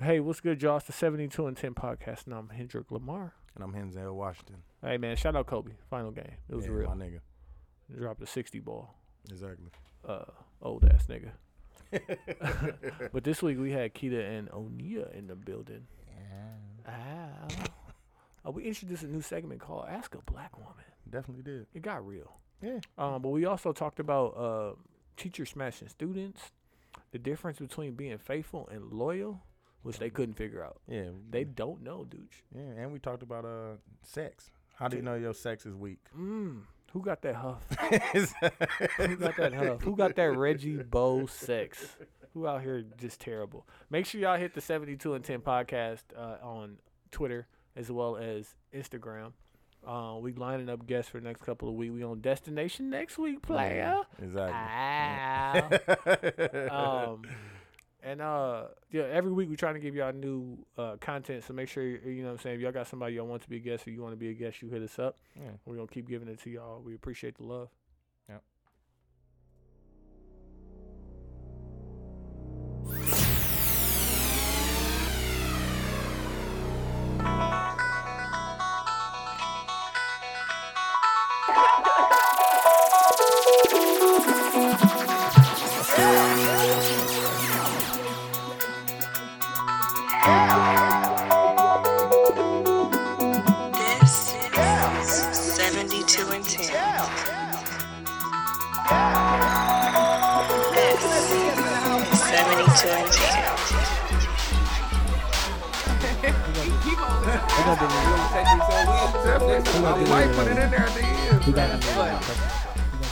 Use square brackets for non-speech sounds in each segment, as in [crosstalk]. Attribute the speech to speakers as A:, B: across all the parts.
A: Hey, what's good, y'all? It's the 72 and 10 podcast, and I'm Hendrick Lamar.
B: And I'm Henzel Washington.
A: Hey, man, shout out Kobe. Final game. It was
B: Yeah,
A: real.
B: My nigga.
A: Dropped a 60 ball.
B: Exactly.
A: Uh, old ass
B: [laughs]
A: nigga. but this week we had Keita and Onia in the building. Ow.
B: Ah.
A: Uh, we introduced a new segment called Ask a Black Woman.
B: Definitely did.
A: It got real.
B: Yeah.
A: Um, but we also talked about uh, teachers smashing students, the difference between being faithful and loyal, which they couldn't figure out.
B: Yeah.
A: They don't know, dude.
B: Yeah, and we talked about uh sex. How do you know your sex is
A: [laughs]
B: weak?
A: Mm, who got that huff? Who got that huff? Who got that Reggie Bo sex? Who out here just terrible? Make sure y'all hit the 72 and 10 podcast uh, on Twitter as well as Instagram. Uh, we lining up guests for the next couple of weeks. We on destination next week, player.
B: Exactly.
A: Ow. [laughs] um, and uh, yeah, every week we trying to give y'all new uh, content. So make sure you you know what I'm saying. If y'all got somebody y'all want to be a guest or you want to be a guest, you hit us up.
B: Yeah.
A: We're gonna keep giving it to y'all. We appreciate the love.
B: Yep.
C: This is 72 and 10. This is 72 and 10.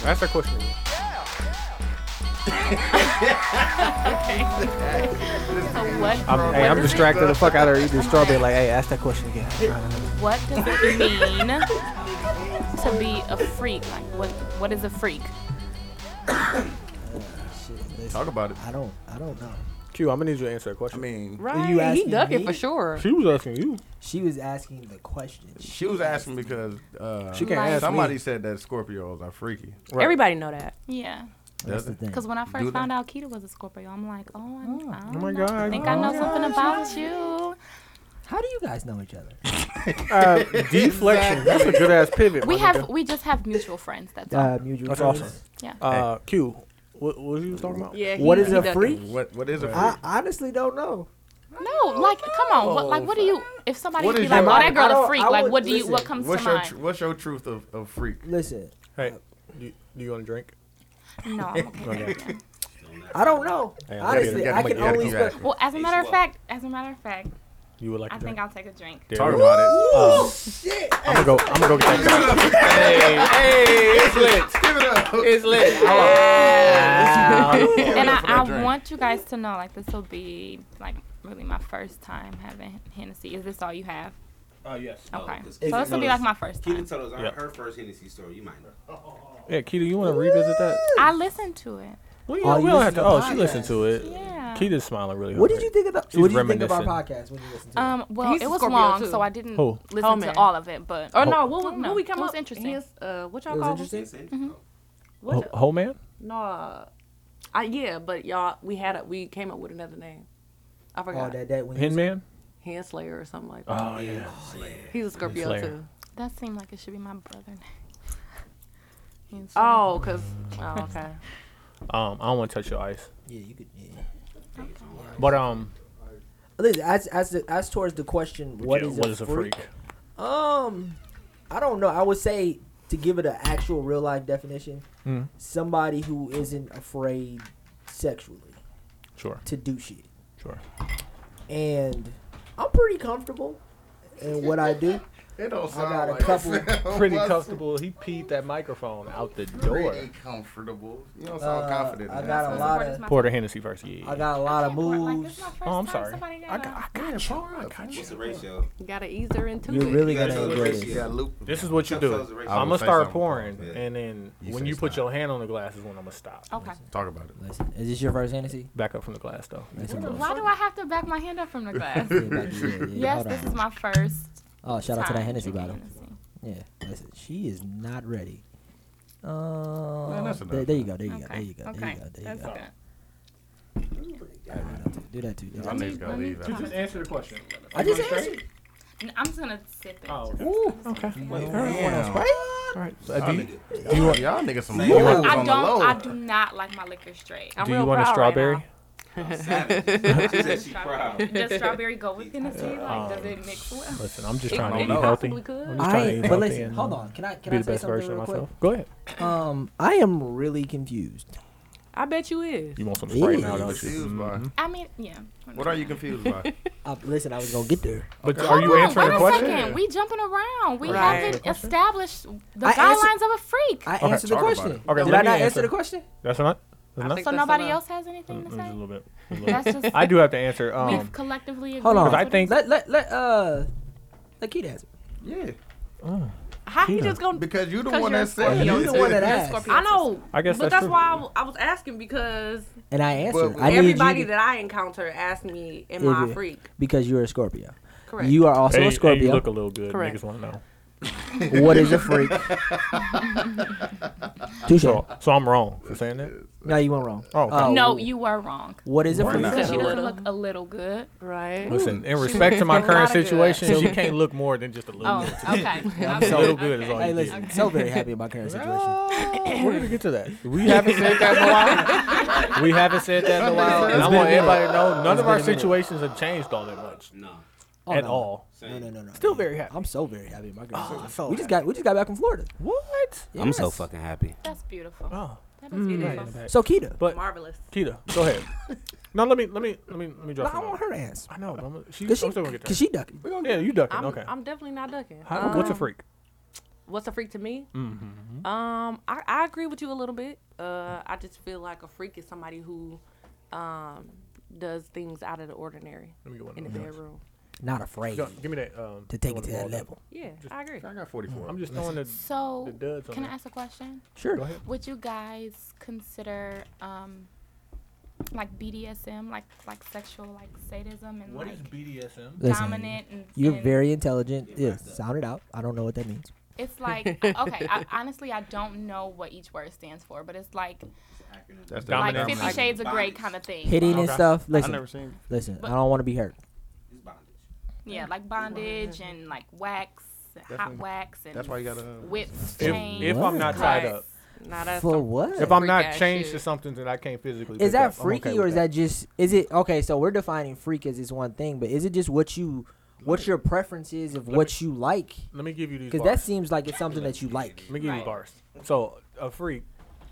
B: That's a question.
D: What,
E: I'm, hey, I'm distracted the fuck out of her eating strawberry. Like, hey, ask that question again.
D: what does it mean to be a freak? Like, what what is a freak?
B: Talk about it.
E: I don't, I don't know.
A: Q, I'm gonna need you to answer that
B: I
A: question.
B: mean,
E: Right, you asking
D: he duck it
E: me?
D: for sure.
A: She was asking you.
E: She was asking the question.
B: she was asking because uh,
E: She can't ask
B: somebody
E: me.
B: said that Scorpios are freaky.
F: Everybody know that.
D: Yeah.
B: Does
E: That's the
B: it?
E: thing.
D: Because when I first
B: Do
D: found out Keita was a Scorpio, I'm like, oh, I'm, I
A: my
D: know- I
A: God.
D: think I
A: Oh
D: know
A: my
D: something about you.
E: How do you guys know each other?
A: Uh, deflection. That's a good ass pivot.
D: We
A: my
D: have
A: nigga.
D: we just have mutual friends. That's all.
E: Uh, mutual
A: That's
E: friends.
A: awesome.
D: Yeah.
A: Uh, Q, what, what you was talking about?
F: Yeah.
E: What is a freak?
B: What What is a freak?
E: I honestly don't know.
D: No, like, come on. What, like, what do you? If somebody
B: What
D: be
B: is
D: like,
B: your-
D: oh, that
E: I
D: girl
E: don't-
D: a freak.
E: I
D: Like,
E: would-
D: what do you?
E: listen,
D: What comes
B: what's
D: to
B: your
D: mind?
B: tr- What's your truth of, of freak?
E: Listen,
A: Hey, do, do you want a drink?
D: no, I'm okay. with that.
E: I don't know.
B: gotta-
E: honestly,
B: gotta
E: I
B: make-
E: can
B: gotta
E: only
B: keep
E: spe-
B: asking.
D: Well, as a matter of fact, as a matter of fact,
A: You would like
D: I
A: a drink?
D: think I'll take a drink.
B: Talk about it.
E: Oh shit!
A: I'm gonna go. I'm gonna go get that.
B: hey, it's lit. Give it up.
A: It's [laughs] lit.
D: and
B: up
D: I,
B: for that
D: I
B: drink.
D: want you guys to know, like, this will be like really my first time having Hennessy. Is this all you have?
G: Oh yes.
D: Okay.
H: Is
D: so
H: it-
D: this will be like my first
G: Kitty
D: time.
G: told us
A: Yep.
G: uh, her first Hennessy story. You might know.
A: Yeah, Keita, you want to revisit that?
D: I listened to it.
A: We,
E: Oh,
A: we
E: you
A: don't have to.
E: listen to
A: Oh, she
E: podcasts.
A: listened to it.
D: Yeah.
A: Keita's smiling really hard.
E: What did you think of the?
A: She's
E: What did you think of our
A: reminiscing.
E: podcast when you listened to it?
D: Um, well,
F: He's
D: it was
F: Scorpio,
D: long,
F: too.
D: so I didn't
A: Who?
D: listen
F: Oh,
D: to
F: man.
D: all of it. But
F: Or no, what,
D: I
F: what,
D: don't know.
F: we come
D: It was
F: up?
D: interesting.
F: his, uh, what y'all
E: It was
F: call
E: interesting.
F: him?
G: Yes, and- oh.
F: What?
A: Ho- Whole man?
F: no, uh, I yeah, but y'all, we had a, we came up with another name. I
E: Oh,
F: forgot.
E: that that when you was-
A: Henman?
F: Hand Slayer or something like that.
A: Oh yeah.
F: He's a Scorpio
A: Slayer.
F: too.
D: that seemed like it should be my brother. He's-
F: Oh, cause oh, okay.
A: Um, I don't want to touch your ice,
E: Yeah, you could. Yeah.
A: but um,
E: Listen, as as the, as towards the question, what
A: yeah,
E: is
A: what is a freak?
E: Um, I don't know. I would say to give it an actual real life definition,
A: Mm.
E: somebody who isn't afraid sexually
A: Sure,
E: to do shit.
A: sure.
E: And I'm pretty comfortable in what
B: [laughs]
E: I do.
B: It don't
E: I
B: [laughs] sound
E: got a
B: like
E: couple.
A: Pretty comfortable. He peed that microphone out the door.
B: Pretty comfortable. You don't sound
E: Uh,
B: confident.
E: I
B: in
E: got a
B: that.
E: lot
D: Support is
E: of.
D: my-
A: Porter Hennessy first. Yeah.
E: I got a lot of moves.
A: Oh, I'm sorry.
D: I got.
B: Yeah, pour up.
G: What's the ratio?
F: You gotta ease her into
E: You're
F: it.
E: really
G: You gotta
E: gonna
G: tell
E: enjoy
G: the
E: this.
G: ratio. You gotta loop.
A: This is what you
G: Tell us
A: do.
G: the ratio.
B: I
A: I'm gonna
B: would say
A: start
B: something.
A: pouring,
G: Yeah.
A: and then
B: You
A: when
B: say
A: you put
B: stop.
A: your hand on the glass is when I'm gonna stop.
D: Okay.
B: Talk about it.
E: Listen, is this your first fantasy?
A: Back up from the glass though.
E: Listen, bro.
D: Why do I have to back my hand up
A: [laughs]
D: from the glass?
E: Yeah, back- yeah, yeah, yeah,
D: yes,
E: hold
D: this
E: on.
D: is my first.
E: Oh, shout out to that
D: time
E: Hennessy
D: drinking
E: bottle.
D: Hennessy.
E: Yeah, listen, she is not ready. Uh,
B: that's
E: there,
B: enough.
E: there you go. There you go.
D: Okay.
E: There you go. There
D: okay.
E: you go. There you
D: That's
E: go.
D: good.
E: All right, I'll take- Do that too. Do
B: Y'all
E: that too.
B: niggas gotta leave.
A: You just answer the question.
E: I just Uh-huh. answered.
D: N- I'm just gonna sit there.
A: Oh,
D: just-
A: ooh,
D: I'm just gonna sit there.
A: All right. Uh,
B: Y'all,
A: do you,
B: niggas, y'all, y'all niggas some lords
D: I
B: on
D: don't.
B: the low.
D: I do not like my liquor straight.
F: I'm
A: do you
F: real
A: want a
F: proud right
A: strawberry?
F: now.
G: Savage. She [laughs] said she
D: Strawberry.
G: proud.
D: Does strawberry go
E: [laughs]
D: with Tennessee? Like, does it mix
E: Oh.
D: well?
A: Listen, I'm just
D: It
A: trying to
D: could.
A: eat healthy.
D: Possibly
A: I'm
D: could.
A: just trying to
E: I
A: eat
E: but
A: healthy
E: listen,
A: and
E: hold on. Can I can
A: be
E: I
A: the
E: say
A: best
E: something
A: version
E: real
A: of
E: quick?
A: myself. Go ahead.
E: Um, I am really confused.
F: I bet you is.
A: You want some
E: Sprite
A: Sprite
E: Ew.
A: now,
E: now,
A: don't you?
B: Confused by.
D: I mean, yeah.
B: What are you confused by?
E: I, Uh, listen, I was gonna get there.
A: But
B: Okay.
A: are you
D: Hold on,
A: answering
D: wait
A: the
D: a
A: question?
D: second. We jumping around. We
F: Right.
D: haven't
A: Question?
D: established the
E: I
D: guidelines
E: answered-
D: of a freak.
E: I
B: Okay,
E: answered the
B: talk about
E: question.
B: it.
A: Okay,
E: Did
A: let me
E: I not
A: answer.
E: answer the question?
A: That's not. That's
F: I
A: not.
F: think
D: so
F: that's
D: nobody
F: enough.
D: else has anything to
A: Mm, just a
E: [laughs]
D: say.
A: little bit. a little bit.
D: That's just.
A: I do have to answer.
D: We've
A: Um,
D: collectively agreed.
E: Hold on.
A: I think-
E: Let let let uh, let Keith answer.
B: Yeah,
A: mm.
F: How he
A: Yeah.
F: just gonna?
B: because you the
F: Because
B: one
F: you're
B: that said.
F: Scorpio.
E: You the one that asked,
F: I know.
A: I guess
F: but
A: that's
F: that's,
A: true.
F: why I w- I, was asking because
E: and I answered.
B: But
E: I need
F: everybody
E: you to,
F: that I encounter asks me, "Am I
E: Okay.
F: a freak?"
E: because you're a Scorpio.
F: Correct.
E: You are also
A: Hey,
E: a
A: hey, you
E: Scorpio.
A: look a little good.
F: Correct.
A: Niggas want to know.
E: what is a freak? Touche.
A: So, so I'm wrong for saying that.
E: No, you went wrong. Uh,
A: Oh, okay.
D: No, you were wrong.
E: What is a
B: Why
E: freak?
B: not?
D: Because she
F: Little.
D: doesn't look a little good.
F: right.
A: Listen, in
F: She
A: respect to my
F: looks a
A: current
F: lot of good.
A: situation, you can't look more than just a little.
D: Oh,
A: bit.
E: [laughs]
D: okay.
A: [laughs]
E: I'm
D: Okay,
E: so-
A: Little good is all
E: Hey,
A: Oh, you
E: listen.
A: did.
E: So
A: [laughs]
E: very happy about current situation.
A: We're gonna get to that. We haven't said that in a while. We haven't said that in a while, and I want everybody to know none of our situations have changed all that much
G: No.
E: Oh,
A: at
E: no.
A: all.
E: No, no, no, no.
A: Still very happy. Oh,
E: I'm so very happy about current situation.
A: so
E: we just got we just got back from Florida.
A: What?
G: I'm so
E: Yes.
G: fucking happy.
D: That's beautiful.
A: Oh,
D: That
E: Mm.
D: is beautiful.
E: So Keita,
A: but
F: Marvelous.
A: Kita, go ahead. [laughs] no, let me let me let me let me
E: I
A: drop.
E: don't want
A: it.
E: her to answer.
A: I know, but I'm, she,
E: Cause she,
A: I'm still gonna get to
E: cause she ducking.
A: her. Yeah, you ducking.
F: I'm,
A: okay.
F: I'm definitely not ducking.
A: How- what's a
F: Um,
A: freak?
F: What's a freak to me?
A: Mm-hmm.
F: Um, I, I agree with you a little bit. Uh, I just feel like a freak is somebody who, um, does things out of the ordinary
A: Let me get one.
F: in the
A: of them.
F: bedroom.
E: Not afraid
A: Go- Give me that. Um,
E: to take
A: one
E: it to
A: of
E: that
A: them.
E: level.
F: Yeah, I agree.
B: I got 44.
A: I'm just throwing the.
D: So,
A: The duds on
D: can
A: it.
D: I ask a question?
A: Go
E: Sure.
A: ahead.
D: Would you guys consider um, like BDSM, like like sexual like sadism and like
A: BDSM?
E: Listen,
D: dominant? And,
E: You're
D: and
E: very intelligent. Yeah,
G: messed up.
E: sound it out. I don't know what that means. [laughs]
D: It's like okay. I, honestly, I don't know what each word stands for, but it's like
B: That's the
A: Dominant.
D: like Fifty
A: Like
D: Shades of Grey
G: bondage.
D: kind of thing.
E: Hitting and
A: Okay.
E: stuff.
A: I've
E: Listen,
A: never seen.
E: listen.
D: But-
E: I don't want to be hurt.
G: It's bondage.
D: Yeah, like bondage and like wax, hot
B: Definitely.
D: wax and
B: That's why you gotta.
D: whips,
A: If,
D: chains.
A: if I'm not tied
F: Right.
A: up,
F: Not us.
E: For what?
A: if I'm
F: Freak
A: not
F: ass
A: changed to
F: shit.
A: something that I can't physically.
E: Is
A: pick
E: that
A: up, I'm
E: freaky
A: okay
E: or
A: with
E: is that. just? Is it okay? So we're defining freak as this one thing, but is it just what you, what your preference is of
A: Let
E: what
A: me-
E: you like?
A: Let me give you these.
E: Because
A: Bars.
E: that seems like it's something that you like.
A: Let me give you
D: Right.
A: bars. So a freak,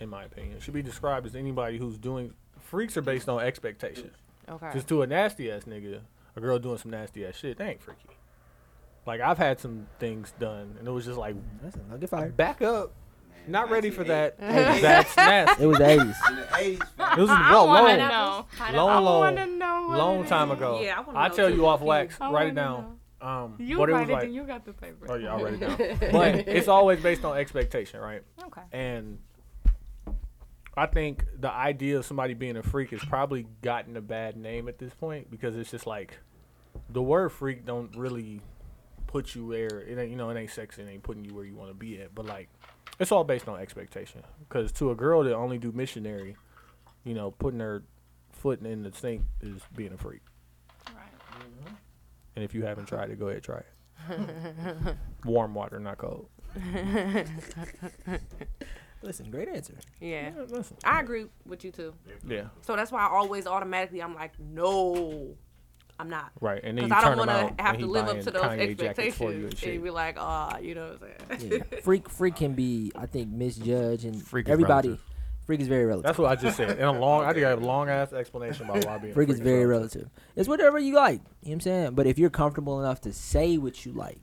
A: in my opinion, should be described as anybody who's doing. Freaks are based on expectations.
F: Okay.
A: Just to a nasty ass nigga, a girl doing some nasty ass shit, they ain't freaky. Like I've had some things done, and it was just like,
E: Listen, I'll get fired.
A: back up, not ready for that.
G: 1980s.
A: That's nasty.
E: [laughs] It was the 80s.
G: In the 80s, fam.
A: It was
D: I
A: well,
D: want to
A: long,
D: know. I
A: long,
D: want to
A: long,
D: know. what
A: long
D: it
A: time
D: is.
A: ago.
F: Yeah, I wanna
A: I
F: know
A: too. tell
F: too.
A: you off wax.
D: I
A: write it
D: wanna
A: down. Um,
D: You
A: but it
D: write
A: was
D: it,
A: like,
D: and you got the paper.
A: oh yeah, I write it
F: [laughs]
A: down. but it's always based on expectation, right?
D: Okay.
A: And I think the idea of somebody being a freak has probably gotten a bad name at this point because it's just like the word freak don't really put you where it ain't you know it ain't sexy it ain't putting you where you want to be at but like it's all based on expectation because to a girl that only do missionary you know putting her foot in the sink is being a freak
D: Right.
A: and if you haven't tried it go ahead try it warm water not cold
E: Listen, great answer.
F: yeah.
A: yeah, listen.
F: I agree with you too.
A: yeah
F: So that's why I always automatically I'm like, no, I'm not.
A: right and then
F: Because
A: you
F: I
A: turn
F: don't
A: him
F: want
A: out
F: to have
A: and
F: to
A: he
F: live up
A: buying
F: to those
A: Kanye jackets for you
F: expectations
A: and
F: and
A: shit.
F: be like, ah, you know what I'm [laughs] saying?
E: Yeah. Freak, freak can be, I think, misjudged and
B: Freak is
E: everybody.
B: relative.
E: Freak is very relative.
A: That's what I just said. And a long, I think I have a long ass explanation about why being
E: freak is very
A: relevant.
E: relative. It's whatever you like. You know what I'm saying? But if you're comfortable enough to say what you like,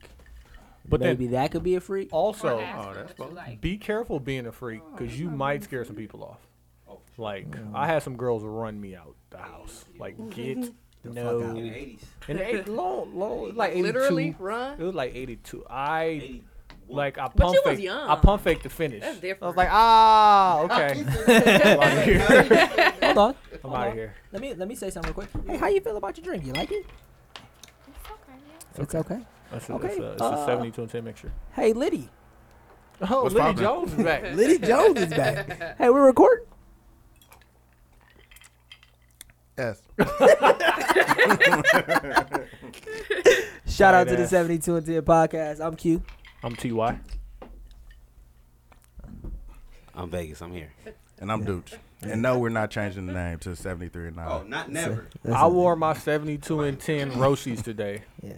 A: But then-
E: maybe that could be a freak.
A: Also,
B: oh, that's
D: what
B: cool.
D: you like.
A: be careful being a freak because you might scare some people off. Like I had some girls run me out the house. Like get
E: out.
G: In the
A: no.
G: 80s.
A: And
F: [laughs]
A: eight long, long, like 82.
F: Literally run.
A: It was like 82. I
G: 80.
A: like I
F: But
A: pump
F: you was
A: faked.
F: young.
A: I pump faked the finish.
F: That's
A: I was
F: different.
A: like ah
F: [laughs]
A: okay. I'm out of
E: [laughs]
A: here.
E: Hold on.
A: I'm out of here.
E: Let me let me say something real quick. Hey, how you feel about your drink? You like it?
D: It's okay. Yeah.
E: It's okay.
A: That's a,
E: Okay,
A: it's a, it's a
E: uh,
A: 72 and 10 mixture.
E: Hey, Liddy.
A: Oh,
B: What's
A: Liddy
B: poppin'?
A: Jones is [laughs] back.
E: Liddy Jones is [laughs] back. Hey, we're recording.
B: S.
E: Shout out to the
A: ass.
E: 72 and 10 podcast. I'm Q.
A: I'm Ty.
G: I'm Vegas. I'm here.
B: [laughs] And I'm Dooch. And no, we're not changing the name to 73 and 9.
I: Oh, not never.
A: I wore my 72 and 10 Roshis today,
E: Yeah.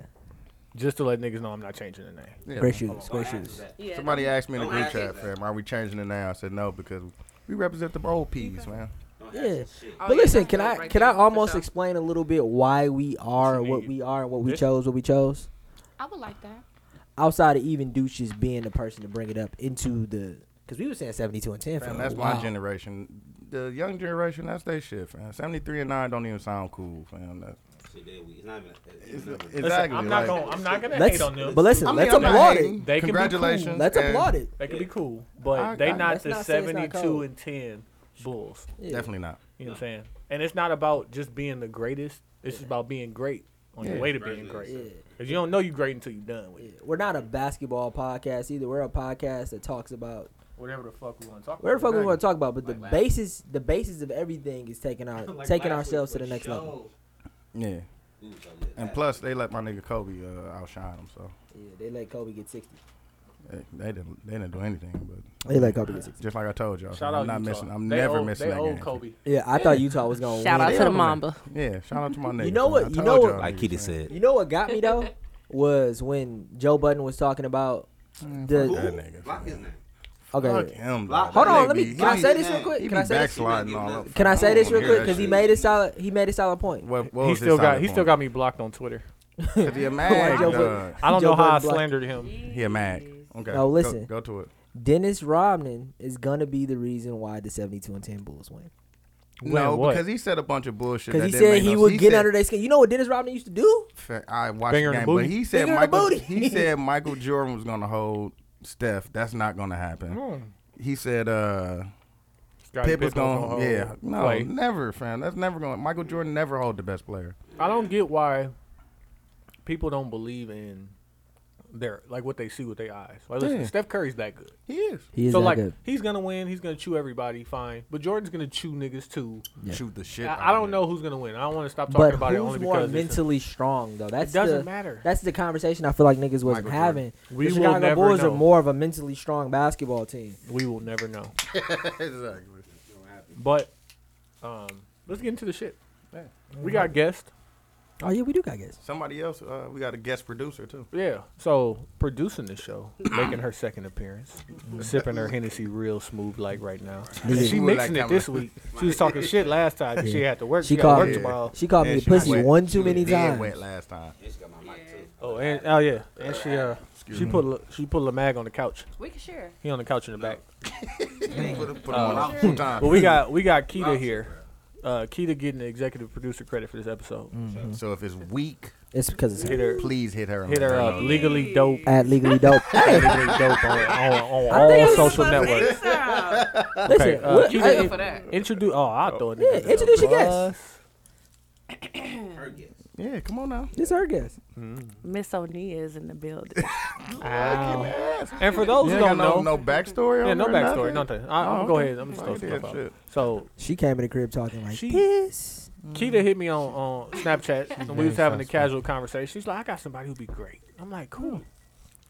A: just to let niggas know I'm not changing the name.
E: Great shoes. Great shoes.
J: Yeah.
B: Somebody asked me in the
I: Don't
B: group
I: ask
B: chat,
I: that.
B: fam, are we changing the name? I said no because we represent the old peas, man.
I: Don't ask
E: Yeah.
I: us shit.
J: Oh,
E: But
J: yeah,
E: listen,
J: that's
E: can
J: good
E: I
J: right
E: can
J: there,
E: I
J: for
E: almost
J: sure.
E: explain a little bit why we are what we are and what we
A: Yeah.
E: chose what we chose?
F: I would like
A: [laughs]
F: that.
E: Outside of even douches being the person to bring it up into the because we were saying 72 and 10 for
B: Fam,
E: a
B: that's my
E: while.
B: generation. The young generation, that's their shit, fam. 73 and 9 don't even sound cool, fam. That's,
I: Shit, they- It's not even. it's
B: it's,
I: not even-
B: exactly.
A: Listen, I'm not
B: like-
A: gonna I'm not gonna
E: Let's
A: hate on them.
E: but listen,
B: I mean,
E: let's
B: I'm not
E: applaud
B: hating.
E: it.
A: They can be cool.
B: Congratulations.
E: Let's
B: and
E: applaud it.
A: They can be cool, but
B: I-
A: they
B: I-
A: not
E: let's
A: the
E: not say it's not
A: 72
E: cold.
A: and 10 Bulls.
E: Yeah.
B: Definitely not.
A: You know what I'm saying? And it's not about just being the greatest. It's just about being great on your way to being great.
E: Yeah.
A: Cause you don't know you're great until you're done with it.
E: We're not a basketball podcast either. We're a podcast that talks about
A: Whatever the fuck we want to talk
E: whatever the fuck we
B: Exactly.
E: want to talk about, but the
I: Like last-
E: basis the basis of everything is taking
G: [laughs]
E: our
I: Like
E: taking
I: last
E: ourselves to
I: week
E: the
I: for
E: next
I: sure.
E: level.
B: Yeah.
I: Ooh, so yeah,
B: And
I: that-
B: plus, they let my nigga Kobe uh, outshine them, so
E: Yeah, they let Kobe get 60.
B: they, they didn't they didn't do anything. But
E: They let Kobe get 60.
B: just like I told y'all,
A: Shout
B: I'm
A: out
B: not
A: Utah.
B: missing. I'm
A: They
B: never
A: owe-
B: missing
A: They
B: that
A: owe
B: game.
A: Kobe.
E: Yeah, I thought Utah was going to
J: Shout out
B: They
J: to
B: owe
J: the
B: me.
J: Mamba.
B: Yeah, shout out to my nigga.
E: know what- you know what-
G: Like Kitty said.
E: You know what got me
A: [laughs]
E: though was when Joe Budden was talking about
I: Who?
E: the
B: That nigga,
I: Block his name.
B: Fuck
E: okay.
B: him.
I: Block
B: dog.
E: Hold on,
B: That
E: let
B: nigga
E: me.
B: be-
E: Can I
B: he
E: say
B: be-
E: this real quick?
B: He
E: Can
B: be
E: I say this?
B: backsliding all up.
E: Can I say this
B: don't
E: real
B: wanna
E: quick?
B: hear that
E: Because he
B: shit.
E: made a solid. He made a solid point.
B: What, what
A: He
B: was his
A: still got
B: solid
A: he still
B: point?
A: got me blocked on Twitter.
E: [laughs]
B: Cause he a mag.
E: Joe
B: dog.
A: I don't
E: Joe
A: know how I
E: Budden blocked-
A: slandered him.
B: He a mag. Okay.
E: No,
B: go-
E: listen.
B: Go, to it.
E: Dennis Rodman is gonna be the reason why the seventy-two and ten Bulls win.
B: no,
A: what?
B: because he said a bunch of bullshit.
E: Because
B: Because
E: he said he would get under their skin. You know what Dennis Rodman used to do?
B: Fa- I watched
A: Finger in the
B: the game,
A: booty.
B: but he said
E: Finger in the
B: Michael.
E: booty.
B: He
E: [laughs]
B: said Michael Jordan was gonna hold Steph. That's not gonna happen.
A: Mm.
B: He said uh,
A: Scottie
B: Pip Mm.
A: Pippen's
B: was gonna.
A: hold
B: yeah, no,
A: Clay.
B: never, fam. That's never gonna. Michael Jordan never hold the best player.
A: I don't get why people don't believe in their like what they see with their eyes. Like, listen,
B: Yeah.
A: Steph Curry's that good.
B: He is.
E: He is
A: so
E: that
A: like
E: good.
A: he's gonna win, he's gonna chew everybody, fine. But Jordan's gonna chew niggas too.
B: Shoot the shit.
A: I, I don't know who's gonna win. I don't want to stop talking
E: But
A: about it only
E: who's more
A: because it's a-
E: mentally strong though? That's
A: doesn't
E: the,
A: matter.
E: That's the conversation I feel like niggas wasn't
B: Michael Jordan.
E: having.
A: We
E: the
A: will
E: Chicago
A: never
E: Bulls
A: know.
E: are more of a mentally strong basketball team.
A: we will never know.
B: [laughs] exactly.
A: But um, let's get into the shit. We got guests.
E: Oh yeah, we do got guests.
B: Somebody else. Uh, we got a guest producer too.
A: Yeah. So producing the [clears throat] show, making her second appearance, sipping her Hennessy real smooth like Mm-hmm. right now. And
E: Yeah.
A: she
B: Smooth like
A: mixing it
B: that
A: this week. She was talking shit last time. 'cause She had to work.
E: She
A: She, got to
E: called-
A: work
E: Yeah.
A: tomorrow.
E: She called me
B: And
E: a
B: she was
E: pussy
B: wet.
E: one too
B: She
E: many
B: was dead
E: times.
B: Wet last time.
I: And she got my mic too.
A: Oh, and oh yeah, and she uh, she
B: me.
A: put a, she put a mag on the couch.
J: We can share.
A: He on the couch in the back.
B: put him- put him on [laughs] out full time.
A: But we got we got Keita here. Uh, Keita getting the executive producer credit for this episode.
E: Mm-hmm.
B: So if it's weak,
E: It's because it's
A: Hit her,
B: please hit her. and
A: hit
B: let
A: her up.
B: know.
A: Legally dope.
E: at legally dope. Hey,
A: Legally dope on, on, on
E: [laughs] I
A: all
E: think it was
A: social networks.
E: listen,
A: Okay, uh,
E: what-
A: Keita,
E: hey,
J: for that.
A: Introduce. Oh, I'll throw it.
E: yeah, introduce your guest.
I: Her guess.
B: Yeah, come on now.
E: This her guest.
J: Miss O'Neill is in the building.
A: [laughs] And for those who
B: You ain't got
A: don't
B: no,
A: know,
B: no backstory. on
A: yeah, no
B: her,
A: backstory,
B: nothing?
A: nothing. I, I'm
B: Oh,
A: go
B: okay.
A: ahead. I'm just
B: Oh,
A: throwing
B: you
A: stuff
B: did,
A: out.
B: shit.
A: So
E: She came in the crib talking like
A: She-
E: this.
A: Keita hit me on on
B: [laughs]
A: Snapchat, and we
B: very
A: was having a
B: sensitive.
A: casual conversation. She's like, "I got somebody who'd be great." I'm like, "Cool."
B: Hmm.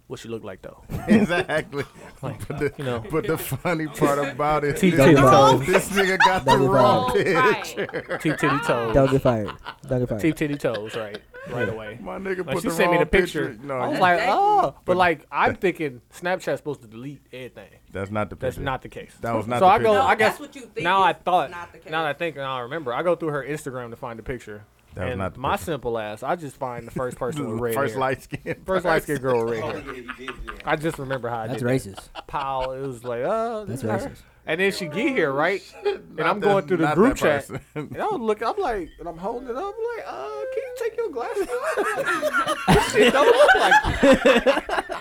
A: What she look like though?
B: [laughs] exactly.
A: [laughs] Like,
B: But the,
A: you know.
B: but the funny part about it,
A: T
B: is
A: titty toes,
B: [laughs] this nigga got the
E: Double
D: Oh,
B: wrong
E: vibe.
B: pick.
A: T
B: [laughs]
A: titty
E: Don't
A: toes,
E: get fired. Don't get
A: T [laughs]
E: fired.
A: titty toes, right, right
B: [laughs]
A: away.
B: My nigga
A: Like
B: put
A: she
B: the
A: sent me
B: wrong
A: the picture.
B: No,
A: I was
B: you-
A: like, "Oh," but like I'm thinking Snapchat's supposed to delete everything.
B: that's not the picture.
A: That's not the case.
B: That was not
A: So
B: the
A: I go.
B: picture.
A: I guess
J: what you think.
A: now I thought.
J: not the case.
A: Now that I think and I remember, I go through her Instagram to find the picture.
B: That was
A: and
B: not the
A: my
B: picture.
A: simple ass, I just find the first person
B: [laughs]
A: with red
B: [laughs] First
A: hair.
B: light skin.
A: First light skinned girl
J: [laughs]
A: with
I: Oh,
A: red
I: yeah,
A: hair.
I: you did. Yeah.
A: I just remember how I
E: That's
A: did that.
E: racist.
A: Pile. It was like, oh,
E: That's
A: this is her.
E: racist.
A: And then she get
J: Oh,
A: here, right? and
B: Not
A: I'm
B: that-
A: going through the
B: not
A: group
B: that
A: chat.
B: person. [laughs]
A: And I was looking, I'm like, and I'm holding it up. I'm like, uh, can you take your glasses off?
J: [laughs]
A: This shit don't look like you.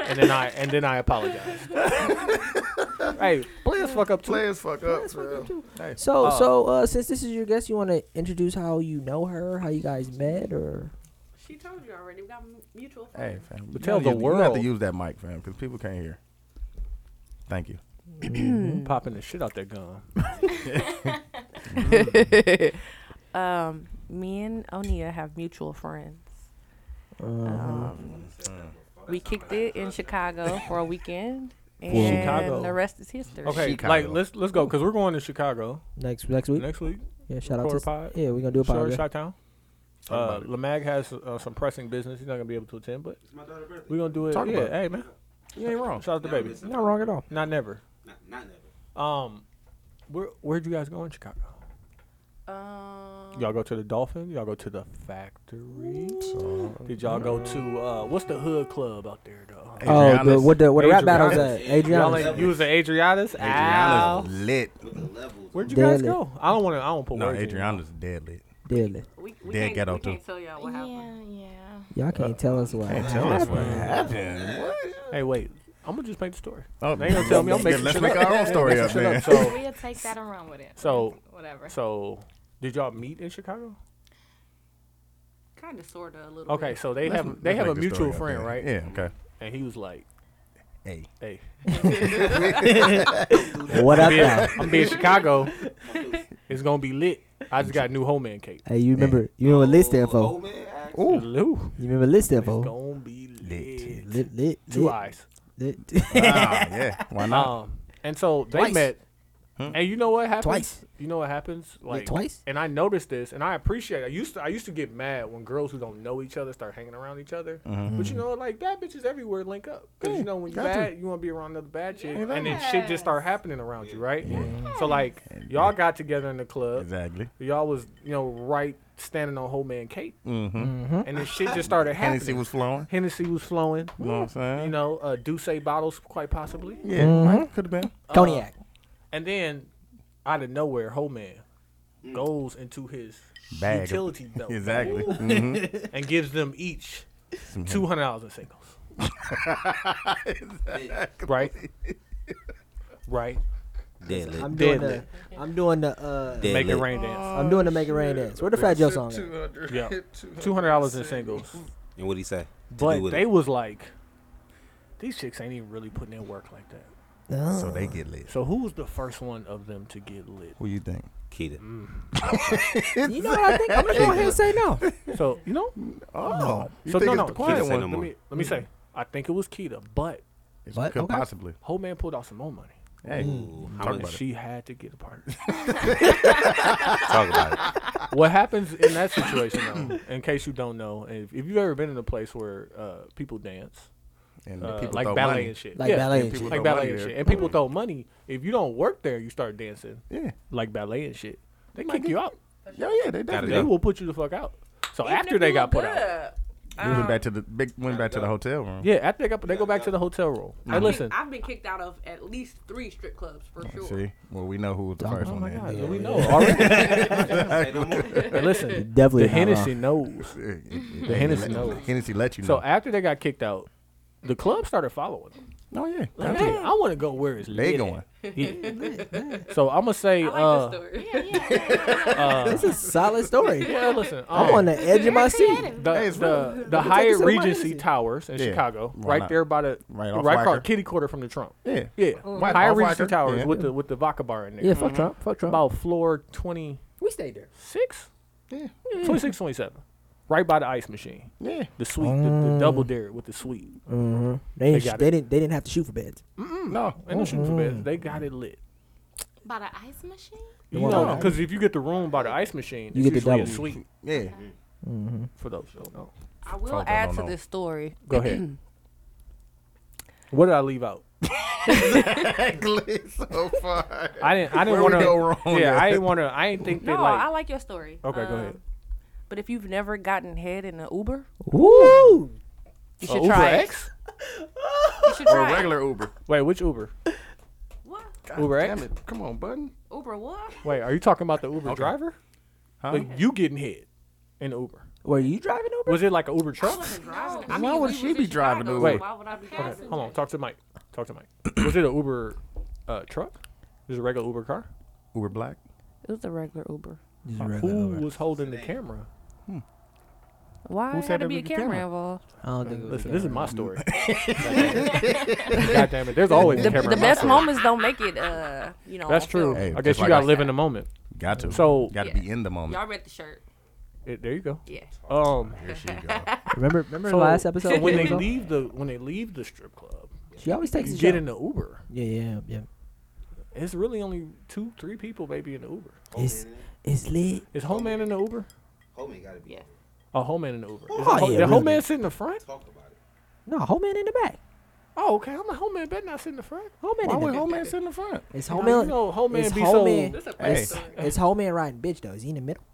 A: and then I and then I
J: [laughs]
A: apologized. hey, play us fuck up too.
B: Players fuck up, bro. Hey,
E: So, so uh, since this is your guest, you want to introduce how you know her, how you guys met, or
J: She told you already. We got m- mutual
B: hey, fam. you
A: tell the
B: gotta use- You have to
A: world.
B: use that mic, fam, because people can't hear. Thank you.
E: Hmm.
A: Popping the shit out that gun.
J: [laughs] um, me and Onia have mutual friends.
A: Mm-hmm.
J: Um, we kicked it in Chicago for a
A: [laughs]
J: weekend, and
A: Chicago.
J: the rest is history.
A: Okay, like
B: Chicago.
A: let's let's go because we're going to Chicago
E: Next next week.
A: next week.
E: yeah, shout out
A: Record
E: to
A: a pod.
E: Yeah, we're gonna do a
A: Short
E: podcast.
A: Shot Town. Uh, Lamag has uh, some pressing business. He's not gonna be able to attend, but
I: It's my daughter's birthday.
A: we're gonna do it.
B: Talk
A: yeah,
B: about it.
A: hey man,
B: You ain't wrong.
A: shout out to
I: Now
A: baby.
I: it's
E: Not wrong at all.
A: Not never.
I: Not, not never.
A: Um, where where'd you guys go in Chicago?
J: Um,
A: Y'all go to the Dolphin. Y'all go to the Factory. Did y'all go to uh, what's the hood club out there though?
E: Oh, the,
B: Adriana's-
E: what the what the rap battles at?
A: Adriana's. Y'all [laughs] ain't
E: Adriana.
A: using Adriana's. Ow.
B: Adriana's lit.
I: With the levels.
A: Where'd you guys
E: Deadly.
A: go? I don't want to. I don't put
B: No,
A: words in.
B: Adriana's dead lit.
E: Deadly.
J: we, we
B: Dead
J: can't,
B: ghetto,
J: we
B: too.
J: can't tell y'all what happened.
F: Yeah, yeah.
E: Y'all can't tell us why.
B: Can't tell us what happened. What?
A: Hey, wait. I'm gonna just make the story.
B: Oh,
A: They ain't gonna tell me. I'm
B: yeah,
A: making
B: Let's
A: shit
B: make
A: up.
B: our own story up,
A: Shut
B: man.
A: up. So,
D: [laughs]
F: We'll take that and run with it.
A: So-
F: whatever.
A: so did y'all meet in Chicago?
J: Kind of, sort of, a little.
A: Okay,
J: bit.
A: so they
B: Let's-
A: have they
B: let's
A: have a
B: make this
A: mutual
B: story
A: friend,
B: up,
A: right?
B: man. Yeah. Okay.
A: And he was like,
B: Hey. [laughs]
A: "Hey,
E: What up now?
A: I'm being Chicago.
B: [laughs]
A: It's gonna be lit. I just got new homeman cake.
E: Hey, you remember you remember lit stand
I: Oh,
E: for?
I: man. act-
A: Ooh,
E: You remember lit
A: it's
E: stand for?
A: gonna be lit.
B: Lit.
E: Lit lit
A: Two
E: lit
A: eyes. Uh,
E: lit.
B: Ah, yeah.
A: [laughs]
B: Why not?
A: Um, and so they
E: Twice.
A: met.
B: Hmm.
A: And you know what happens?
E: Twice.
A: You know what happens? Like
E: twice?
A: And I noticed this, and I appreciate. It. I used to. I used to get mad when girls who don't know each other start hanging around each other. But you know, what? like bad bitches everywhere link up because you know when you
B: Mm-hmm. got to.
A: bad, you want to be around another bad chick, and then shit just start happening around you, right? So like y'all got together in the club.
B: Exactly.
A: Y'all was you know right standing on whole man Kate,
B: Mm-hmm.
A: and then shit just started happening.
B: Hennessy was flowing.
A: Hennessy was flowing.
B: You know what I'm saying?
A: You know, uh, Douce bottles quite possibly.
B: yeah, could have been.
E: [laughs] Cognac.
A: uh, And then out of nowhere, whole man goes into his
B: Bag.
A: utility belt
B: Exactly. Mhm.
A: [laughs] and gives them each two hundred dollars in singles. right. Right.
G: Deadly.
E: I'm doing
A: Deadly.
E: the I'm doing the uh
G: Deadly.
A: Make it rain dance.
E: I'm doing the make it rain dance. Where the Fat Joe song? At?
A: Yeah. Two hundred dollars in singles.
G: And what he say? do
A: But
G: with
A: they
G: it.
A: was like, these chicks ain't even really putting in work like that.
B: So they get lit.
A: So who was the first one of them to get lit?
B: What do you think?
G: Keita.
I: Mm.
E: You know what I think? I'm gonna go ahead and say no.
A: So you know,
B: Oh, you
A: so no,
B: think it's
A: no,
B: the
A: Keita
B: quiet
G: Keita
B: one? Mm.
G: no
A: Let
G: more.
A: me let me say, I think it was Keita, but
B: It
E: What?
B: Could
E: Okay.
B: possibly.
A: whole man pulled out some more money.
B: Hey,
G: Ooh, how
B: Talk
G: much?
B: about it.
A: She had to get a
E: [laughs]
A: partner.
G: Talk about it.
A: what happens in that situation, though, in case you don't know, if, if you've ever been in a place where uh, people dance, [laughs]
B: and
A: uh,
B: people
A: like
B: throw
A: ballet
B: money.
A: and shit,
E: Like
A: yeah,
E: ballet
B: and
E: and shit.
B: people-
A: like
B: throw
A: ballet
B: money
A: and
B: there.
A: shit, and people throw money. If you don't work there, you start dancing
B: Yeah.
A: like ballet and shit. They kick you out.
B: Yeah, yeah, they definitely
A: They
G: go.
A: will put you the fuck out. So
J: Even
A: after
J: if
A: they
J: you
A: got put
J: look
A: out,
J: good,
B: We went back to the big. Went back to the hotel room.
A: yeah, after they got they go back to the hotel room. Hey,
J: I've been-
A: listen,
J: I've been kicked out of at least three strip clubs for sure.
B: See, well, we know who was the first
A: oh
B: one.
A: my
B: there.
A: god, we know
B: [laughs]
A: already.
I: Say
A: [laughs]
I: no more.
A: Hey, listen,
E: Definitely
A: the
E: not wrong.
A: Hennessy knows.
B: The
A: Hennessy
B: let,
A: knows.
B: Hennessy let you know.
A: So after they got kicked out, the club started following them.
B: oh yeah,
A: Like,
B: that's it.
A: hey, I want to go where it's lit
B: They going.
A: at. Yeah. so I'm gonna say,
J: I like
A: uh,
J: this story.
F: yeah, yeah, yeah, yeah.
A: uh,
E: This is solid
A: [laughs]
E: story.
A: yeah, listen,
E: I'm on
A: um,
E: the edge of my
A: [laughs]
E: seat.
F: Creative.
A: the
B: Hey, it's real.
A: the, the
E: take us
A: Hyatt
E: to the
A: Regency
E: Hyatt.
A: Towers in
B: Yeah,
A: Chicago,
B: why
A: right
B: not?
A: there by the
B: Right
A: right,
B: off
A: right car,
B: Wacker.
A: kitty quarter from the Trump.
B: Yeah,
A: Yeah,
J: Mm.
B: Right
A: Hyatt
B: off
A: Regency
B: Wacker.
A: Towers
B: Yeah.
A: with the with the vodka bar in there.
E: Yeah, fuck Trump. Fuck Trump.
A: About floor 26,
E: We stayed there.
A: 26, 27. right by the ice machine.
B: yeah.
A: The sweet, the, the double dare with the sweet.
E: They didn't,
A: got
E: they
A: it.
E: didn't. They didn't have to shoot for beds.
B: No,
A: Oh, And no shooting for beds. They got it lit.
F: By the ice machine?
A: You
E: one
A: know,
E: by the
A: because if you get the room by the ice machine,
E: You
A: it's
E: get the
A: usually a
E: double.
A: suite
B: yeah.
A: for those who don't know.
J: I will
B: Talk, I
J: add
B: don't
J: to
B: know.
J: this story.
A: Go
J: [clears throat]
A: ahead. what did I leave out?
B: Exactly. So far.
A: I didn't. I didn't
B: Where
A: want
B: we
A: to
B: go wrong
A: Yeah, I
B: at?
A: didn't want to. I didn't think
J: No,
A: that
J: I
A: like.
J: like your story.
A: Okay, go ahead.
J: Um, But if you've never gotten head in an Uber,
E: Woo!
J: you
A: Uh,
J: should
A: Uber
J: try it.
A: X?
J: You should try
B: Or
J: it.
B: regular Uber.
A: Wait, which Uber?
J: What?
A: Uber
B: Damn
A: X?
B: it! Come on, button.
J: Uber what?
A: Wait, are you talking about the Uber driver?
B: Huh?
A: Like you getting hit in the Uber?
E: Were you driving Uber?
A: Was it like an Uber truck?
J: Driving. I
B: Why
J: mean,
B: would
J: we
B: she
J: was
B: be
J: in
B: driving
J: Chicago,
A: Uber?
J: Why would I be
A: Okay,
J: driving?
A: hold on. Talk to Mike. Talk to Mike. [clears throat] Was it an Uber uh, truck? Just a regular Uber car? Uh,
B: Uber Black.
J: It was a regular Uber.
A: Who was holding the camera?
J: Why
B: Who
J: had
B: said
J: to
B: there
J: be a
B: was a
J: camera,
B: camera?
J: involved?
E: I don't think it was.
A: Listen, this is my [laughs] story. God damn it! There's always
J: The,
A: a camera.
J: the
A: in my
J: best
A: story.
J: moments don't make it. Uh, you know.
A: That's
J: on film.
A: true.
B: Hey,
A: I
B: just
A: guess you
B: like
A: gotta
B: I
A: live in the moment.
B: Got to.
A: So-
B: got to
J: Yeah.
B: be in the moment.
J: Y'all read the shirt.
A: It, there you go.
J: Yeah.
A: Um,
B: Here she
F: [laughs]
B: go.
E: Remember, remember
A: so,
E: last episode?
A: so
E: we
A: when they
E: was on?
A: leave the when they leave the strip club,
E: she always takes
A: you
E: a
A: get
E: shot.
A: in the Uber.
E: Yeah, yeah, yeah.
A: It's really only two, three people maybe in the Uber.
E: It's it's lit.
A: Is Homeman in the Uber? [laughs]
I: Homie gotta be
J: Yeah.
A: Oh, Homeman in the Uber. Is
E: Oh,
A: the Ho-
E: yeah,
A: did Homeman
E: really.
A: sit in the front?
I: talked about it.
E: No, home man in the back.
A: Oh, okay. I'm a Homeman better not sit in the front.
E: Home man
B: Why
E: in the
B: would
E: back.
B: Homeman sit in the front?
E: It's
A: Now,
E: home
A: you
E: man.
A: know, Homeman
E: it's
A: be
E: home
A: so.
E: man.
B: Hey,
E: It's home man riding bitch though. Is he in the middle?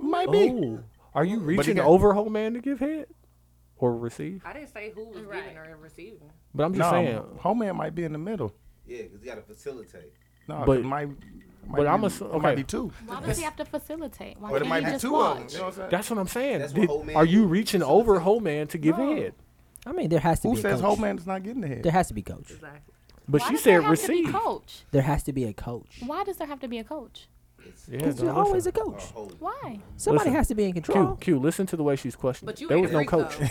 B: might be.
A: Oh, are you reaching
B: got-
A: over Homeman to give head or receive?
J: I didn't say who was
F: Right.
J: giving or receiving.
A: But I'm just
B: No,
A: saying.
B: Homeman might be in the middle.
I: Yeah, because he gotta facilitate.
B: No,
A: But-
B: it might. might
A: but
B: be-
A: I'ma s-
B: it might
A: okay.
B: be two.
F: Why does he have to facilitate? Why
B: But
F: can't
B: it might
F: he
B: be
F: just
B: two
F: watch?
B: of them. You know what I'm saying?
A: That's what I'm saying.
I: That's what
A: Did-
I: Homeman
A: are you
I: would
A: reaching over Homeman to give head?
E: I mean, there has to
B: Who
E: be. a
B: says
E: coach.
B: Homeman's not getting the
E: [laughs] There
B: head?
E: has to be coach.
J: Exactly.
A: But
F: Why
A: she
F: does there
A: said
F: have to be
A: receive.
F: coach?
E: There has to be a coach.
F: Why does there have to be a coach?
I: It's
A: Yeah,
E: There's
A: no,
E: always a
A: listen.
E: coach.
G: Oh,
I: holy.
F: Why?
E: Somebody
A: Listen.
E: has to be in
A: Q,
E: control.
A: Q, listen to the way she's questioning.
J: But you
A: there
J: ain't
A: was no
J: Greek,
A: coach.
B: [laughs]
J: though.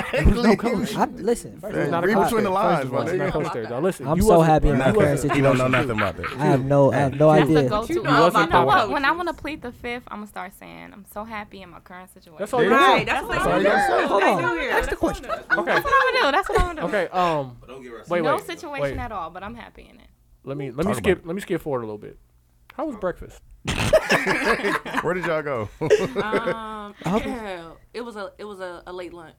B: exactly.
E: I'm, listen, first
B: Hey,
E: of all,
A: Not a
B: Read
A: coach
B: between the
A: there.
B: lines,
A: First of all,
B: my
A: it's not a
B: nigga.
A: coach there. Now listen,
E: I'm
A: you
E: so
A: wasn't-
E: happy in my
B: Nothing.
E: current
B: He don't know
E: situation.
B: nothing about that.
E: I have no, I have no
F: That's the
E: idea.
F: go-to. You
J: know I'm
F: know,
A: not the
F: what?
A: coach.
F: When I want to plead the fifth, I'm gonna start saying I'm so happy in my current situation.
A: That's all you
B: Right,
A: want.
J: That's what
B: all
J: I'm
B: you
J: saying.
B: gotta
E: Hold
J: They
E: on,
J: do here.
E: ask the question.
J: [laughs]
A: Okay.
F: That's what I'm gonna do. That's what I'm gonna do.
A: Okay. Um.
I: But don't get us.
A: Wait.
F: No
A: wait,
F: situation
A: wait.
F: at all, but I'm happy in it.
A: Let me let me
B: Talk about
A: skip
B: it.
A: let me skip forward a little bit. How was breakfast?
B: Where did y'all go? [laughs]
J: Um,
E: Okay.
J: it was a it was a, a late lunch.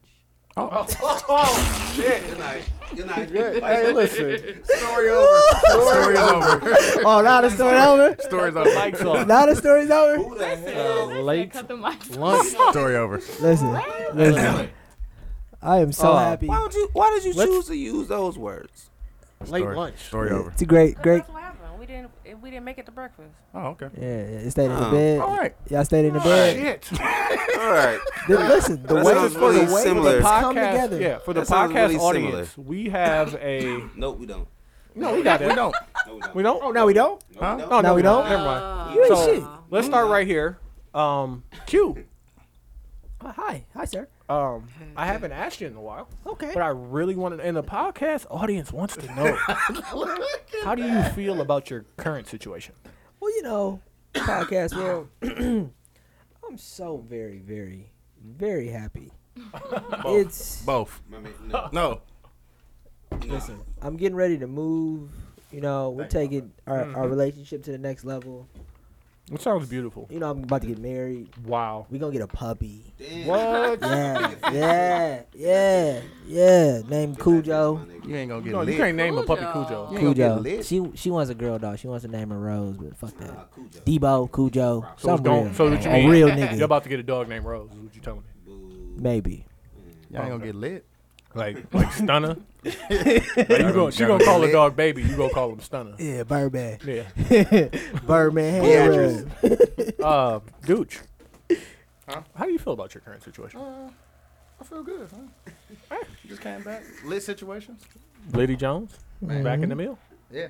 E: Oh,
I: Good
G: [laughs]
I: night. Good night.
A: Hey, listen.
I: Story over.
B: Story's over.
E: Oh, now the story's over.
B: Story's over.
A: Lights off.
E: Now the story's over.
I: Who the hell?
A: Uh, late
F: Cut
A: [laughs]
F: the mic.
A: lunch.
B: Story over.
E: Listen, listen. I am so
A: Uh,
E: happy.
G: Why would you? Why did you
A: Let's-
G: choose to use those words?
A: Late
B: Story-
A: lunch.
B: Story over.
E: It's a great, great.
J: That's what happened. We didn't we didn't make it to breakfast.
B: Oh, okay.
E: Yeah, yeah, you stayed in the
G: Oh.
B: All
E: bed.
B: right.
E: Y'all stayed in the bed.
A: Shit.
G: All
I: [laughs]
G: right.
E: Th- Listen, the
G: That
E: way
G: sounds
E: for the way
G: really
E: the
G: similar.
E: podcast, come
A: Podcast-
E: together.
A: Yeah. For the
G: That sounds
A: podcast
G: really similar.
A: audience, we have a.
E: [laughs]
G: Nope, we don't.
A: No, we got
B: We
A: it.
B: don't.
I: No, we don't.
A: We don't. Oh,
E: Oh, now we
I: No,
E: don't.
I: we
B: Huh?
I: don't.
A: No,
E: No,
A: no,
E: we
A: we don't.
E: don't?
A: Never mind.
E: You ain't
A: So-
E: shit.
A: Let's start right here. Um, Q.
E: Oh, hi, hi, sir.
A: Um, I haven't asked you in a while,
E: Okay.
A: but I really wanted, and the podcast audience wants to know. [laughs] how do you feel about your current situation?
E: Well, you know, podcast world. [clears throat] I'm so very, very, very happy. it's
B: Both.
I: My man,
A: [laughs]
I: no.
B: No.
E: listen. I'm getting ready to move. You know, we're taking our, our relationship to the next level.
A: It sounds beautiful.
E: You know, I'm about to get married.
A: Wow.
E: We're gonna get a puppy.
I: Damn.
A: What? [laughs]
E: Yeah, yeah, yeah, yeah. Named Cujo.
B: You ain't gonna get
A: No,
B: lit.
A: you can't name a puppy
J: Cujo.
A: Cujo.
B: You ain't gonna get
E: Cujo.
B: lit.
E: She she wants a girl dog. She wants to name her Rose, but fuck
I: Ah,
E: that.
I: Cujo.
E: Debo, Cujo,
A: So it's
E: some real,
A: gone. So what you
E: a
A: mean? [laughs]
E: real
A: You're
E: nigga,
A: about to get a dog named Rose. Is what you telling me?
I: Boo.
E: maybe.
B: Y'all ain't gonna get lit.
A: Like, like
E: [laughs]
A: Stunner. Like, you gonna, she gonna call a dog baby. You gonna call him Stunner.
E: Yeah, Birdman,
A: Yeah.
E: Birdman, hand
B: Beatrice.
E: rub.
A: Uh, Gooch. How do you feel about your current situation?
B: I feel good. Huh? You just came back. Lit situations.
A: Liddy Jones
E: Mm-hmm.
A: back in the mill.
B: Yeah.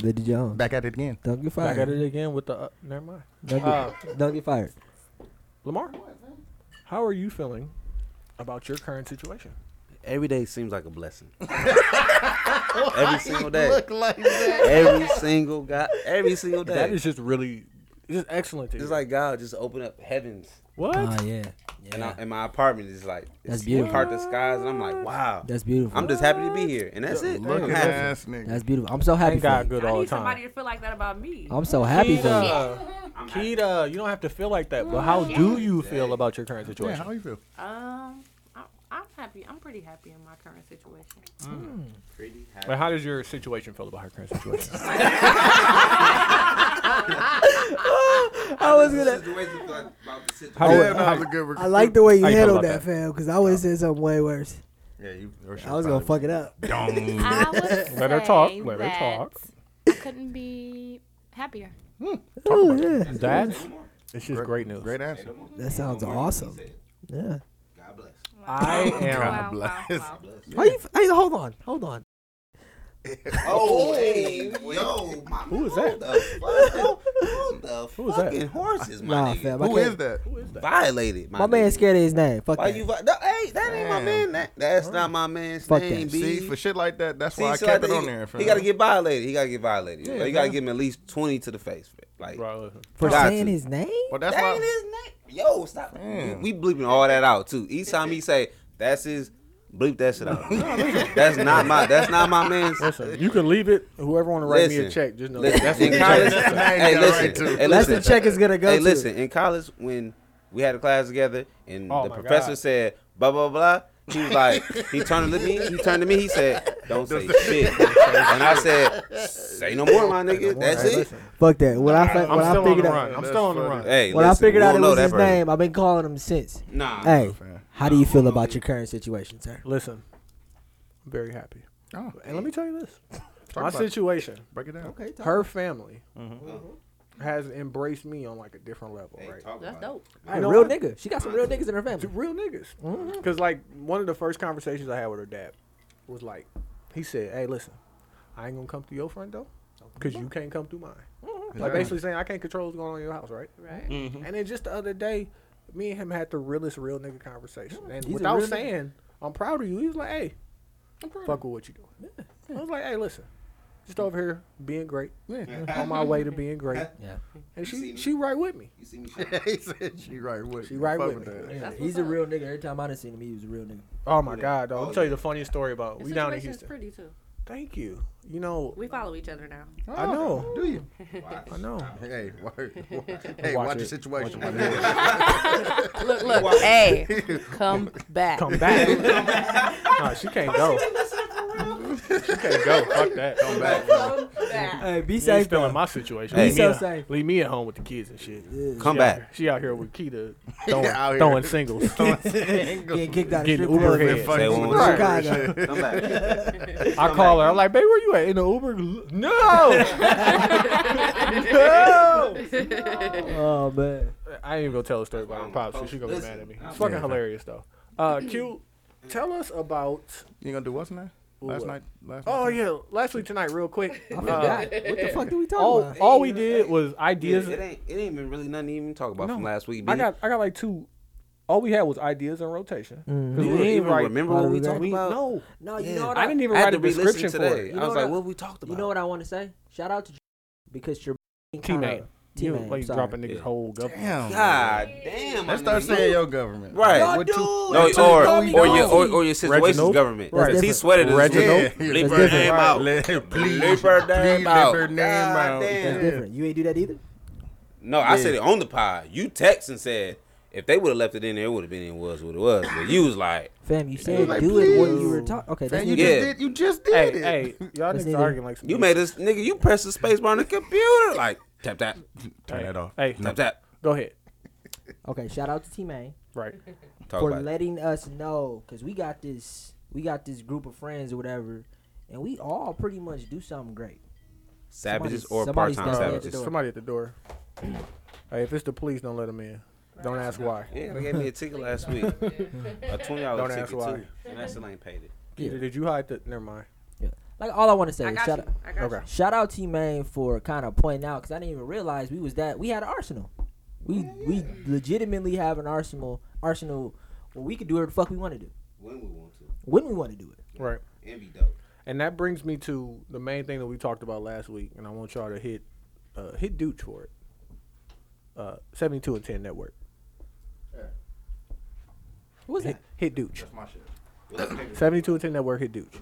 E: Liddy Jones.
B: Back at it again.
E: Don't get
A: Back at
E: fired.
A: it again with the. Uh, never mind.
E: Don't get,
A: Uh,
E: don't get fired.
A: Lamar, how are you feeling about your current situation?
G: Every day seems like a blessing.
I: [laughs]
G: every single day.
B: Look like that.
G: Every single God. Every single day.
A: That is just really, it's just excellent. To
G: it's
A: hear.
G: like God just opened up heavens,
A: what?
E: Oh yeah,
G: and I,
E: yeah.
G: in my apartment is like
E: That's
G: it's you
E: beautiful.
G: part the skies, and I'm like, wow.
E: That's beautiful.
G: I'm just happy to be here, and that's it.
B: Look
G: I'm
B: at
G: happy.
B: ass nigga.
E: That's beautiful. I'm so happy
A: Thank
E: for
A: God,
E: you.
A: good
J: I
A: all the
J: need somebody
A: time.
J: to feel like that about me.
K: Oh.
E: I'm so happy for you.
I: I'm happy.
A: Keita, you don't have to feel like that, but how do you feel about your current
B: Yeah,
A: situation?
B: how you feel?
J: Um, I, I'm happy. I'm pretty happy in my current situation.
I: Pretty
A: Like,
I: happy.
A: how does your situation feel about her current situation?
E: I was gonna.
I: Situation about about the situation.
A: How do you-
B: yeah, that was a good.
E: I like the way you
A: How you feel
E: handled
A: about
E: that, fam, because I would have said something way worse.
B: Yeah, you. or she
E: I was gonna
B: probably-
E: fuck it up. [laughs]
B: Dong.
F: I would
A: Let her
F: say
A: talk, let her
F: that
A: talk.
F: I couldn't be happier.
E: Ooh, yeah.
A: That's it's just great news.
B: Great answer.
I: Come on.
E: That sounds awesome. Yeah.
I: God bless.
A: I am.
B: God bless.
F: wow.
E: How you? f- Hey, hold on, hold on.
G: Oh, hey,
I: Yo, my
A: Who is that?
G: the fuck? The
A: Who is that?
G: fucking horses, my
E: Nah,
G: nigga.
E: fam. I
B: Who
E: can't-
B: is that?
G: Violated, my,
E: My man
G: nigga.
E: scared of his name. Fuck
G: Why
E: that.
G: you? Vi- no, hey, that ain't my
B: Damn.
G: man. That, that's not my man's
E: Fuck
G: name.
E: that.
G: B.
B: See, for shit like that, that's
G: See,
B: why I
G: so
B: kept
G: like
B: it on
G: he-
B: there.
G: He
B: fam.
G: got to get violated. He got to get violated.
B: Yeah,
G: Like, you got to
B: fam.
G: give him at least twenty to the face. Like
A: Bro,
E: For
G: Got
E: saying
G: to.
E: his name?
B: But that's
G: that
B: why.
G: ain't his name. Yo, stop.
B: Damn.
G: We bleeping all that out too. Each time he say that's his, bleep that shit [laughs] out. that's not my. That's not my man's.
A: listen, you can leave it. Whoever want to write me a
G: Listen.
A: check, just know
G: Listen,
A: that's
G: in
A: what
G: college, [laughs]
A: college.
G: hey,
B: That's
G: listen,
B: the check.
G: hey,
E: That's
G: listen,
E: the check it's gonna go
G: Hey,
E: to.
G: listen, in college when we had a class together and
A: Oh,
G: the
A: my
G: professor
A: God.
G: said blah blah blah, he was like, he turned to me, he turned to me, he said, "Don't say shit," and I said, "Say no more, my nigga. That's
A: Hey,
G: it."
A: listen,
E: Fuck that. When I, fi-
A: I'm
E: when
A: still
E: I
A: on the
E: figured
A: run.
E: out,
A: I'm
B: That's
A: still on the
B: funny.
A: run.
G: Hey,
E: when I
G: listen,
E: figured
G: we
E: out it
G: don't know
E: was
G: that
E: his
G: person.
E: name, I've been calling him since.
G: Nah,
E: Hey,
B: fam.
E: how do you feel about your current situation, sir?
A: Listen, I'm very happy.
B: Oh,
A: And let me tell you this.
B: Talk
A: My
B: about it. Mm-hmm.
A: situation,
B: break it down.
E: Okay,
A: her family has embraced me on like a different level,
I: Hey,
A: right?
I: talk
J: That's
I: about it.
J: dope.
E: Hey,
A: You know
E: real
A: what?
E: nigga. She got some [laughs] real niggas in her family.
A: To real niggas. Because like one of the first conversations I had with her dad was like, he said, "Hey, listen, I ain't gonna come through your front door because you can't come through mine." Like
B: Yeah.
A: basically saying I can't control what's going on in your house, right?
J: Right.
A: And then just the other day, me and him had the realest real nigga conversation. And
E: He's a
A: without
E: real nigga.
A: saying, I'm proud of you, he was like, hey, fuck with what you doing. I was like, hey, listen, just over here being great. on my way to being [laughs] great.
E: Yeah.
A: And she
I: see me?
A: she right with me.
I: You see me? shine?
B: [laughs] he said she right with.
A: She
B: you.
A: right
B: Fuck
A: with me.
B: that.
E: Yeah,
J: That's
E: he's
J: what's
E: a
J: up.
E: real nigga. Every time I done seen him, he was a real nigga.
A: Oh my God, dog. I'll
I: Oh,
A: tell you
I: yeah.
A: the funny story about
J: The
A: we down in
J: situation's
A: Houston.
J: pretty too.
A: Thank you. You know,
J: We follow each other now.
A: I know.
B: Do you?
I: Why?
A: I know.
B: Hey,
A: [laughs]
B: word. Hey,
A: Watch
B: watch your
A: it.
B: situation. my nigga.
J: Look, look. [laughs] hey, come
A: [laughs]
J: back.
A: Come back. nah, she can't go. she can't go. Fuck that. Come back.
J: Come back.
E: Hey, be
A: She's
E: safe.
A: still in
E: though.
A: my situation.
G: Hey.
A: Leave, me
E: So
A: at-
E: safe.
A: leave me at home with the kids and shit.
G: Come
A: She out
G: back.
A: here- she out here with Keita throwing,
B: Out here.
A: throwing singles.
E: [laughs] [laughs] Getting kicked out of
A: Getting
E: strip club.
A: Uber head.
B: Fuck
G: Say
B: with
G: one
B: the
G: more
B: shit.
E: time.
B: Shit.
E: [laughs]
G: Come back.
A: I call her. I'm like, babe, where you at? In the Uber? No. [laughs] no.
E: Oh man.
A: I ain't even gonna tell the story about her pops. So she gonna be mad at me. It's fucking hilarious though. Uh, Q, tell us about.
B: You gonna do what's name? Last
A: What?
B: night. Last
A: Oh
B: night.
A: yeah, last week tonight, real quick.
E: I
A: Uh,
E: forgot. what the fuck do we talk
A: all
E: about?
A: all we did was
G: Yeah,
A: ideas.
G: it ain't. It ain't been really nothing to even talk about
A: No.
G: from last week.
A: I
G: B.
A: got I got like two. All we had was ideas and
E: oh.
A: rotation.
G: Mm-hmm. You
A: We
G: don't
A: didn't
G: even
A: write-
G: remember what we
E: we-
G: talked
A: we-
G: about.
A: no,
E: Mm-hmm. No,
G: Yeah.
E: you know what?
A: I didn't even
G: I had
A: write
G: to
A: a
G: re-listen
A: description for
G: today.
A: it.
E: You
G: I
E: know
G: was
E: what
G: like,
E: I-
G: "What we talked about?"
E: You know what I want to say? Shout out to because your [laughs]
A: Teammate, you
E: Teammate,
A: like
E: sorry.
A: dropping niggas'
G: Yeah.
A: whole government.
B: Damn.
G: God damn!
B: Let's
G: my
B: start
G: nigga.
B: saying your government. Like,
G: Right. Y'all
B: what you-
G: No,
E: Like,
G: or
E: tell me
G: or
E: no.
G: your or, or your situation's
A: Reginald?
G: government.
A: Right.
G: Because he
E: That's
G: sweated his
A: Reginald?
G: shit. Bleep
E: That's
G: her
E: different.
G: name out.
B: Let- please,
G: Bleep her
B: please
G: name
B: let her
G: out.
B: name
G: God
B: out.
G: damn.
E: That's different. You ain't do that either.
G: No, I said it on the pod. You text and said if they would have left it in there, it would have been it was what it was. But you was like,
E: Fam, you said
B: like,
E: do it when
B: please.
E: you were talking. Okay, that's
B: Man, you
E: what
B: just
G: Yeah.
B: did. You just did
A: Hey,
B: it.
G: [laughs]
A: hey, y'all
E: Let's
A: niggas
E: see.
A: arguing like some
G: you
A: bitches.
G: made us nigga. You pressed the space bar on the computer. Like tap tap
B: Turn that off.
A: Hey,
G: tap tap.
A: go ahead.
E: Okay, shout out to T Main
A: Right.
G: Talk
E: for
G: about it.
E: letting us know because we got this we got this group of friends or whatever, and we all pretty much do something great.
G: savages
E: somebody's-
G: or part
E: somebody's
G: time
E: not
A: Uh,
E: Somebody at the
G: savages.
E: door.
A: somebody at the door. hey, if it's the police, don't let them in. Don't ask why.
G: Yeah, they gave me a ticket last week. A twenty dollar
A: Don't ask
G: ticket
A: why.
G: too. And I still ain't paid it.
E: Yeah.
A: Did you hide the? Never mind.
E: Like all I want to say
J: I
E: is
J: got
E: shout
J: you.
E: out.
J: I got
A: Okay.
J: you.
E: Shout out T Main for kind of pointing out because I didn't even realize we was that we had an arsenal. We we legitimately have an arsenal arsenal where we could do whatever the fuck we want to do
G: When we want to.
E: when we want to do it.
A: Right.
G: Envy dope.
A: And that brings me to the main thing that we talked about last week, and I want y'all to hit uh, hit Dooch for it. Uh, Seventy two and ten network.
E: What was
A: Hit,
E: that?
A: hit Dooch.
B: My shit.
A: Seventy two and ten network. Hit Dooch.
E: [laughs]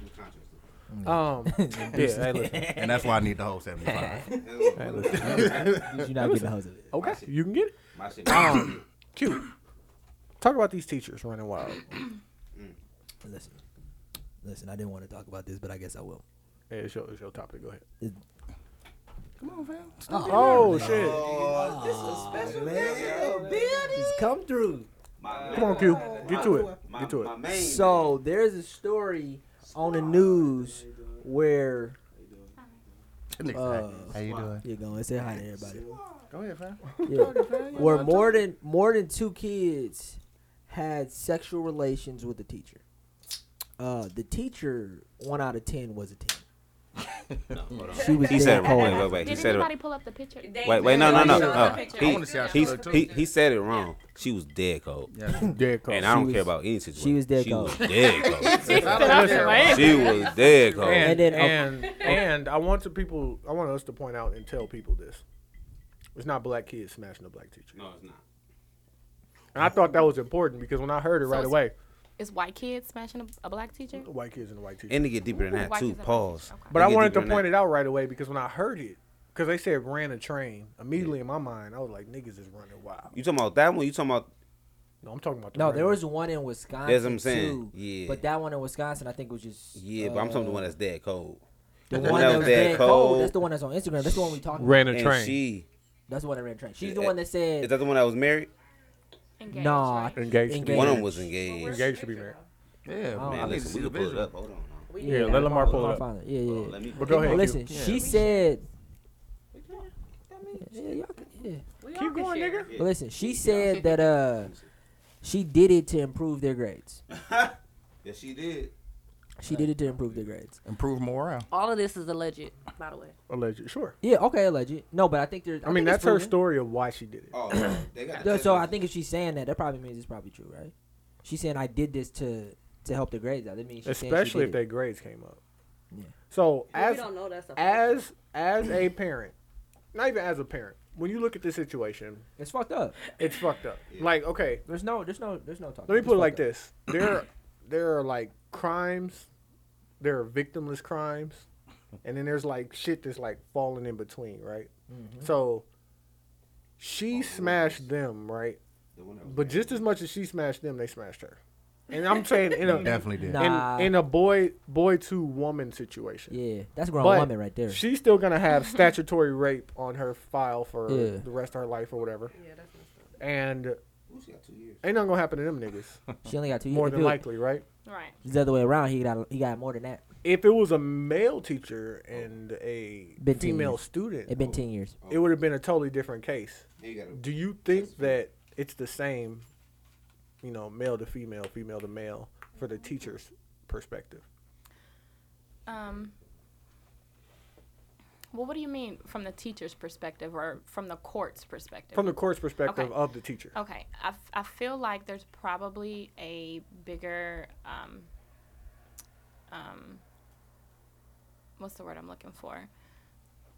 A: Um. yeah. Hey, listen.
B: And that's why I need the
A: [laughs]
B: whole 75.
A: Hey,
E: [laughs]
A: listen.
E: You're not getting the hose of it.
A: Okay. You can get it.
G: My shit.
A: Um. [coughs] Cute. Talk about these teachers running wild.
E: Listen, listen. I didn't want to talk about this, but I guess I will.
A: Yeah, it's your, it's your topic. Go ahead.
B: Come on, fam.
A: Oh shit!
E: Just come through.
A: Come on, Q. Get to it.
G: My,
A: Get to
G: my
A: it.
G: main
E: So there's a story on the news where Uh,
A: Uh,
B: How you doing?
E: you going say hi to everybody.
B: Go ahead, fam.
E: Yeah.
B: fam.
E: Where more than more than two kids had sexual relations with the teacher. Uh, the teacher one out of ten was a ten.
G: [laughs]
E: She was
G: He
E: dead
G: said it
E: cold.
G: wrong. Wait, wait, wait. He
F: Did
G: said it
F: anybody
G: wrong.
F: pull up the picture?
G: Wait, wait, no, no, no,
E: They
G: no.
B: I want to see how
G: He,
B: she looks.
G: he, he said it wrong. She was dead cold.
B: [laughs]
A: Dead cold.
G: And I don't
E: was-
G: care about any situation.
E: was dead
G: she
E: cold.
G: Was dead cold.
B: Listen,
G: she was dead cold.
A: And
E: then- um, [laughs] oh.
A: and, and I want to people I want us to point out and tell people this. It's not black kids smashing a black teacher.
G: no, it's not.
A: And I thought that was important because when I heard it right
F: it's-
A: away,
F: Is white kids smashing a, a black teacher?
A: white kids and a white teacher.
G: And to get deeper than
F: Why
G: that too.
F: is it-
G: Pause.
F: okay.
A: But I wanted to point it out right away because when I heard it, because they said ran a train, immediately in my mind I was like, niggas is running wild.
G: You talking about that one? You talking about?
A: No, I'm talking about the
E: No,
A: running
E: there
A: one.
E: was one in Wisconsin.
G: That's what I'm saying.
E: Too,
G: Yeah.
E: But that one in Wisconsin, I think, was just.
G: Yeah, but I'm talking
E: Uh,
G: the one that's dead cold.
E: The
G: The
E: one that was dead cold. That's the one that's on Instagram. That's the one we talking
A: ran a
G: and
A: train.
G: she
E: That's the one that ran track. She's the
G: Eh,
E: one that
G: is
E: said,
G: that the one that was married?
F: Engaged,
E: nah.
F: right?
A: engaged.
E: Engaged.
G: One of them was engaged.
A: Engaged to be married.
B: Yeah,
E: Oh,
G: Man,
B: I need to
G: listen,
B: see
G: we
B: the
G: can pull it
B: visual.
G: up. Hold on.
E: We
A: Yeah,
E: need
A: let
E: to
A: Lamar
E: find-
A: pull it up.
E: find Yeah, yeah.
G: Let me.
A: But go ahead.
E: Listen,
A: Q.
E: she said. Yeah, yeah, y'all can- yeah.
A: keep going, nigga.
E: But listen, she said that uh, she did it to improve their grades.
G: Yes, she did.
E: She did it to improve their grades.
B: Improve morale.
J: All of this is alleged, by the way.
A: Alleged, sure.
E: Yeah, okay, alleged. No, but I think there's.
A: I, mean,
E: think it's
A: that's her
E: proven.
A: story of why she did it.
G: Oh, they got.
E: No, so I think if she's saying that, that probably means it's probably true, right? She's saying I did this to to help the grades out. That means she's saying she
A: especially if
E: did it.
A: their grades came up.
E: Yeah.
A: So
J: As,
A: as
J: we don't know that's a
A: as as a parent, not even as a parent, when you look at this situation,
E: It's fucked up.
A: it's fucked up. Like, okay,
E: There's no, there's no, there's no talk.
A: let me
E: It's
A: put it
E: fucked
A: like
E: up.
A: this: there are, there are like crimes, there are victimless crimes, and then there's like shit that's like falling in between, right?
E: Mm-hmm.
A: So she smashed them, right? But just as much as she smashed them, they smashed her. And I'm saying in
E: [laughs]
A: a
B: Definitely did.
E: Nah.
A: in, in a boy boy to woman situation.
E: Yeah, that's a grown
A: But
E: woman right there.
A: She's still gonna have statutory rape on her file for
E: Yeah.
A: the rest of her life or whatever.
J: Yeah, that's messed up.
A: And
G: She got two years.
A: ain't nothing gonna happen to them
E: [laughs]
A: niggas.
E: She only got two years.
A: More
E: If
A: than
E: it was
A: likely, right?
F: Right.
E: The other way around, he got he got more than that.
A: If it was a male teacher and a
E: Been ten
A: female
E: years.
A: student,
E: It been ten years.
A: it would have been a totally different case.
G: They got a-
A: Do you think that it's the same, you know, male to female, female to male, for the teacher's perspective?
F: Um. Well, what do you mean from the teacher's perspective or from the court's perspective?
A: From the court's perspective
F: Okay.
A: of the teacher.
F: Okay, I, f- I feel like there's probably a bigger um, um, what's the word I'm looking for?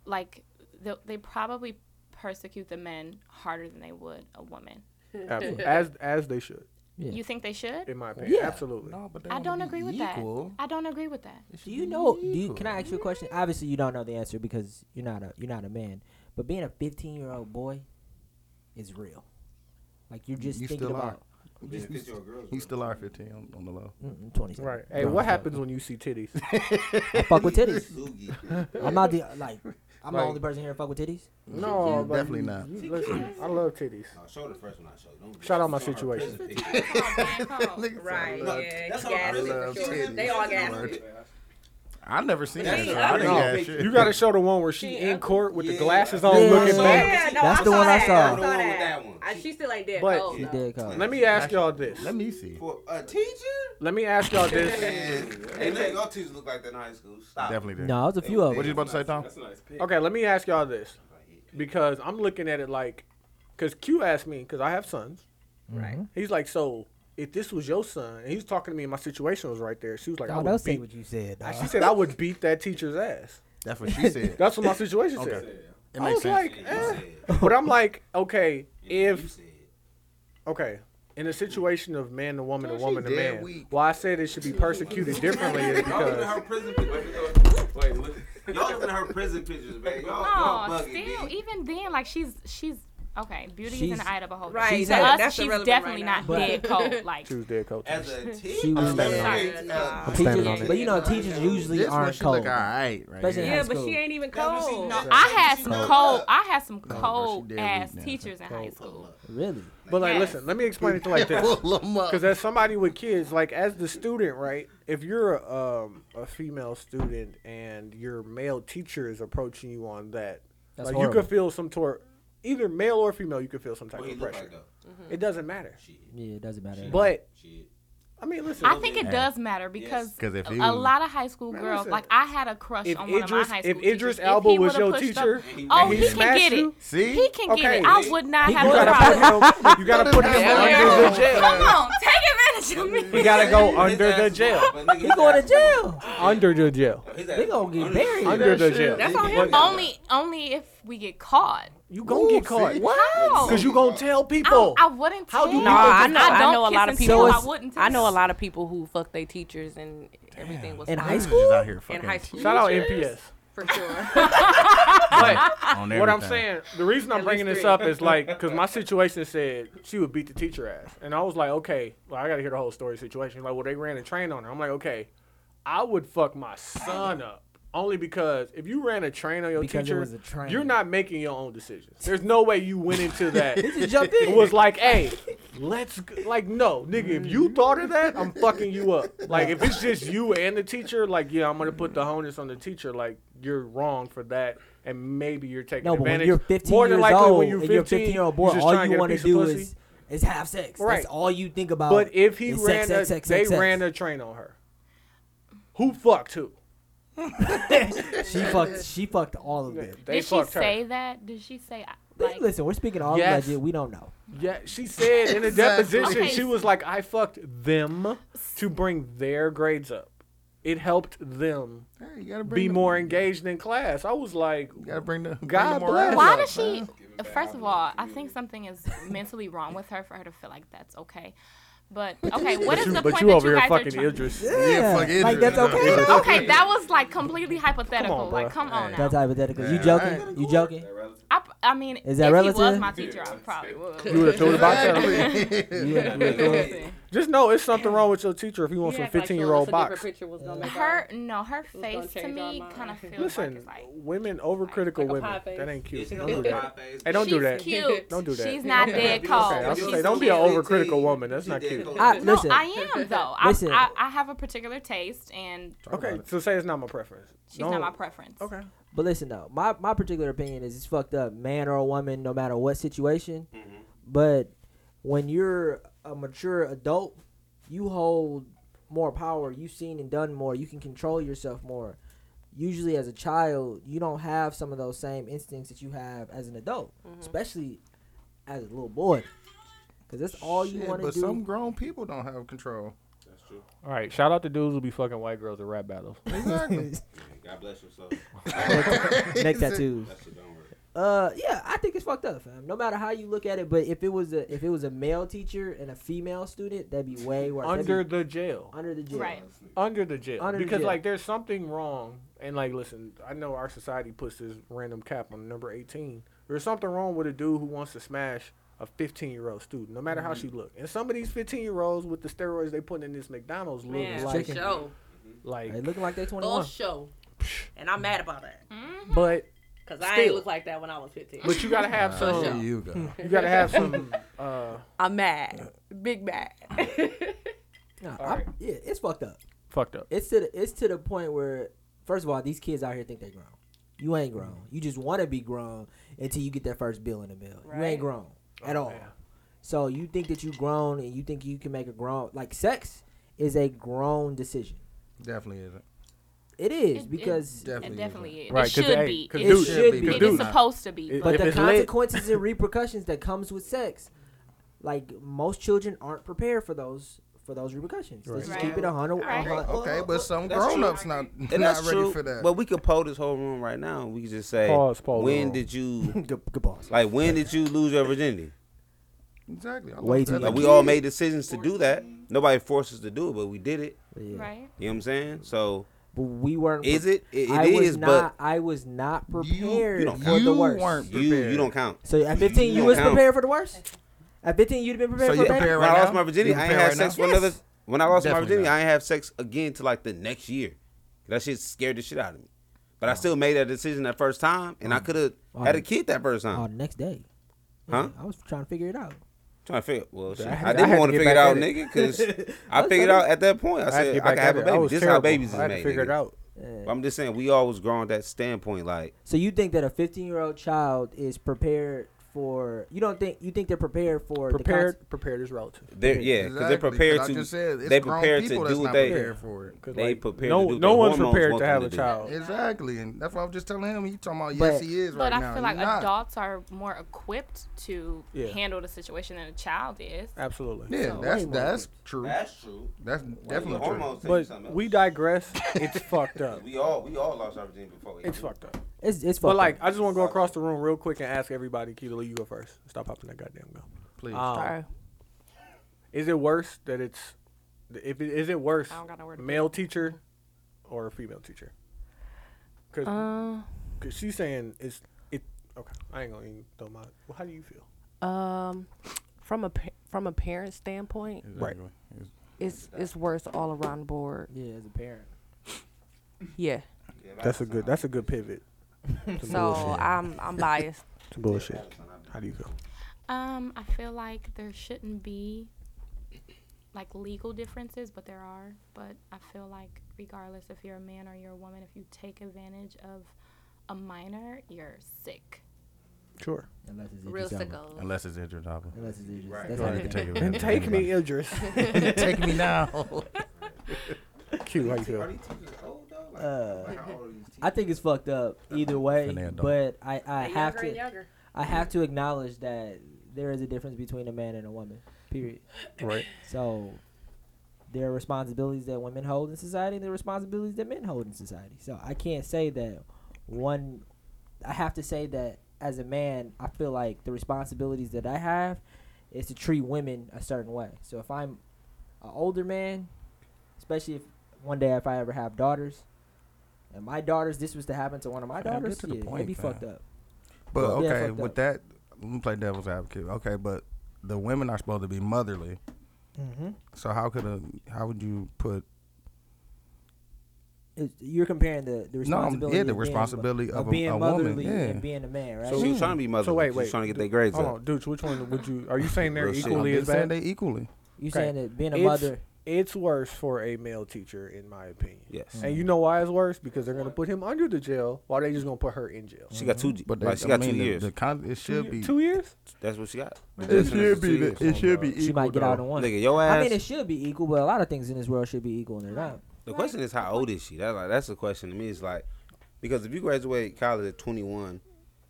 F: Like they they probably persecute the men harder than they would a woman.
A: Absolutely. [laughs] As as they should,
E: Yeah.
F: You think they should?
A: in my opinion.
E: Yeah.
A: Absolutely.
B: No, but they
F: I
B: wanna
F: don't
B: be
F: agree with
B: equal.
F: that. I don't agree with that.
E: Do you know? Do you, can I ask you a question? Obviously, you don't know the answer because you're not a you're not a man. But being a 15 year old boy is real. Like you're just
B: You
E: thinking
B: still
E: about
B: He's still our 15 on, on the low.
E: mm, 20.
A: Right. Hey, what happens when you see titties?
B: [laughs]
E: I fuck with titties.
G: [laughs]
E: I'm not the like. I'm
A: Like-
E: the only person here to fuck with titties.
A: No, but
B: Definitely
A: you-
B: not.
A: you- listen, I love titties.
G: Show the first one I showed. Don't-
A: Shout out my
G: show her
A: situation.
G: prison picture.
L: Right, yeah.
G: That's all I
L: gassy
B: love
L: for sure.
B: titties.
L: They all
B: Lord.
L: gassy.
B: I never seen that.
L: ain't
B: so I
L: ugly.
B: didn't ask
A: No,
B: shit.
A: you got to show the one where she in court with the glasses on,
E: Yeah.
A: looking back.
L: Yeah, no,
E: That's
L: I
E: the
L: saw
E: one I
L: that.
E: saw.
L: I
G: The one with
L: that.
G: that one.
L: I- she's still ain't dead.
A: But-
L: cold,
E: She
L: though.
E: did call.
A: Let me ask y'all this.
B: Let me see.
G: For a teacher?
A: Let me ask y'all this.
G: Hey, look, y'all teachers look like that in high school. Stop.
B: Definitely did.
E: No, it's a few of
B: What you
E: them.
B: about to say, Tom?
A: Okay, let me ask y'all this because I'm looking at it like, because Q asked me because I have sons.
L: Right.
B: Mm-hmm.
A: He's like, so if this was your son, and he was talking to me, and my situation was right there. She was like, I
E: Dog,
A: would
E: don't say
A: beat.
E: what you said.
A: I-
B: [laughs]
E: dog.
A: She said I would beat that teacher's ass.
B: That's what she said.
A: That's what my situation said.
B: It
A: I
B: makes
A: was
B: sense.
A: like, eh. but I'm like, okay, if okay, in a situation of man to woman, to
B: she
A: woman to
B: dead
A: man,
B: weak.
A: why I said it should be persecuted differently is
G: Y'all looking at her
A: because
G: prison pictures. Wait, what? Y'all looking at her prison pictures, man. Y'all, y'all
F: No,
G: bugging.
F: still,
G: B.
F: even then, like she's she's okay. Beauty is
E: She's-
F: an eye to behold.
L: Right,
F: To
L: that-
F: us,
L: that's
F: she's
L: irrelevant
F: definitely
L: right
F: not
E: now.
F: dead cold. Like
A: she was dead coach.
G: As a teacher?
E: She was
F: standing
G: Uh,
L: Yeah,
E: Teachers-
A: standing on it.
E: but you know, teachers usually
B: This one,
E: aren't
B: she
E: cold.
B: look all right right
E: Especially
B: here.
E: high
L: but
E: school.
L: she ain't even
G: That's what she
L: cold.
G: not-
F: I had some
G: Cold.
F: cold. I had some
B: she
F: cold
B: dead
F: ass
B: weak now.
F: teachers in high school.
E: Really?
A: But like,
F: Yes.
A: listen, let me explain it to like
B: [laughs]
A: this.
B: Pull 'em up.
A: Because as somebody with kids, like as the student, right? If you're a, um, a female student and your male teacher is approaching you on that,
E: That's
A: like you
E: horrible.
A: could feel some sort, either male or female, you could feel some type
G: What he
A: of
G: look
A: pressure.
G: like, though?
A: It doesn't matter.
E: Yeah, it doesn't matter.
A: But
G: Shit.
A: I mean, listen.
F: I think it does matter because
B: 'Cause if
F: a-
B: he
F: a
B: was-
F: lot of high school
A: Man,
F: girls,
A: listen.
F: like I had a crush
A: If
F: on one
A: Idris-
F: of my high
A: if
F: school
A: Idris
F: teachers. If
A: Elba
F: he
A: was
F: would've
A: your
F: pushed
A: teacher
F: up-
A: and
F: oh,
A: he
F: he, can
A: smashed
F: get it. [laughs]
A: you,
B: see?
F: he can
A: Okay.
F: get it. I would not have
A: you
F: a
A: gotta
F: problem.
A: put him. You gotta put him under the jail.
F: Come on, take advantage of me.
A: You gotta go under the jail.
E: He going to jail.
A: Under the jail.
E: They gonna get buried.
A: Under the jail.
J: That's on him.
F: Only, only if we get caught.
A: You gonna get caught.
B: see?
F: How?
A: Because you gonna tell
F: I,
A: people.
F: don't- I wouldn't.
A: How do
F: tell.
A: you
J: No, I know. I,
F: don't
J: know a
F: kiss
J: lot of
F: and
J: people.
F: tell, I wouldn't.
J: I know a
F: tell.
J: lot of people who fuck their teachers and everything was
E: In
J: fine.
E: high
B: Just
E: school?
B: out here fucking
J: In high school.
A: Shout out
J: teachers,
A: NPS.
J: for sure.
A: But
B: on
A: what I'm
B: everything.
A: saying, the reason I'm bringing this
J: three.
A: up is like, because my situation said she would beat the teacher ass, and I was like, okay, well, I gotta hear the whole story situation. Like, well, they ran a train on her. I'm like, okay, I would fuck my son up. Only because if you ran a train on your
E: Because it
A: teacher,
E: was a train.
A: you're not making your own decisions. There's no way you went
E: [laughs]
A: into that.
E: Just jumped
A: It
E: in.
A: was like, hey, let's g-" like no, nigga. If you
E: Mm-hmm.
A: thought of that, I'm fucking you
E: [laughs]
A: up. Like if it's just you and the teacher, like yeah, I'm gonna put the onus on the teacher. Like you're wrong for that, and maybe you're taking
E: no, but
A: advantage.
E: when you're 15
A: More
E: years
A: than likely,
E: old
A: when you're 15,
E: and you're 15 year old
A: you're
E: boy,
A: just
E: all
A: trying to
E: you
A: get a
E: want to
A: piece of
E: do
A: pussy.
E: is is have sex.
A: Right.
E: That's all you think about.
A: But if he
E: is
A: ran,
E: sex,
A: a,
E: sex, sex,
A: they
E: sex, sex.
A: ran a train on her. Who fucked who?
E: she
A: [laughs]
E: fucked, she fucked all of them.
A: They
F: Did she
A: fucked her.
F: say that? Did she say I-
E: But
F: like?
E: Listen, we're speaking all
A: Yes.
E: legit. We don't know.
A: Yeah, she said in a
B: Exactly.
A: deposition,
F: Okay.
A: she was like, I fucked them to bring their grades up. It helped them
B: Hey, you gotta bring
A: be
B: the-
A: more engaged in class. I was like,
B: You gotta bring the.
A: God
B: bring the morale
A: bless.
F: Why
B: up,
F: does she?
B: man.
F: First of all, I think something is mentally wrong with her for her to feel like that's okay. But okay, what is
A: you,
F: the
A: but
F: point
A: you
F: that
A: over
F: you
A: here
F: guys are
A: fucking
F: trying? [laughs]
A: Idris.
E: Yeah,
B: fuck Idris.
E: like that's
B: Nah,
E: okay.
B: Idris. [laughs]
E: though?
F: Okay, that was like completely hypothetical.
A: Come on,
F: like,
A: bruh.
F: come on now.
E: That's hypothetical. You
B: Yeah,
E: joking?
B: alright.
E: You joking?
D: [laughs]
F: I, p- I mean,
E: Is that
F: if he was
E: relative?
F: my teacher, I probably would.
A: You would have told about that.
F: [laughs]
B: Exactly.
A: Just know it's something wrong with your teacher if you want some 15 year old box. Mm.
F: Her no, her
J: gonna
F: face to
J: change our
F: me
J: mind.
F: kind of feels like
A: Listen,
F: it's like
A: women overcritical
J: like a pie
A: women.
J: face.
A: That ain't cute.
I: It's
A: Don't do that. Hey, don't do
F: she's
A: that.
F: cute.
A: Don't do that.
F: She's not dead cold.
A: Okay, I was
F: She's
A: gonna say, don't be an
F: cute.
A: overcritical woman. That's not cute.
E: I,
F: No,
E: listen,
F: I am though. I,
E: Listen.
F: I, I have a particular taste, and
A: Okay, so say it's not my preference.
F: she's
A: Don't-
F: not my preference.
A: Okay.
E: but listen though. My my particular opinion is it's fucked up, man or a woman, no matter what situation. But when you're a mature adult, you hold more power. You've seen and done more. You can control yourself more. Usually, as a child, you don't have some of those same instincts that you have as an adult, especially as a little boy, because that's all you
B: Shit,
E: want to
B: but
E: do.
B: some grown people don't have control.
A: All right. Shout out to dudes who be fucking white girls at rap battles.
B: Exactly.
I: God bless you, so.
E: neck tattoos.
I: That's what don't worry.
E: Uh, yeah, I think it's fucked up, fam. No matter how you look at it, but if it was a if it was a male teacher and a female student, that'd be way worse. That'd be
A: Under the jail.
E: under the jail.
F: Right.
A: Under the jail.
E: Under the
A: because
E: jail.
A: like there's something wrong. And like listen, I know our society puts this random cap on number 18. There's something wrong with a dude who wants to smash a 15 year old student, no matter
F: Mm-hmm.
A: how she look. And some of these 15 year olds with the steroids they putting in this McDonald's look
J: Man,
A: like
E: chicken.
J: show.
A: like.
F: [laughs]
E: They looking like they twenty
J: All
E: one.
J: show. And I'm mad about that.
A: But
J: Because I ain't
A: Still.
J: look like that when I was 15.
A: but you gotta have
B: There
F: [laughs]
A: some.
B: you go.
A: You gotta have some. Uh,
J: I'm mad. Big mad.
E: Nah, I-
A: Alright.
E: Yeah, it's fucked up.
A: fucked up.
E: It's to the it's to the point where first of all, these kids out here think they grown. You ain't grown. You just want to be grown until you get that first bill in the mail. You ain't
J: Right.
E: grown at all.
A: Oh, man.
E: So you think that you grown and you think you can make a grown like sex is a grown decision.
B: Definitely isn't.
E: It is
F: It- it-
E: because
F: it
B: Definitely.
F: definitely is.
A: Right,
F: it
A: 'cause
F: should
A: hey,
F: be.
A: 'cause
F: It
A: dudes-
F: should
E: should be.
F: be.
E: It
F: It
B: dudes
F: is
B: not.
F: supposed to be.
A: It-
E: but
A: if
E: the
A: it's lit-
E: consequences and repercussions that comes with sex like most children aren't prepared for those for those repercussions
A: Right.
E: let's just
F: Right.
E: keep it 100
F: Right.
E: uh,
B: Okay, but some
I: That's true.
B: grown ups not not
G: And that's
B: ready
G: true.
B: for that.
G: But we could poll this whole room right now. We could just say,
A: Pause, pause,
G: when
A: pause. [laughs]
G: did you,
E: [laughs] good, good boss
G: like, when did you lose your virginity?
B: exactly. I
E: Way
B: like
E: too
B: that.
G: Like, we all made decisions to do that. Nobody forced us to do it, but we did it.
E: yeah.
F: Right.
G: You know what I'm saying? So,
E: but we weren't
G: is
E: pre-
G: it? It,
E: I
G: it
E: was
G: is,
E: not I was not
B: You,
E: prepared
B: you, don't
E: for
B: you
E: the worst
B: weren't
G: but you
B: prepared.
G: you don't count.
E: so at 15 you,
G: don't
E: was
G: count.
E: prepared for the worst at 15 you'd have been
B: So
E: prepared
B: you
E: for that
B: prepared
G: When
B: right
G: I
B: now?
G: lost my virginity,
B: You
G: I ain't
B: prepared
G: had
B: right
G: sex
B: now?
G: for another. When I lost my
B: Definitely
G: virginity,
B: not.
G: I ain't have sex again till like the next year. That shit scared the shit out of me. But I still made that decision that first time, and I could have had a kid that first time.
E: oh the next day
G: Huh?
E: i was trying to figure it out
G: Trying to figure. Well, shit,
A: I
G: I,
A: had- I had
G: didn't
A: to
G: want
A: get
G: to figure it
A: back
G: out,
A: at
G: nigga, because I
E: was
G: figured
E: trying
G: out at that point. I
A: I had to
G: said
A: get
G: I,
A: back
G: can
A: at
G: have a
A: it.
G: baby.
A: I was
G: This is
A: terrible.
G: how babies is
A: I had to
G: made.
A: figure it
G: nigga.
A: out.
G: But I'm just saying we always grown that standpoint. Like
E: so you think that a 15 year old child is prepared for you don't think you think they're prepared for
A: Prepared, prepared is relative.
G: They're, yeah, because they're
B: Exactly, 'cause
G: prepared
B: I
G: to.
B: just said, it's
G: they
B: grown
G: prepared to
B: people
G: do
B: that's
G: what
B: not
G: they.
B: prepared for it.
A: 'Cause,
G: They
A: like,
G: prepared
A: No,
G: to do what
A: no
G: their
A: one's
G: hormones
A: prepared
G: want
A: to
G: them
A: have a
G: do.
A: child.
B: Exactly, and that's what I was just telling him. He talking about
E: But-
B: yes, he is right
D: But
B: now.
D: I feel like
B: He not.
D: adults are more equipped to
A: Yeah.
D: handle the situation than a child is.
A: Absolutely.
B: Yeah,
E: So,
B: that's
E: way more
B: that's true.
G: That's true.
B: That's
G: Definitely
B: definitely
G: well,
B: true.
G: hormones tell you something
A: But
G: else.
A: we
G: [laughs]
A: digress. It's fucked up.
G: We all we all lost our virginity before.
A: It's fucked up.
E: It's it's
A: But
E: fucked
A: like,
E: up.
A: I just want to go across the room real quick and ask everybody. Keila, you go first. Stop popping that goddamn gun.
B: Please.
A: Um,
F: Sorry.
A: Is it worse that it's if it is it worse
F: I don't got no word to
A: male teacher or female teacher? Because
F: Uh,
A: she's saying it's it. Okay, I ain't gonna even throw my. Well, how do you feel?
F: Um, from a pa- from a parent standpoint,
A: Right.
F: it's it's worse all around the board.
E: yeah, as a parent.
F: Yeah.
A: That's a good. That's a good pivot.
F: So I'm I'm biased.
A: To bullshit. How do you feel?
D: Um, I feel like there shouldn't be like legal differences, but there are. But I feel like regardless if you're a man or you're a woman, if you take advantage of a minor, you're sick.
A: Sure.
E: Unless it's
F: Real
E: Idris Elba.
F: sicko.
B: Unless it's injured,
E: Unless it's Idris.
G: Right.
E: That's
G: Go
E: how
G: ahead.
E: they-
B: take
A: And take me,
G: [laughs]
A: Idris.
B: take me now.
A: Q, how you
G: Are
A: feel?
G: these teachers old though? Like,
E: Uh,
G: like, how old are these teachers?
E: I think it's fucked up either way,
B: Finna adult.
E: but I, I
M: Younger
E: have
M: and
E: to
M: younger.
E: I have to acknowledge that there is a difference between a man and a woman. Period.
A: Right.
E: So there are responsibilities that women hold in society and there are responsibilities that men hold in society. So I can't say that one I have to say that as a man, I feel like the responsibilities that I have is to treat women a certain way. So if I'm an older man, especially if one day if I ever have daughters, and my daughters, this was to happen to one of my
B: Fam, get
E: daughters,
B: to the
E: yeah,
B: point,
E: it'd be
B: fam.
E: fucked up.
B: But
E: Yeah,
B: okay,
E: fucked
B: with
E: up.
B: that, let me play devil's advocate. Okay, but the women are supposed to be motherly.
E: Mm-hmm.
B: So how could a how would you put
E: you're comparing the, the
B: No, I'm-
E: responsibility.
B: yeah, the
E: of being-
B: responsibility of,
E: of
B: a,
E: being
B: a
E: motherly
B: woman. Yeah.
E: and being a man, right?
G: So she was trying to be mother.
A: So wait,
G: she
A: wait.
G: was trying to get their grades
A: Hold
G: up.
A: on, dude. Which one would you? Are you saying they're
G: Real shit.
A: equally
B: I'm
A: as
B: just saying
A: bad?
B: they equally.
E: you
A: okay.
E: saying that being a
A: It's-
E: mother,
A: It's worse for a male teacher, in my opinion.
G: Yes.
A: And you know why it's worse? Because they're gonna put him under the jail, while they just gonna put her in jail.
G: She got two.
B: But
G: like,
B: that-
G: she got
B: I mean,
G: two
B: the-
G: years.
B: The con- it should be.
A: two years.
G: That's what she got.
B: It should be. the- It should be.
E: she
B: equal,
E: might get out
B: though.
E: in one.
G: Nigga, your ass.
E: I mean, it should be equal, but a lot of things in this world should be equal, and they're not.
G: the question is, how old is she? That's like that's the question to me. Is like, because if you graduate college at 21,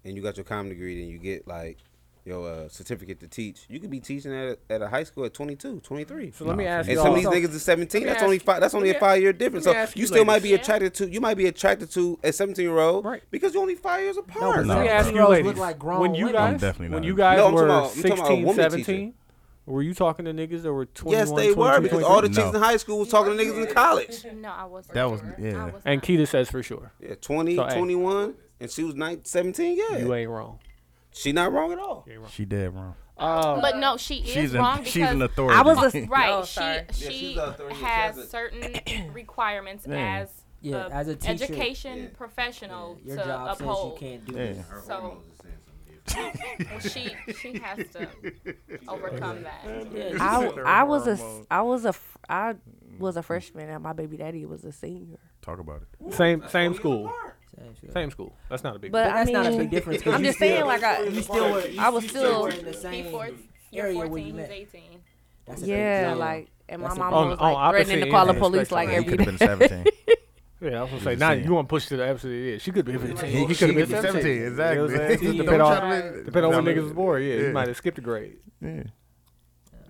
G: and you got your common degree, then you get like your uh, certificate to teach. You could be teaching at a, at a high school at 22, 23.
A: So let me ask
G: And
A: you
G: some
A: all.
G: of these niggas is 17.
A: let me
G: That's
A: ask
G: only
A: you-
G: five. That's only
A: let
G: a
A: me-
G: five year difference.
A: let
G: So
A: me ask
G: you
A: you
G: still might be
A: ladies.
G: attracted to. You might be attracted to a 17 year old,
A: Right.
G: Because you're only five years apart.
B: No,
A: Let me
B: bro.
A: ask you,
E: Girls look
A: ladies.
E: like grown
A: when you
E: women.
B: I'm
A: guys,
B: definitely
A: when
B: not.
A: you guys
G: No, I'm
A: were
G: talking about- I'm talking about a
A: 16,
G: woman
A: 17,
G: teacher.
A: were you talking to niggas that were 21,
G: yes, they were
A: 22,
G: because all the
A: 23?
G: chicks in high school was talking to niggas in college.
D: No, I wasn't.
B: That was yeah.
D: I was
A: And
D: not.
A: Keita says for sure,
G: Yeah, 20,
A: So, hey.
G: 21, and she was 19, 17. Yeah,
A: you ain't wrong.
G: she not wrong at all.
B: She dead wrong.
D: But no, she is
B: She's an
D: wrong because
B: she's an authority. [laughs]
D: [laughs]
F: I was a
D: right.
M: Oh,
D: she
M: sorry.
G: Yeah,
D: she
G: she's the authority. She
D: has
G: has a- [coughs]
D: certain requirements
B: Yeah.
D: as
E: Yeah,
D: a
E: as a teacher,
D: education
G: Yeah.
D: professional
E: your
D: to
E: job
D: uphold.
E: says you can't do
B: Yeah.
E: this.
D: So [laughs] she she has
G: [laughs]
B: [laughs]
D: to overcome that.
F: I, w- I was a s- I was a f- I was a freshman and my baby daddy was a senior.
B: Talk about it.
A: Same same school,
E: Same shit.
A: same school. That's not a big.
F: But,
E: But
F: I
E: that's
F: mean,
E: not a big difference 'cause
F: I'm
E: you
F: just
E: still-
F: saying, like I,
E: You still were-
F: I was
E: you
F: still,
E: were in the
D: He
E: same
D: four, you're
E: area where
D: 14,
E: you
D: he's
E: met.
D: 18.
E: That's a big
F: yeah,
E: deal.
F: like. And my
E: That's a-
F: mama
A: On-
F: was
A: on
F: like threatening
A: opposite
F: to call the
A: end,
F: police
A: especially.
F: like
A: He
B: He
F: every
B: could
F: day. [laughs]
B: have been 17.
A: deal. yeah, I was gonna say
B: Just
A: now
B: saying.
A: you want to push to the absolute yeah. She could be
B: He,
A: seventeen.
B: he
A: He
B: could
A: could
B: have been
A: 17.
B: 17.
A: You know
B: Exactly.
A: what I'm saying?
B: Don't
A: [laughs] Depend
B: try
A: on
B: to make-
A: depend on when
B: Yeah.
A: niggas was born. Yeah,
B: Yeah.
A: you might have skipped a grade.
B: Yeah.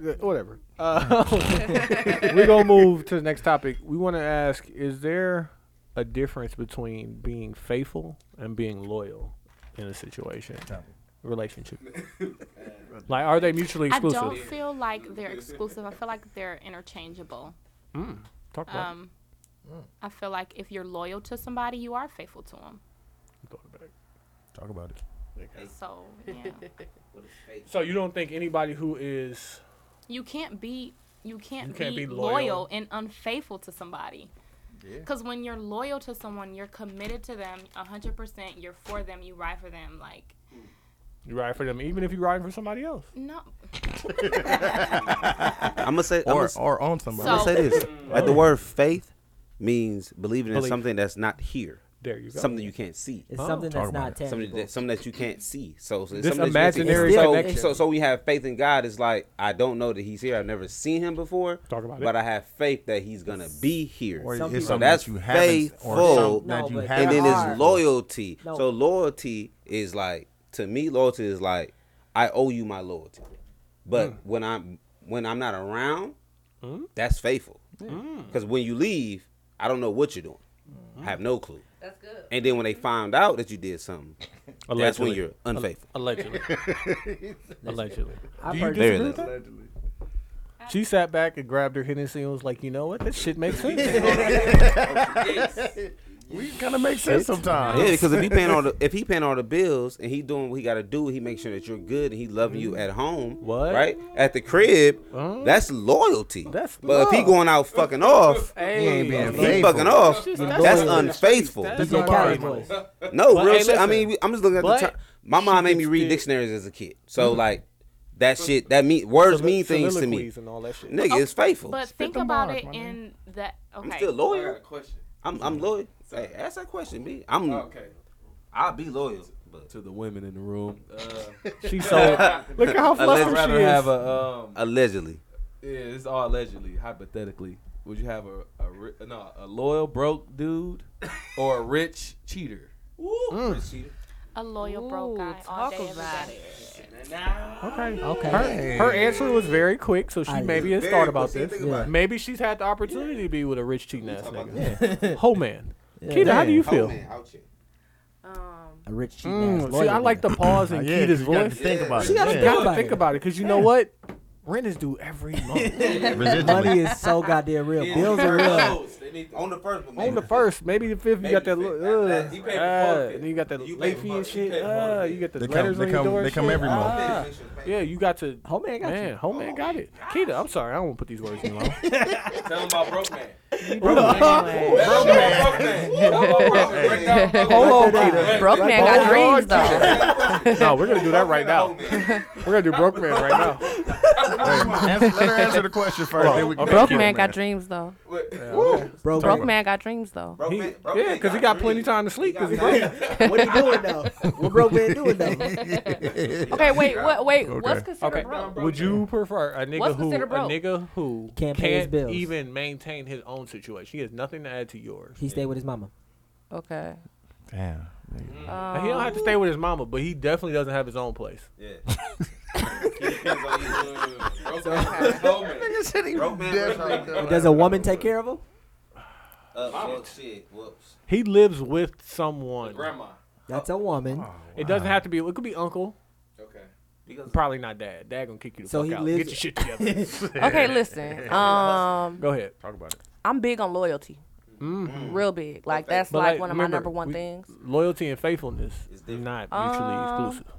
A: Yeah, whatever. Uh, [laughs] we're gonna move to the next topic. We want to ask: Is there a difference between being faithful and being loyal in a situation, relationship? like, are they mutually
D: I don't
A: exclusive?
D: feel like they're exclusive. I feel like they're interchangeable.
A: Talk about
D: Um, I feel like if you're loyal to somebody, you are faithful to them.
A: it.
B: Talk about it.
D: So
G: [laughs]
D: yeah.
A: So you don't think anybody who is
D: you can't be you can't,
A: You can't
D: be,
A: be
D: loyal.
A: loyal.
D: and unfaithful to somebody because when you're loyal to someone you're committed to them 100% you're for them you ride for them like
A: you ride for them, even if you ride for somebody else?
D: no
G: I'm gonna say, I'm
B: Or
G: gonna,
B: or on somebody.
D: So-
A: Mm.
G: say this: like the word faith means believing in
A: Belief.
G: something that's not here.
A: There you go.
G: something you can't see.
E: It's
A: Oh.
E: something
B: Talk
E: that's
B: about
E: not
B: that.
E: tangible.
G: Something that, something that you can't see. So, so it's
A: This
G: something that you can't
A: imaginary
G: see. so,
E: connection.
G: So, so we have faith in God. It's like I don't know that He's here. I've never seen Him before.
A: Talk about
G: but
A: it.
G: I have faith that He's gonna be here.
B: Or
E: Some
B: it's
E: people-
B: something
G: That's
B: that you haven't
G: faithful.
B: or something that
E: No,
B: you
E: but
B: haven't.
G: and then
E: there are-
G: it's loyalty.
E: No.
G: So loyalty is like to me, loyalty is like I owe you my loyalty. But
B: Hmm.
G: when I'm when I'm not around, that's faithful.
E: Hmm.
G: Because when you leave, I don't know what you're doing.
B: Hmm.
G: I have no clue.
L: That's good.
G: And then when they find out that you did something, that's when
A: Allegedly.
G: you're unfaithful.
A: Allegedly. Allegedly.
E: I've
B: Do you
E: heard
G: There
E: this.
G: it is.
A: She sat back and grabbed her Hennessy and was like, you know what? That shit makes sense. [laughs]
B: We kind of make sense
A: Uh,
B: sometimes.
G: Yeah, because if he paying
A: [laughs]
G: all the if he paying all the bills and he doing what he got to do, he make sure that you're good and he loving you at home,
A: Mm. What?
G: right at the crib.
A: Huh?
G: That's loyalty.
A: That's
G: but if he
A: love.
G: going out fucking off,
A: hey,
B: ain't being
G: he
B: faithful.
G: fucking off.
A: That's just-
G: That's
A: that's-
G: unfaithful.
A: that's-
E: DJ Khaled's voice.
G: No,
A: But,
G: real
A: hey,
G: shit. I
A: listen.
G: mean, we- I'm just looking at
A: But
G: the time. My mom made me read
A: gets Mm-hmm. to-
G: dictionaries as a kid, so like that shit that mean words
A: Soli-
G: mean things to me.
A: soliloquies And all that shit.
G: Nigga, it's faithful.
F: But think
A: them
F: about
A: bars,
F: it
A: my
F: in that. Okay.
G: I'm still
I: I got
G: loyal.
I: a question.
G: I'm I'm loyal. Hey, ask that question, B. I'm
I: Okay.
G: I'll be loyal. But
K: to the women in the room. Uh,
A: She's so. [laughs] Look at how
G: Unless
A: flustered
K: I'd
G: Who
A: she
K: rather
A: is.
K: have a um.
G: allegedly,
K: Yeah, it's all allegedly, hypothetically. Would you have a, a ri- no a loyal broke dude or a rich cheater?
F: a loyal broke
J: Ooh,
F: guy all
J: talk
F: day, every
J: about
F: day.
A: okay.
E: Okay.
A: Her, her answer was very quick, so she
E: I-
A: maybe has
G: Very
A: thought
G: quick.
A: about
G: See,
A: this.
G: think about it.
A: Maybe she's had the opportunity to be with a rich cheating ass nigga.
E: Yeah.
A: Whole man. Keita, how do you
G: Oh,
A: feel?
G: man, out here.
J: Um,
E: A rich cheating ass
A: Mm, see,
E: lawyer
A: I like the
E: nigga.
A: pause
B: Yeah,
A: in
B: you
A: Keita's
B: gotta
A: voice.
B: Think about
E: She
B: it.
E: gotta
B: yeah.
E: think
A: gotta
E: about
A: think
E: it.
A: about it because you know what? Rent is due every month.
G: [laughs]
E: Money
B: Residually.
E: is so goddamn real. Bills are real.
G: On the first one.
A: On the first, maybe the fifth, you
G: Maybe
A: got that
G: the fifth.
A: little.
G: That-
A: Uh,
G: that- you pay for both of
A: and
G: it.
A: you got that
G: You pay
A: late
G: for
A: fee
G: both-
A: and
G: you
A: shit.
G: pay for both
A: Uh,
G: of it.
A: you got the
B: They come-
A: letters
B: they
A: on
B: come-
A: your door.
B: they
A: and
B: come
A: shit.
B: every month.
A: Ah, yeah, you got to.
E: Home man got you.
A: man, home man got it. Keita, I'm sorry, I don't put these words in your
G: [laughs]
A: mouth.
I: Tell him about broke man.
J: anyway.
I: Broke man. Broke man. Tell 'em about broke man. Break down broke man.
A: Hold on,
I: Hey,
A: Keita.
J: Broke man got dreams though.
A: No, we're gonna do that right now.
I: Broke man.
A: We're gonna do broke man right now.
B: Answer- Let her answer the question first. then we can
J: Broke
B: keep
J: man
B: it,
J: got dreams though.
E: Bro,
B: Talk
J: Broke man got dreams though.
G: Broke
A: He-
G: man- broke
A: yeah,
G: man
A: because he
G: got
A: got plenty
G: dreams.
A: time to sleep. Because he
G: got
A: broke.
E: what he doing [laughs] though? What broke man doing though?
J: Okay, wait, what? Wait,
B: Okay.
J: what's considered
A: Okay.
J: broke?
A: Would you prefer a nigga
J: What's
A: who a
J: considered broke?
A: nigga who
E: Can't pay his
A: can't
E: bills.
A: even maintain his own situation? He has nothing to add to yours.
E: He stayed with his mama.
J: Okay.
B: Damn.
A: Now, he don't have to stay with his mama, but he definitely doesn't have his own place.
G: [laughs]
I: Broke
G: [laughs]
I: man. Broke man.
G: Broke man, broke man.
E: Does a woman take care of him?
G: Uh, well, shit. Whoops.
A: He lives with someone.
I: Grandma.
E: That's a woman.
A: It doesn't have to be. It could be uncle.
I: Okay.
G: Because
A: Probably not dad. Dad gonna kick you the
E: So
A: fuck
E: he
A: out.
E: lives-
A: Get your shit together.
J: Okay,
K: [laughs]
J: listen. Um,
A: Go ahead.
B: Talk about it.
J: I'm big on loyalty. Real big. Like that's
A: But,
J: like,
A: like,
J: one of my
A: remember,
J: number one
A: we-
J: things.
A: Loyalty and faithfulness is
G: It's different.
A: not mutually
J: Um,
A: exclusive.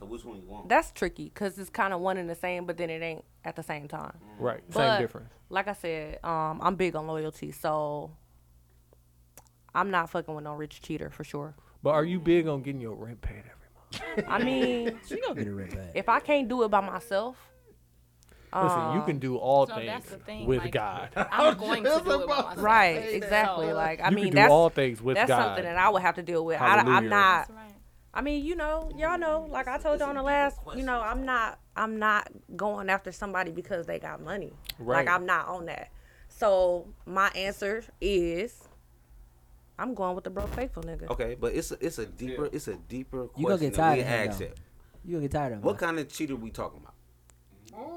G: so which one you want?
J: That's tricky because it's kind of one and the same, but then it ain't at the same time.
A: Right. Same
J: but-
A: difference.
J: Like I said, um, I'm big on loyalty, so I'm not fucking with no rich cheater for sure.
A: But are you big on getting your rent paid every month? [laughs]
J: I mean,
E: She gonna get her rent back.
J: if I can't do it by myself,
A: Listen, you can do all
F: so
A: things
F: that's the thing,
A: with
F: like-
A: God.
F: I'm going to do it by myself.
J: right? Exactly. Like I
A: you
J: mean,
A: can do
J: that's
A: all things with
J: that's
A: God.
J: something that I would have to deal with. I,
A: Hallelujah.
J: I'm not.
F: That's right.
J: I mean, you know, y'all know. Like I told you on the last, you know, I'm not, I'm not going after somebody because they got money.
A: Right.
J: Like I'm not on that. So my answer is, I'm going with the broke faithful nigga.
G: Okay, but it's a, it's a deeper it's a deeper question
E: You gonna get
G: that we
E: tired of
G: asked
E: him,
G: it.
E: You gonna get tired of him?
G: What kind of cheater we talking about?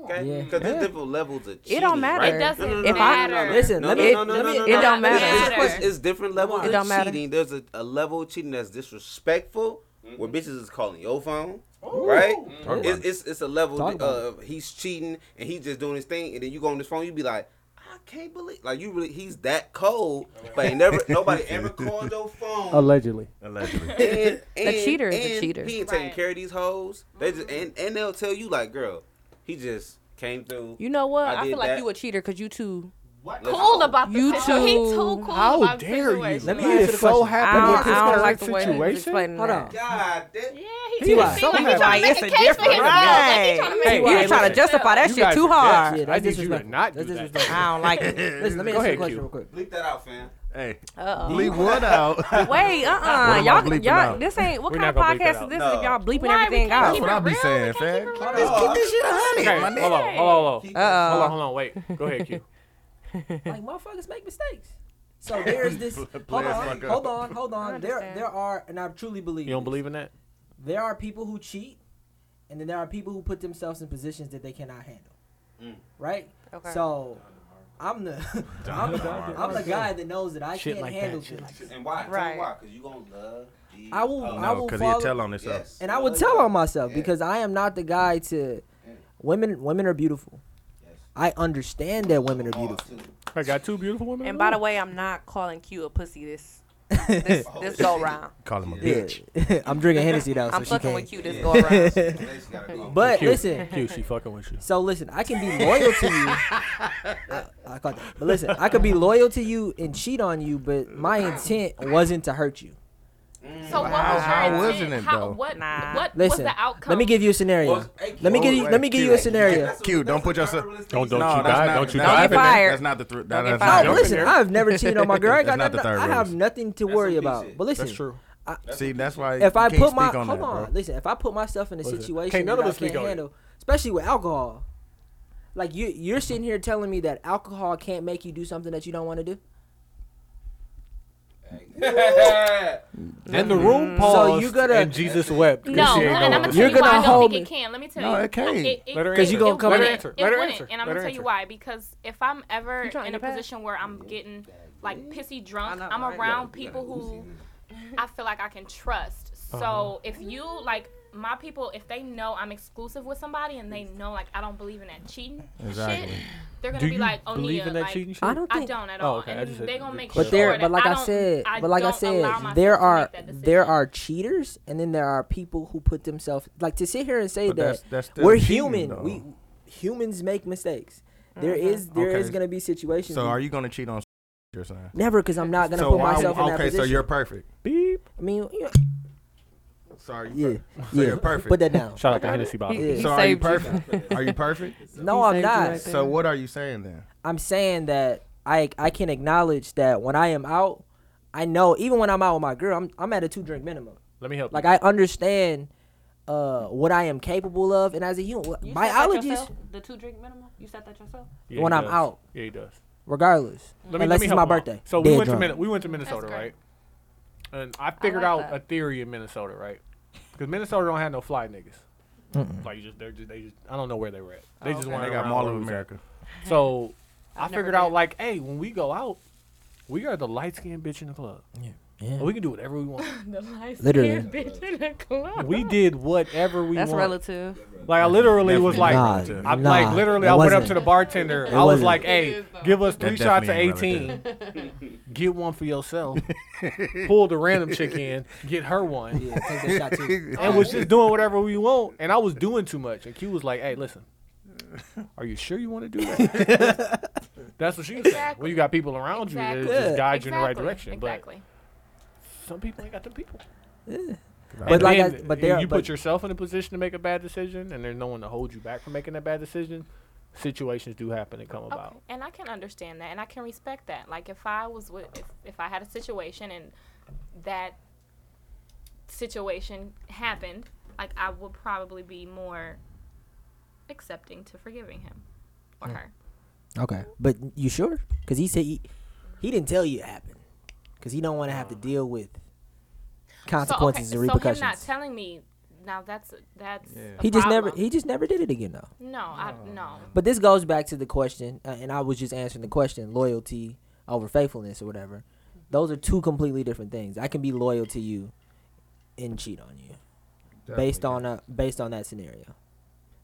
G: Okay,
E: Yeah.
G: because there's different levels of cheating.
J: It don't matter.
G: Right?
J: It
F: doesn't
G: no, no, no,
F: matter.
G: No, no, no,
E: Listen,
G: no,
E: let
G: no,
E: me-
G: no, no,
E: let
G: no,
E: me-
G: no,
E: it
G: no,
J: don't
G: no, no, no,
J: matter.
G: It's, question- it's different levels
J: It
G: of
J: don't matter.
G: cheating. There's a, a level of cheating that's disrespectful, where bitches is calling your phone. Right,
B: Talk about
G: it's, it's it's a level
E: Talk about
G: of he's cheating and he's just doing his thing, and then you go on this phone, you be like, I can't believe, like you really he's that cold, but he never nobody ever called your phone
A: Allegedly.
B: Allegedly.
J: [laughs]
G: and, and,
J: cheater is a
G: and
J: cheater.
G: He ain't taking
F: Right. Mm-hmm.
G: care of these hoes. They just and, and they'll tell you like, girl, he just came through.
J: You know what?
G: I
J: I,
G: did
J: feel like
G: that.
J: you a cheater because you too.
F: Cool about the
J: Oh, You
F: situation. He
J: too.
F: too cool
A: How
F: about the
A: dare you?
F: situation.
E: Let me
A: He
E: answer
A: is
E: the
A: so
E: question.
J: I
A: happy
J: don't,
A: with his
J: I don't
A: current
J: like the way he's
A: situation.
J: explaining
E: Hold
J: that.
E: on.
G: God, that,
F: Yeah,
L: He
D: T.Y.
L: was so
D: He be
L: mad.
D: trying to make a case for himself. Like, he trying to make Hey, a you case for trying to himself. justify that
A: You
D: shit
A: guys
D: too
A: are
D: hard.
A: dicks.
D: Yeah,
A: I
D: that's
A: need you to
D: disrespectful.
A: not do
D: That's
A: that.
D: disrespectful. I don't like it.
E: Listen, let me
A: Go
E: ask you a
A: ahead,
E: question
A: Q.
E: real
A: [laughs]
E: quick.
G: Bleep that out, fam.
B: Hey.
J: Uh-oh.
B: Bleep what out?
J: Wait, uh,
B: What
J: uh-uh.
B: am I
J: y'all,
B: bleeping
J: y'all,
B: out?
J: this ain't what
B: We're
J: kind of
B: not gonna bleep that
J: podcast is
B: out.
J: this?
B: No.
J: If y'all bleeping
B: Why? We
J: everything
B: can't
J: out,
B: keep That's what it I be real. saying, We can't fam. keep it
J: Hold on.
B: this shit honey,
A: Okay,
B: my
A: hold on,
B: nigga.
A: hold on, hold
B: Keep
A: on,
B: that
A: hold on,
B: shit.
A: hold on. Wait, go ahead, Q.
E: Like motherfuckers make mistakes. So
A: [laughs]
E: there's this.
A: Blair
E: hold on,
A: fuck up.
E: hold on, hold on. There,
J: understand.
E: there are, and I truly believe
A: You don't
E: this.
A: believe in that?
E: there are people who cheat, and then there are people who put themselves in positions that they cannot handle.
G: Mm.
E: Right.
J: Okay.
E: So. I'm
A: [laughs]
E: the I'm,
B: DeMar.
E: I'm the guy that knows that I
B: Shit
E: can't
B: like that,
E: handle
B: shit
E: shit.
B: like
E: like that.
G: And why? Tell me
J: Right.
G: why? Because you going to love these.
E: I will.
G: Oh,
E: I will
B: because
E: follow,
B: he'd tell on himself.
G: Yes.
E: and I would tell on myself because I am not the guy to. Women, women are beautiful. I understand that women are
G: [laughs]
E: beautiful.
A: I got two beautiful women.
J: And by the way, I'm not calling Q a pussy this
E: [laughs]
J: this, this go round.
B: Call him a
E: Yeah. [laughs]
B: bitch.
E: I'm drinking Hennessy though, so
J: I'm
E: she
J: fucking
E: can't.
J: with Q this
G: [laughs]
J: go round.
E: But
A: Q,
E: listen,
A: Q, she fucking with you.
E: so listen, I can be loyal to you. I, I caught that. But listen, I could be loyal to you and cheat on you, but my intent wasn't to hurt you.
D: So what
B: Wow.
D: was your
B: How
D: intent?
B: wasn't it,
D: How-
B: though?
D: What,
J: Nah.
D: what was
E: Listen,
D: the outcome?
E: let me give you a scenario.
G: Well, hey,
E: let me
G: Q,
E: give you.
G: wait,
E: Let me give you a scenario.
B: Q, don't put yourself.
G: Don't-
A: don't
B: no,
A: you
B: that's
A: die,
B: Not,
A: don't you die.
B: that's not the-
J: Don't get fired.
B: That's not the. Th-
J: Don't get
B: that's
J: fired.
B: not
E: Oh,
B: the-
A: Jumping
E: listen,
A: there.
E: I've never cheated on my girl. I,
B: That's
E: got
B: not the
E: nothing-
B: third
E: I have
B: release.
E: nothing to
G: That's
E: worry
G: what he
E: about.
G: said.
E: But listen,
A: That's true.
B: See, that's why.
E: if
B: you
E: I
B: can't
E: put my
B: speak on
E: hold
B: that,
E: on,
B: bro.
E: listen, if I put myself in a
A: What is it?
E: situation
A: Can't none
E: that
A: of
E: I
A: us speak
E: can't
A: on it.
E: handle, especially with alcohol, like you you're sitting here telling me that alcohol can't make you do something that you don't want to do.
A: In the room, paused,
E: So you gotta-
A: and Jesus wept. 'cause
D: No,
A: she ain't
D: and I'm
A: going.
D: gonna
E: You're
D: tell you why
E: gonna
D: I don't
E: hold
D: think it
E: me.
D: can. Let me tell
B: No,
D: you.
B: it can't.
A: Let her
E: 'Cause you gonna come
A: Let her
E: in-
A: answer.
D: It
A: Let her
D: wouldn't.
A: answer.
D: And I'm
A: Let her
D: gonna tell you
A: answer.
D: why. Because if I'm ever
J: You trying
D: in
J: to
D: a
J: pass?
D: position where I'm getting like pissy drunk,
J: I know,
D: I'm
J: right?
D: around
G: You gotta
D: people who
G: lose
D: I feel like I can trust. So
A: Uh-huh.
D: if you like my people, if they know I'm exclusive with somebody and they know like I don't believe in that cheating
B: Exactly.
D: shit, they're gonna
A: Do
D: be
A: you
D: like, "Oh,
A: believe
D: Nia,
A: in that
D: like,
A: cheating shit?
E: I don't
D: I
E: think.
D: don't at
A: Oh,
D: all.
A: okay, I
D: And
A: just said-
D: they're gonna make
E: But
D: sure.
E: there,
D: that
E: but like I,
D: don't-
E: said,
D: I
E: but like I
D: don't allow
E: said,
D: myself
E: there
D: to
E: are
D: make that decision.
E: there are cheaters, and then there are people who put themselves like to sit here and say
B: But
E: that
B: that's- that's still
E: we're
B: cheating,
E: human.
B: though.
E: We humans make mistakes. There
D: Mm-hmm.
E: is there
B: Okay.
E: is gonna be situations.
B: So
E: where-
B: are you gonna cheat on? You're saying.
E: never? Because I'm not gonna
B: so
E: put
B: why-
E: myself in that
B: okay,
E: position.
B: so you're perfect.
A: Beep.
E: I mean,
B: [laughs]
E: yeah,
B: Sorry.
E: yeah,
B: So
E: yeah.
B: you're perfect.
E: Put
B: [laughs]
E: that down.
A: Shout out to Hennessy Bobby.
E: Yeah.
B: So are you
J: saved you.
B: perfect? Are you [laughs] perfect?
E: No, I'm
J: saved you
E: not.
J: right there.
B: So what are you saying then?
E: I'm saying that I I can acknowledge that when I am out, I know even when I'm out with my girl, I'm I'm at a two drink minimum.
A: Let me help.
E: Like I understand uh what I am capable of, and as a human,
J: You set that
E: biology is
J: yourself? The two drink minimum. You set that yourself.
A: you. Yeah,
E: when
A: he
E: I'm
A: does.
E: out.
A: Yeah, he does.
E: regardless.
A: Let me, let
E: Unless
A: me
E: it's
A: help
E: my
A: him out.
E: birthday.
A: So we
E: Dead
A: went
E: drunk.
A: to Min- we went to Minnesota,
J: great.
A: right? And I figured
J: like
A: out
J: that.
A: a theory in Minnesota, right? Because Minnesota don't have no fly niggas. Like you just they're just they just I don't know where they were at. They just went
B: They got
A: around
B: Mall
A: where we
B: of
A: was at.
B: America.
A: So I
J: Oh, I've never
A: figured out
J: been.
A: like, hey, when we go out, we are the light skinned bitch in the club.
E: Yeah.
A: We can do whatever we want.
D: The light-skinned
E: Literally.
D: bitch in the club.
A: we did whatever we
J: That's
A: want.
J: relative.
A: Like I literally was like,
E: Nah,
A: I'm
E: nah,
A: like literally,
E: it
A: I went up
E: wasn't.
A: to the bartender. I was
E: wasn't.
A: like, hey, give us
B: That
A: three shots of
B: definitely
A: 18. Get one for yourself. Pull the random chick in. Get her one.
E: Yeah, take that shot too.
A: [laughs] and was just doing whatever we want. And I was doing too much. And Q was like, "Hey, listen, are you sure you want to do that?" That's what she was saying. Well, you got people around you that
E: Exactly.
A: just guide you in the right
D: Exactly,
A: direction,
D: Exactly.
A: but some people ain't got them people.
E: But like, I,
A: Then
E: but there,
A: you
E: but,
A: put yourself in a position to make a bad decision, and there's no one to hold you back from making that bad decision. Situations do happen and come about.
D: Okay. And I can understand that, and I can respect that. Like if I was with, if, if I had a situation and that situation happened, like I would probably be more accepting to forgiving him
B: Hmm.
D: or her.
E: okay, but you sure? Because he said he, he didn't tell you it happened, because he don't want to have to deal with consequences
D: so,
E: and
D: okay,
E: repercussions.
D: So him not telling me now that's that's a
E: he just never,
D: problem.
E: he just never did it again though.
D: no I no
E: But this goes back to the question, uh, and I was just answering the question: loyalty over faithfulness or whatever. Those are two completely different things. I can be loyal to you, and cheat on you, based on a, based on that scenario.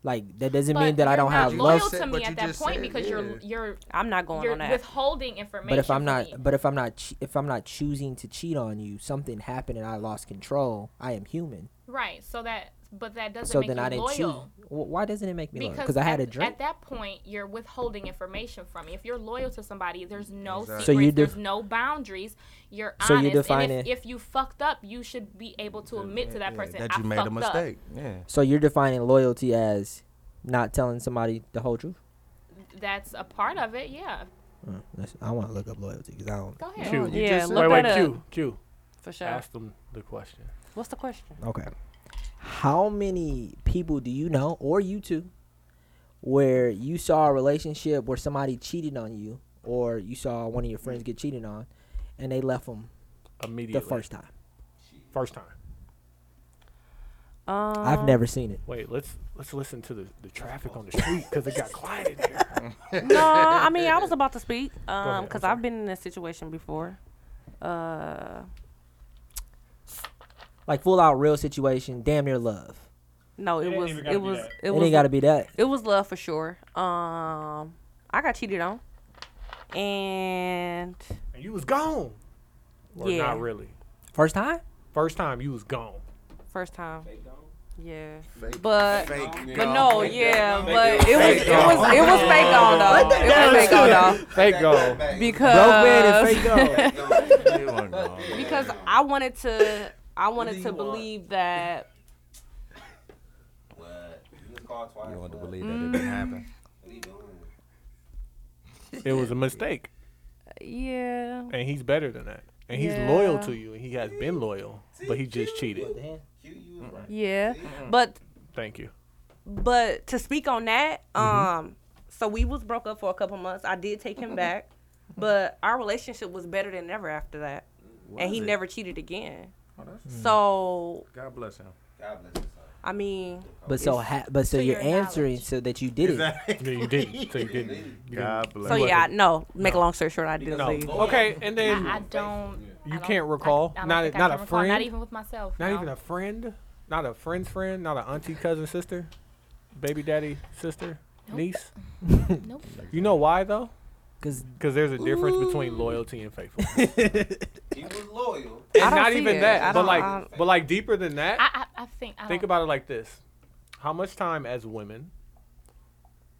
E: Like that doesn't mean
D: But
E: that I
D: you're
E: don't
D: not
E: have
D: loyal
E: love.
D: to
B: Said
D: me
B: what
D: at
B: you
D: that
B: just
D: point
B: said,
D: because
B: yeah.
D: you're you're
J: I'm not going
D: you're
J: on that.
D: withholding information.
E: But if I'm
D: from
E: not,
D: me.
E: but if I'm not, che- if I'm not choosing to cheat on you, something happened and I lost control. I am human.
D: Right. So that but that doesn't
E: so
D: make
E: then
D: you
E: I didn't
D: loyal.
E: choose. Wh- Why doesn't it make me loyal? Because I
D: at,
E: had a
D: At
E: drink.
D: that point, you're withholding information from me. If you're loyal to somebody, there's no
E: Exactly.
D: secrets,
E: So you def-
D: there's no boundaries. You're honest.
E: So you define
D: and if,
E: it-
D: if you fucked up, you should be able to admit to that person I fucked Up.
E: So you're defining loyalty as not telling somebody the whole truth.
D: That's a part of it. Yeah.
E: Uh, that's- I want to look up loyalty because I don't.
D: Go ahead.
J: Oh,
A: Q.
D: No,
A: you
D: yeah,
A: just-
D: look
A: wait, wait,
D: that
A: Q.
D: up.
A: Q.
J: For sure.
A: Ask them the question.
J: What's the [laughs] question?
E: Okay. How many people do you know, or you two, where you saw a relationship where somebody cheated on you, or you saw one of your friends get cheated on, and they left them
A: Immediately.
E: the first time?
A: First time.
J: Um,
E: I've never seen it.
A: Wait, let's let's listen to the, the traffic on the street because it got quiet in
E: [laughs]
A: there.
J: no, I mean I was about to speak
A: ahead,
J: um
A: I'm
J: because I've been in this situation before. Uh,
E: Like full out real situation, damn near love.
J: no, it,
E: It ain't
J: was
E: even
J: it
E: gotta be
J: was
E: that.
J: it
E: It
J: was
E: ain't gotta be that.
J: It was love for sure. Um, I got cheated on, and
A: and you was gone. Or
J: yeah,
A: not really.
E: First time?
A: First time you was gone.
J: first time. Yeah,
A: Fake-
J: but
A: fake
J: but
A: gone.
J: no,
A: Fake
J: yeah,
A: gone.
J: but
A: Fake
J: it was it
A: gone.
J: was it was fake on
A: Let
J: though.
A: that
J: It was fake on
A: down.
J: though.
A: Fake gone. Broke
J: because
A: man is fake gone.
E: Uh, [laughs]
B: [laughs]
J: because I wanted to I wanted to believe that
G: You want to believe that it didn't happen?
J: Mm.
A: It was a mistake.
J: yeah.
A: And he's better than that. And he's loyal
J: Yeah.
A: to you. And he has been loyal. But he just cheated.
J: Yeah. But
A: Thank you.
J: but to speak on that, um so we was broke up for a couple months. I did take him [laughs] back, but our relationship was better than ever after that.
G: Was
J: and he
G: it?
J: never cheated again.
G: Oh,
J: Mm.
G: that's-
J: so
G: God bless him. God bless him.
J: I mean
E: But so,
J: it's-
E: ha- but so you're answering so that you did
G: Exactly.
E: it.
A: No, you didn't. So [laughs] you didn't.
G: God
A: didn't.
J: So yeah, I- no. Make a long story short, I did
A: No.
J: leave.
A: Okay, and then
D: I, I don't.
A: you can't recall.
D: I don't
A: not
D: think
A: a,
D: I
A: not a
D: can recall,
A: friend.
D: not even with myself,
A: Not
D: no.
A: even a friend. Not a friend's friend. Not an auntie, cousin, sister, baby, daddy, sister, niece.
D: nope.
A: You know why though?
E: Because
A: there's a difference between loyalty and faithfulness.
G: He was loyal.
A: And
G: don't
A: not
G: see
A: even
G: it.
A: that,
G: I
A: but
G: don't-
A: like,
G: I don't-
A: but like deeper than that.
D: I I, I think I
J: Oh.
A: Think
D: don't-
A: about it like this: How much time as women,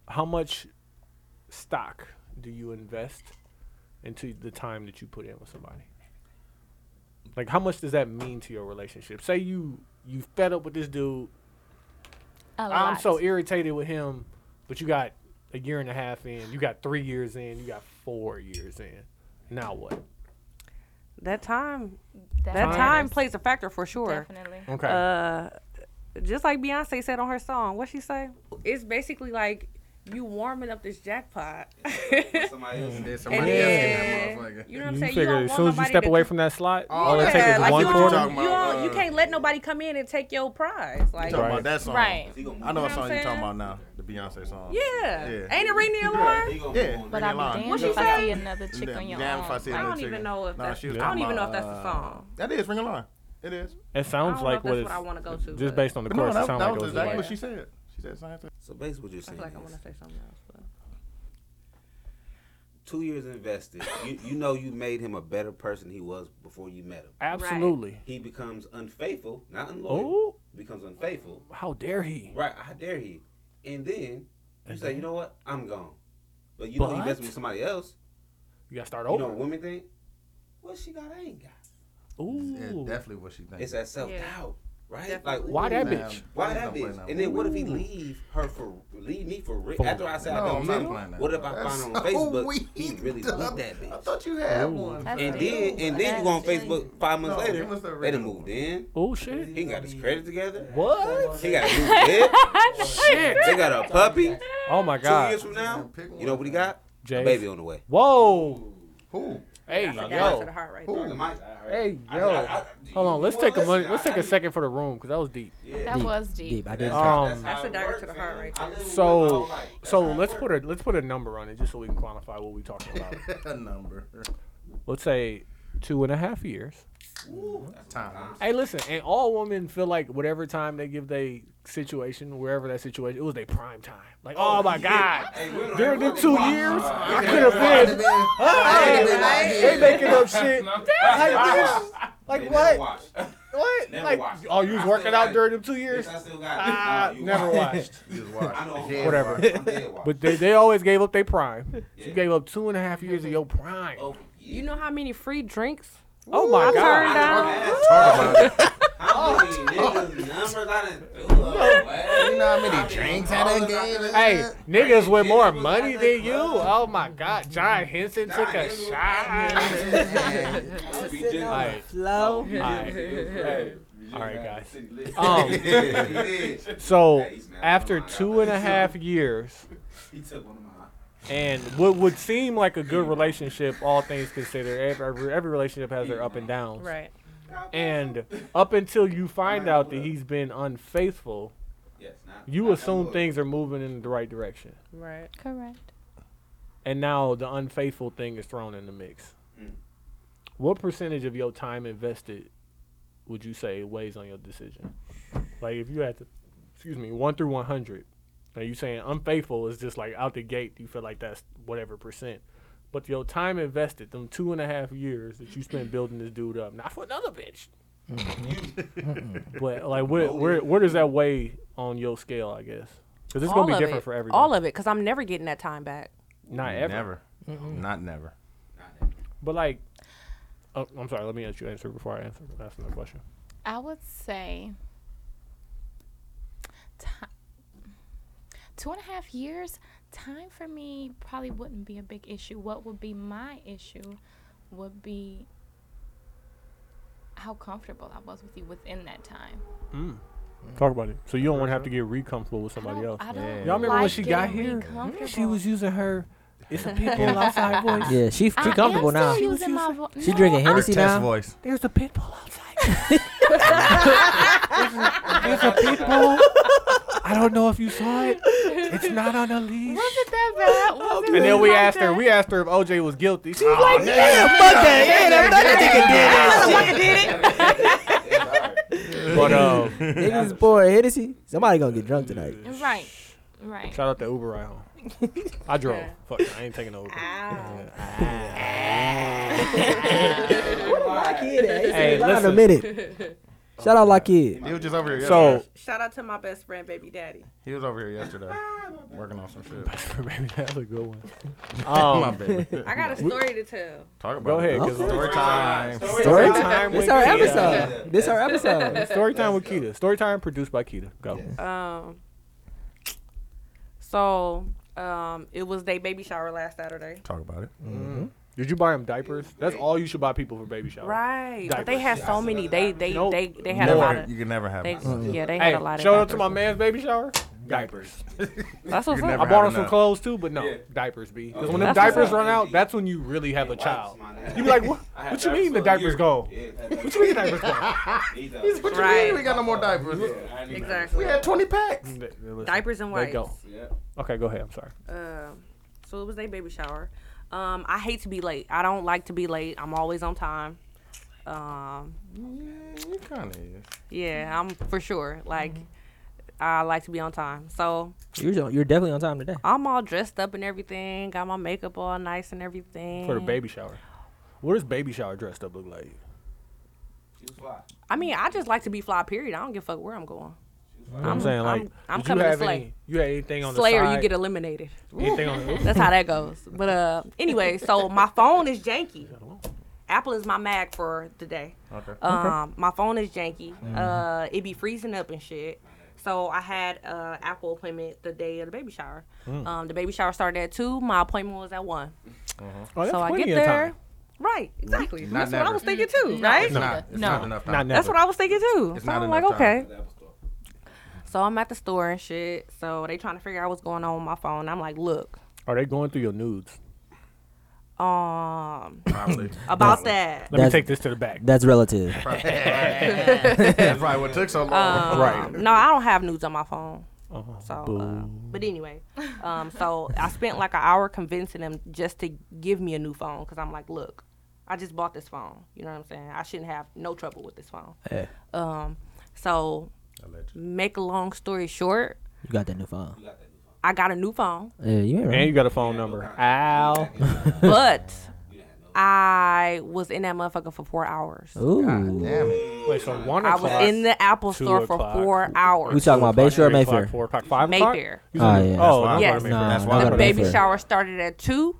A: how much stock do you invest into the time that you put in with somebody? Like, how much does that mean to your relationship? Say you you fed up with this dude.
D: A
A: I'm
D: lot.
A: so irritated with him, but you got a year and a half in, you got three years in, you got four years in. Now what?
J: That time,
D: that,
A: Time.
J: time plays a factor for sure.
D: Definitely.
A: Okay.
J: Uh, just like Beyonce said on her song, what she say? It's basically like you warming up this jackpot.
G: Somebody else.
J: And
G: somebody else
J: then-
G: in that motherfucker.
J: You know what I'm
A: You
J: saying?
A: figure
J: you
A: as
J: don't
A: soon
J: want
A: as you
J: nobody
A: step
J: to-
A: away from that slot, all it
J: Yeah,
A: takes is
J: like
A: one
J: you
A: quarter.
J: Don't, you, don't, you can't let nobody come in and take your prize.
B: [laughs]
J: Like
B: talking about that song.
J: Right.
B: I know
J: You
B: what song
J: what
B: you're
J: I'm
B: talking
J: saying?
B: about now. The Beyonce song.
J: Yeah.
B: Yeah.
J: Ain't it ring the alarm?
B: Yeah.
D: But
B: Ring
D: I'd be
B: Alarm.
D: damned
J: What she
D: if I
J: say?
D: see another chick
B: Damn
D: on your
B: if I
D: own.
B: see
J: I
B: another
J: don't
B: chick.
J: even know if
B: Nah,
J: that's-
B: she was
J: I don't
B: talking
J: even know if
B: about,
J: that's the
B: uh,
J: song.
B: That is ring alarm. It is.
A: It sounds like
J: I don't know
A: what
J: if
A: it's
J: that's what I wanna go to,
A: just
J: but-
A: based on the
B: But no,
A: chorus.
B: that,
A: it sounds
B: that
A: like
B: was
A: it was
B: exactly what
A: like-
B: she said. She said the same thing.
G: So basically, what you're
J: I feel
G: saying
J: like I
G: is
J: want to say something else. but-
G: two years invested. You you know you made him a better person he was before you met him.
A: Absolutely.
G: He becomes unfaithful, not
A: Oh.
G: unloyal. Becomes unfaithful.
A: How dare he?
G: Right? How dare he? And then you
A: And
G: say,
A: then?
G: you know what? I'm gone. But you know he
A: But-
G: messed with somebody else.
A: You gotta start
G: You know
A: over.
G: what women think? What she got, I ain't got.
A: Ooh.
B: definitely what she thinks.
G: It's that self doubt, right?
A: Definitely. Why that
G: Damn,
A: bitch?
G: Why that
B: Please don't play
G: bitch?
B: that
G: And then what if he
B: one.
G: leave her for leave me for rich?
B: For-
G: After I said
B: No,
G: I
B: I'm
G: don't
B: not
G: know,
B: playing that.
G: what if I find
B: That's
G: him on
B: so
G: Facebook?
B: weak,
G: He really
B: dog.
G: loved that bitch. I
B: thought you had Ooh. one.
G: And
B: That's
G: then
B: illegal.
G: and then you go on Facebook five months
B: No,
G: later.
B: it was the
G: They done
B: original
G: moved in.
A: Oh shit!
G: He got his credit together.
A: What?
G: He got a new kid.
J: [laughs]
A: Shit.
G: They got a puppy.
A: Oh my
G: Two
A: god.
G: years from now, you know what he got?
A: Jay.
G: A baby on the way.
A: Whoa.
B: Who?
A: Hey
G: That's a gun to
A: yo.
G: the heart right
A: Who?
G: there. Mike.
A: Hey
G: I-
A: yo.
G: I- I-
A: Hold on. Let's
G: Well,
A: take a
G: listen,
A: minute. Let's
G: I-
A: take a second for the room because that was deep.
D: That was deep.
E: Deep. I did.
G: Oh,
A: Um.
J: That's a dagger to the heart right there.
A: So so let's put a let's put a number on it just so we can quantify what we're talking
B: [laughs]
A: about.
B: a number.
A: Let's say two and a half years.
B: Time.
A: Hey, listen, and all women feel like whatever time they give they situation, wherever that situation, it was their prime time. Like, oh, my God, during the two years, I could have been. Hey, they making up shit. Like, this- like what? What?
G: Never
A: like,
G: watched.
A: oh, you was
G: I
A: working
G: still got
A: out
G: it.
A: during them two years?
G: Yes, I still got it.
A: Ah,
G: No, you
A: never
G: watched.
A: watched.
G: You just watched. [laughs] I know I'm dead
A: Whatever.
G: watched. I'm dead watched.
A: But they, they always gave up their prime. You gave up two and a half years of your prime. Oh,
J: You know how many free drinks?
A: Oh my
J: I
A: God.
B: Talk
J: Turned down.
B: about it.
G: How many niggas numbers I done threw away?
B: You know how many drinks I done gave?
A: Hey, niggas with more money than you. Oh my God, John Henson took a shot.
E: Sitting on the
A: Alright.
E: floor.
A: Alright. All right, guys. Um,
G: Um,
A: so after two and a half years,
G: He took one of mine.
A: and what would seem like a good relationship, all things considered, every, every, every relationship has their up and downs.
J: Right.
A: [laughs] And up until you find out that he's been unfaithful,
G: Yes, not-
A: you
G: not
A: assume
G: that
A: things are moving in the right direction.
J: Right.
F: Correct.
A: And now the unfaithful thing is thrown in the mix.
G: Mm.
A: What percentage of your time invested would you say weighs on your decision? Like if you had to, excuse me, one through 100, now you saying unfaithful is just like out the gate, you feel like that's whatever percent. But your time invested, them two and a half years that you spent building this dude up, not for another bitch. but like, where, where where does that weigh on your scale? I guess because it's
J: All
A: gonna be
J: of
A: different
J: it.
A: for everybody.
J: All of it, because I'm never getting that time back.
A: not ever.
B: Never. Not never.
A: But like, oh, I'm sorry. Let me ask you answer before I answer ask another question.
F: I would say ti- two and a half years. Time for me probably wouldn't be a big issue. What would be my issue would be how comfortable I was with you within that time.
A: Talk about it. So you don't want to have to get re-comfortable with somebody else.
F: I don't
A: Y'all remember when
F: like
A: she got
F: getting
A: here? She
F: comfortable.
A: was using her. It's a people
F: [laughs]
A: outside voice.
E: Yeah, she, she
F: I am
E: comfortable now.
F: still using my vo-
E: She
F: No,
E: drinking
F: I-
E: Hennessy
B: Test
E: now.
B: [laughs] voice.
A: There's a pit bull outside. There's a pit bull. I don't know if you saw it. It's not on a leash.
F: Was it that bad? Was it
A: And then
F: really
A: we
F: like
A: asked her.
F: that?
A: We asked her if OJ was guilty. She was like,
E: Yeah, fuck that. Yeah, that [laughs] that
A: Ah, but
F: [laughs]
A: um,
E: nigga did it. Niggas pouring Hennessy. Somebody gonna get drunk tonight.
F: Right, right.
A: shout out to Uber ride home. I drove. Fuck, it, I ain't taking no Uber.
E: My kid,
A: Hey,
E: hey, in a
A: listen.
E: minute. Shout out, my kid.
B: He was just over here yesterday.
A: So
L: Shout out to my best friend, baby daddy.
B: He was over here yesterday working on some shit.
A: [laughs] maybe that's a good one.
B: [laughs] My
A: Um,
B: baby.
L: I got a story to tell.
B: Talk about
A: Go ahead,
B: it.
A: 'cause it's
B: Story time.
E: Story
A: Story time
E: time. This
A: with
E: our
A: Keita.
E: episode. This our episode.
A: story time with Keita. Story time produced by Keita. Go. Mm-hmm.
J: Um. So, um, it was their baby shower last Saturday.
B: Talk about it. Mm-hmm.
A: Did you buy him diapers? That's all you should buy people for baby shower.
J: Right. But they
A: Diapers.
J: had so many. They they
A: Nope.
J: they they had a
B: Never-
J: lot of.
B: you can never have
J: They,
B: enough.
A: Mm-hmm.
J: yeah, they
A: Hey,
J: had a lot of.
A: shout out to my
J: diapers.
A: man's baby shower. Diapers.
J: That's what's
B: You
J: up.
B: never
A: I bought
B: had
A: him some
B: enough.
A: clothes too, but no
I: Yeah.
A: diapers. B.
B: Oh,
A: Because when the
J: That's what's
A: diapers
J: up.
A: run out, that's when you really have a child.
G: my ass.
A: [laughs] You be like, what?
I: I had
A: What you mean the
I: diapers
A: diapers
I: for
A: gone?
I: a year.
A: What you
B: [laughs]
A: mean the [laughs] diapers gone?
I: Yeah,
A: [laughs]
B: What you
J: Right.
B: mean we got no more diapers?
I: I ain't even-
J: Exactly.
B: We had 20 packs.
A: They- they listen.
J: Diapers and
A: They
J: wipes.
A: go.
I: Yeah.
A: Okay, go ahead. I'm sorry.
J: Um, so it was their baby shower. Um, I hate to be late. I don't like to be late. I'm always on time. Um,
B: It kind of is.
J: yeah, I'm for sure. Like, I like to be on time. So
E: You're, you're definitely on time today.
J: I'm all dressed up and everything. Got my makeup all nice and everything.
A: For the baby shower. What does baby shower dressed up look like?
G: She was fly.
J: I mean, I just like to be fly. Period. I don't give a fuck where I'm going.
A: You know what I'm saying like,
J: I'm- I'm
A: did
J: coming
A: you
J: to
A: have
J: slay.
A: any? You had anything on the
J: Slayer,
A: side?
J: you get eliminated.
A: anything
J: [laughs]
A: on the,
J: That's how that goes. But uh, anyway, so my phone is janky. Apple is my mag for the day.
B: Okay.
J: Um, my phone is janky. Uh, it be freezing up and shit. So I had uh, Apple appointment the day of the baby shower. Um, the baby shower started at two. My appointment was at one.
A: Oh, that's
J: so I
A: plenty
J: get
A: of
J: there.
A: time.
J: Right, exactly.
B: Not
J: That's what I
B: never.
J: was thinking too, right?
B: It's not. It's not enough time.
A: Not never.
J: That's what I was thinking too.
B: It's
J: so
B: not
J: I'm
B: enough
J: like,
B: time.
J: okay.
I: The Apple Store.
J: So I'm at the store and shit. So they trying to figure out what's going on with my phone. I'm like, look,
A: Are they going through your nudes?
J: um,
A: [laughs]
J: [laughs]
B: Probably.
J: about that.
A: Let me
E: That's-
A: take this to the back.
E: That's relative.
J: [laughs]
B: That's probably what took so long.
A: Right.
J: Um, No, I don't have nudes on my phone.
A: Oh,
J: So, uh,
A: boo.
J: but anyway, um, so I spent like an hour convincing them just to give me a new phone because I'm like, look, I just bought this phone. You know what I'm saying? I shouldn't have no trouble with this phone.
E: Yeah.
J: Um, so make a long story short,
E: You got that new phone.
J: I got a new phone,
E: Yeah, you ain't
A: and
E: right.
A: you got a phone number. Ow.
J: but I was in that motherfucker for four hours.
E: Ooh.
A: damn it. Wait, so one
J: I
A: o'clock.
J: was in the Apple
A: two
J: store for
A: o'clock,
J: four hours.
E: We talking about Bayshore or
A: three o'clock,
E: Mayfair?
A: Four o'clock, five o'clock.
J: Mayfair.
A: You said-
E: Oh, yeah.
A: Oh, I'm
J: Yes.
A: going to Mayfair.
E: Nah,
A: That's
E: I
A: why.
E: go
J: the
E: to
J: baby
E: Mayfair.
J: shower started at two,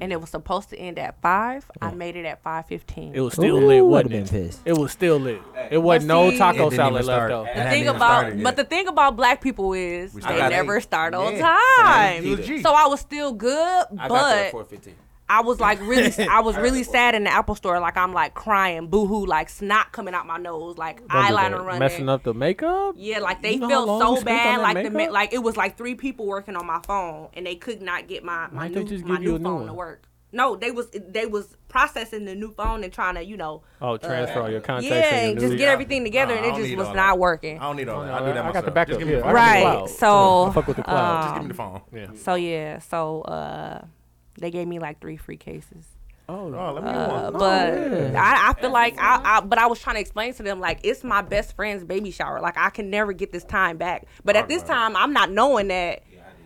J: and it was supposed to end at five. I made it at five fifteen.
A: Oh. It was still
E: Ooh,
A: lit, wasn't
E: would've been
A: it?
E: pissed.
A: It was still lit. It wasn't
J: But
A: no
J: see-
A: taco
B: It didn't
A: salad left
B: even start.
A: though.
B: It
J: The
B: hadn't
J: thing
B: even
J: about,
B: started
J: but the
B: yet.
J: thing about black people is
B: We
J: they
B: started
J: never
B: late.
J: start on
B: Yeah.
J: time.
B: You was G.
J: So I was still good,
I: I got there at
J: but
I: 415.
J: I was
B: [laughs]
J: like really, I was really sad in the Apple store. Like I'm like crying, boohoo, like snot coming out my nose, like
A: Don't do
J: eyeliner
A: that.
J: running.
A: Messing up the makeup.
J: Yeah, like they
A: You know how
J: felt
A: long we
J: so
A: spent on
J: bad.
A: that
J: Like the ma-
A: makeup?
J: like it was like three people working on my phone, and they could not get my my
A: Why'd they
J: new,
A: just
J: my
A: give you
J: new
A: a new
J: phone
A: one?
J: to work. No, they was they was processing the new phone and trying to you know
A: Oh, transfer all your contacts.
J: yeah
A: and
J: and
A: your
J: just
A: new-
J: get everything together, and
B: I
J: it
B: don't
J: just
B: need
J: was
B: all
J: not
B: that.
J: working.
B: I don't need all that.
A: No,
B: I do that
A: I
B: myself.
A: got the backup.
B: Just give me
A: Oh, yeah.
B: the
A: I
B: phone.
A: got the
J: Right,
A: cloud.
J: so, uh,
A: I fuck with the cloud.
B: Just give me the phone.
A: yeah.
J: So yeah, so uh, they gave me like three free cases.
B: Oh, let me get
J: Uh,
B: one.
J: but I, I feel like I, I but I was trying to explain to them like it's my best friend's baby shower. Like I can never get this time back. But at this time I'm not knowing that.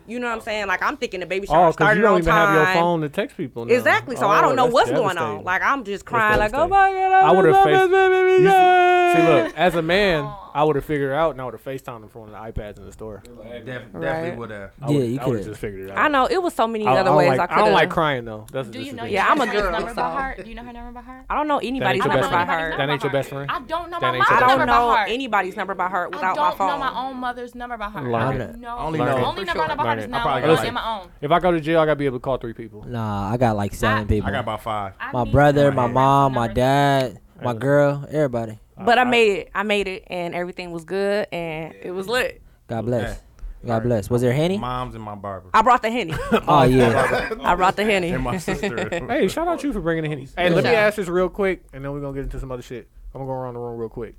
J: You know what I'm saying? Like I'm thinking the baby
A: Oh,
J: shower
A: because
J: started
A: you don't
J: on
A: even
J: time.
A: have your phone to text people. Now.
J: Exactly. So I
A: Oh,
J: don't know
A: that's
J: what's going on.
A: devastating.
J: Like I'm just
A: That's
J: crying. Like oh
A: devastating.
J: my god.
A: I
J: [laughs]
A: would've
J: love
A: faced-
J: this baby
A: You
J: shower."
A: See, look, as a man, I would have figured it out and I would have FaceTimed him from one of the iPads in the store.
B: Definitely would have.
A: I
E: Yeah,
A: would've-
E: you
A: I would have
E: could.
A: just figured it out.
J: I know it was so many
A: I, I
J: other
A: don't
J: ways
A: like,
J: I
A: I,
J: could.
A: don't like crying though. That's
D: Do
A: just
D: you
A: a
D: know
A: thing.
J: Yeah, I'm a
D: your friend's
J: girl,
D: number
J: so-
D: by heart? Do you know her number by heart?
J: I don't know anybody's
A: your
J: number
A: best
J: by
A: friend?
J: heart.
A: That ain't your best friend?
D: I don't know
A: That
D: my
A: ain't
D: mom's
A: your
J: I
A: best
D: number
J: don't
A: friend?
D: by
J: know
D: heart.
J: anybody's number by heart
D: I
J: without
D: don't
J: my phone.
D: know my own mother's number by heart.
A: Learn
D: I
A: it.
D: No,
B: Only
A: know.
D: the
A: For
D: only number
J: sure.
D: I know by
A: Learn
D: heart
A: it.
D: is
A: I
D: now
B: probably
D: mine
B: got like-
D: and my own.
A: If I go to jail, I gotta be able to call three people.
E: Nah, I got like seven people.
B: I got about five.
D: I
E: my
D: need
E: brother,
D: some
E: my
D: reference
E: mom, my
D: numbers.
E: dad, my
A: Right.
E: girl, everybody.
J: But I, made it. I made it, and everything was good, and it was lit.
E: God bless. God
B: Alright.
E: bless. Was there Henny?
B: Moms and my barber.
J: I brought
A: [laughs]
J: the henny.
E: Oh yeah. [laughs]
J: I brought the henny.
B: And
J: [laughs]
B: my sister.
A: Hey, shout out you for bringing the henny. Hey, let me
J: Yeah.
A: ask this real quick, and then we're gonna get into some other shit. I'm gonna go around the room real quick.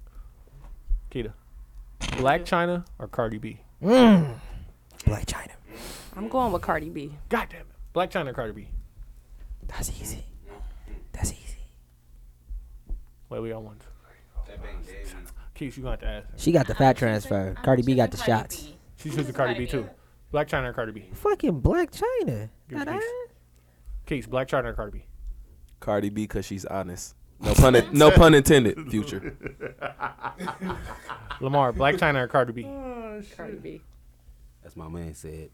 A: Kita, Black China or Cardi B?
E: Black China.
J: I'm going with Cardi B.
A: God damn it, Black China or Cardi B?
E: That's easy. That's easy.
A: Wait, we got one. Keith, you gonna have to ask.
E: She got the fat
D: choosing-
E: transfer.
D: I'm
E: Cardi B got the
D: choosing Cardi
E: shots.
D: B.
A: She's choosing Cardi B too. Black China or Cardi B?
E: Fucking Black China.
A: Give me the keys. Keys, Black China or Cardi B?
K: Cardi B because she's honest. No pun, in- no pun intended. Future.
A: Lamar, Black China or Cardi B?
J: Cardi B.
G: That's my man said.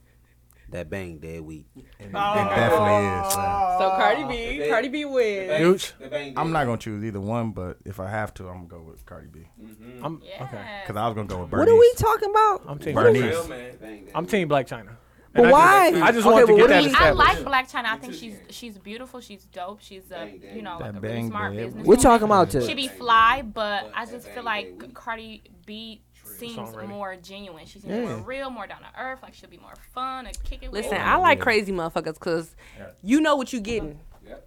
G: That bang dead week.
B: It definitely is. uh,
J: Oh.
L: So Cardi B, Cardi B wins.
A: Gooch.
B: I'm not gonna choose either one, but if I have to, I'm gonna go with Cardi B.
A: I'm okay.
D: Yeah.
B: Cause I was gonna go with Bernice.
E: What are we talking about?
A: I'm team.
B: Bernice.
A: Black China. I'm team Black China.
E: But
A: And I
E: why?
A: Just, I just
E: Okay,
A: wanted to
E: but what
A: get that
E: do we-
D: I
A: established.
D: like Black China. I think she's she's beautiful. She's dope. She's a you know
B: That
D: like a
B: bang
D: really smart
B: bang.
D: business.
E: We're talking about
D: She
E: to.
D: be fly, but I just feel like Cardi B seems
A: Songwriting.
D: more genuine. She seems more real, more down to earth. Like she'll be more fun and kick it. with.
J: Listen, I like crazy motherfuckers because you know what you getting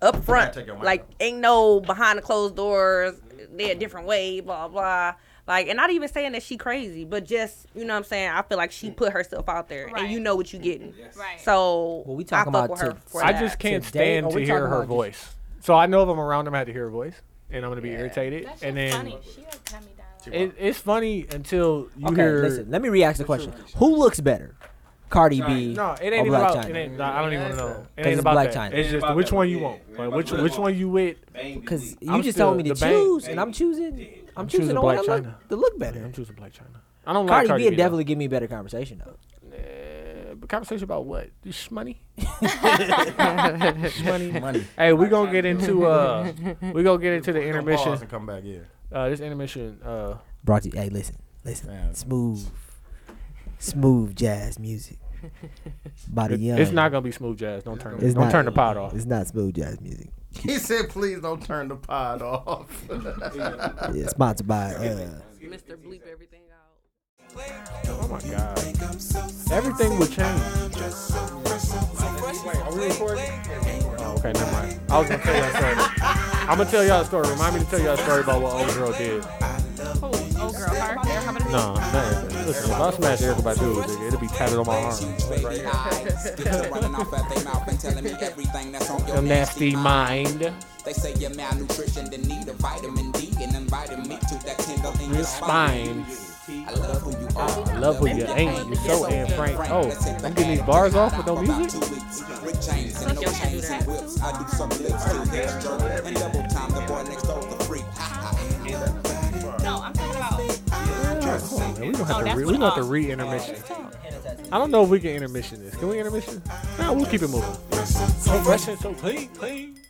J: up front.
B: take your mic
J: Like,
B: off.
J: ain't no behind the closed doors. They a different way, blah, blah. Like, and not even saying that she crazy, but just, you know what I'm saying? I feel like she put herself out there, and you
D: Right.
J: know what you getting.
D: right.
J: So,
E: Well, we
J: I
E: talking
J: fuck
E: about
J: with her
E: to-
J: for
A: I
J: that.
A: just can't
E: Today-
A: stand
E: oh,
A: to
E: we
A: hear
E: talking
A: her
E: about
A: voice. So I know if I'm around her, I have to hear her voice, and I'm gonna be irritated.
D: That shit's
A: And then
D: funny. She done got me down.
A: It, it's funny until you
E: Okay,
A: hear.
E: listen. Let me react to the question. Who looks better, Cardi B
A: No, it ain't
E: or
A: even
E: Black
A: about. It
E: China?
A: ain't, nah, I don't even want to know. It ain't
E: it's
A: about
E: Black
A: that.
E: China.
A: It's just which one you want. Like which which one you with.
E: Because you
A: I'm
E: just
A: still
E: told me to
A: the bang-
E: choose, and I'm choosing. I'm,
A: I'm
E: choosing
A: choosing
E: the one that
A: Black
E: look,
A: China.
E: that look better.
A: I'm choosing Black China. I don't like
E: Cardi,
A: Cardi
E: B would
A: though.
E: definitely give me better conversation though.
A: Uh, but conversation about what? This money.
B: Money.
A: Hey, we gonna get into uh, we gonna
E: [laughs]
A: get into the
B: Don't pause
A: intermission.
B: and come back here.
A: Uh, this intermission. Uh,
E: Brought to you. Hey, listen, listen.
B: Yeah.
E: Smooth, smooth jazz [laughs] music by the young.
A: it's not gonna be smooth jazz. Don't turn.
E: It's
A: don't
E: not-
A: turn the pot off.
E: It's not smooth
A: [laughs]
E: jazz music.
B: [laughs] He said, "Please don't turn the pod [laughs] off." Mm-hmm.
E: Yeah, sponsored by. Uh,
J: Mr. Bleep everything out.
A: Oh my god. Everything would change. Wait, are we recording? Oh, okay, never mind. I was gonna tell y'all a story. I'm gonna tell y'all a story. Remind me to tell y'all a story about what old girl did.
D: Oh girl, her. They're coming to me.
A: No, man. Listen, if I smash Erica by dude, nigga, it'll be tatted on my arm.
N: running off at their mouth and telling me everything that's on your
A: Your nasty mind.
N: They say you're malnutrition, the need of vitamin D and inviting me to that tingle in
A: Your
N: your
A: spine.
N: spine. I love who you are.
A: I love who you ain't. You're so Anne Frank. Oh, I'm getting these bars off with no music?
N: Rick James and no chains and whips. I do some lips to hair jerk.
J: Seven double time, the boy next door's a freak. Ha ha.
O: No, I'm talking about.
A: Man, we gonna have
O: Oh,
A: to
O: that's
A: re-
O: what
A: we gonna have to
O: us-
A: re-intermission. I don't know if we can intermission this. Can we intermission? Nah, we'll keep it moving. So fresh and so clean, clean.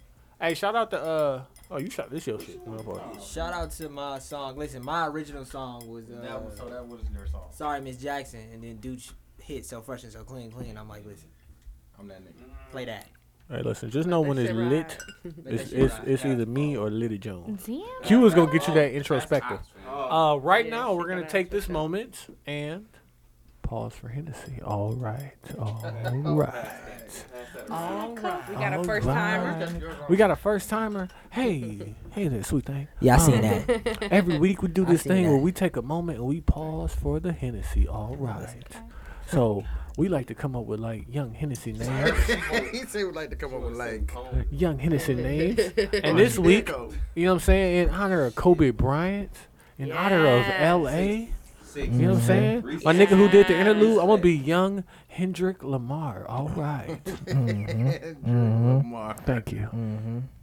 A: Hey, shout out to uh. Oh, you shot this your shit. My boy.
E: Shout out to my song. Listen, my original song was uh,
P: That was- so that was your song.
E: Sorry, Miss Jackson, and then Dooch hit so fresh and so clean, clean. I'm like, listen, I'm that nigga. Play that.
A: Hey, listen. Just know when it's lit, it's
E: shit
A: it's,
E: ride.
A: it's either me or Liddy Jones.
O: Damn.
A: Q is gonna get you that introspective. Uh, right now we're gonna take this moment and pause for Hennessy. All [laughs] right, all right.
F: All right. We got a
A: All
F: first timer.
A: right. We got a first timer. Hey, hey there, sweet thing.
E: Yeah, I seen
A: Um,
E: that.
A: Every week we do
E: I
A: this
E: seen
A: thing
E: that.
A: where we take a moment and we pause for the Hennessy. All right. So we like to come up with like young Hennessy
E: [laughs]
A: names.
B: [laughs] he said would like to come up with like.
A: young Hennessy names.
E: [laughs]
A: And this week, you know what I'm saying, in honor of Kobe Bryant, in honor of LA.
G: Six.
A: You know what I'm saying?
G: Six.
A: My nigga who did the interlude, I'm gonna be young Hendrick Lamar. All
B: [laughs]
A: right.
B: Lamar.
A: Thank you.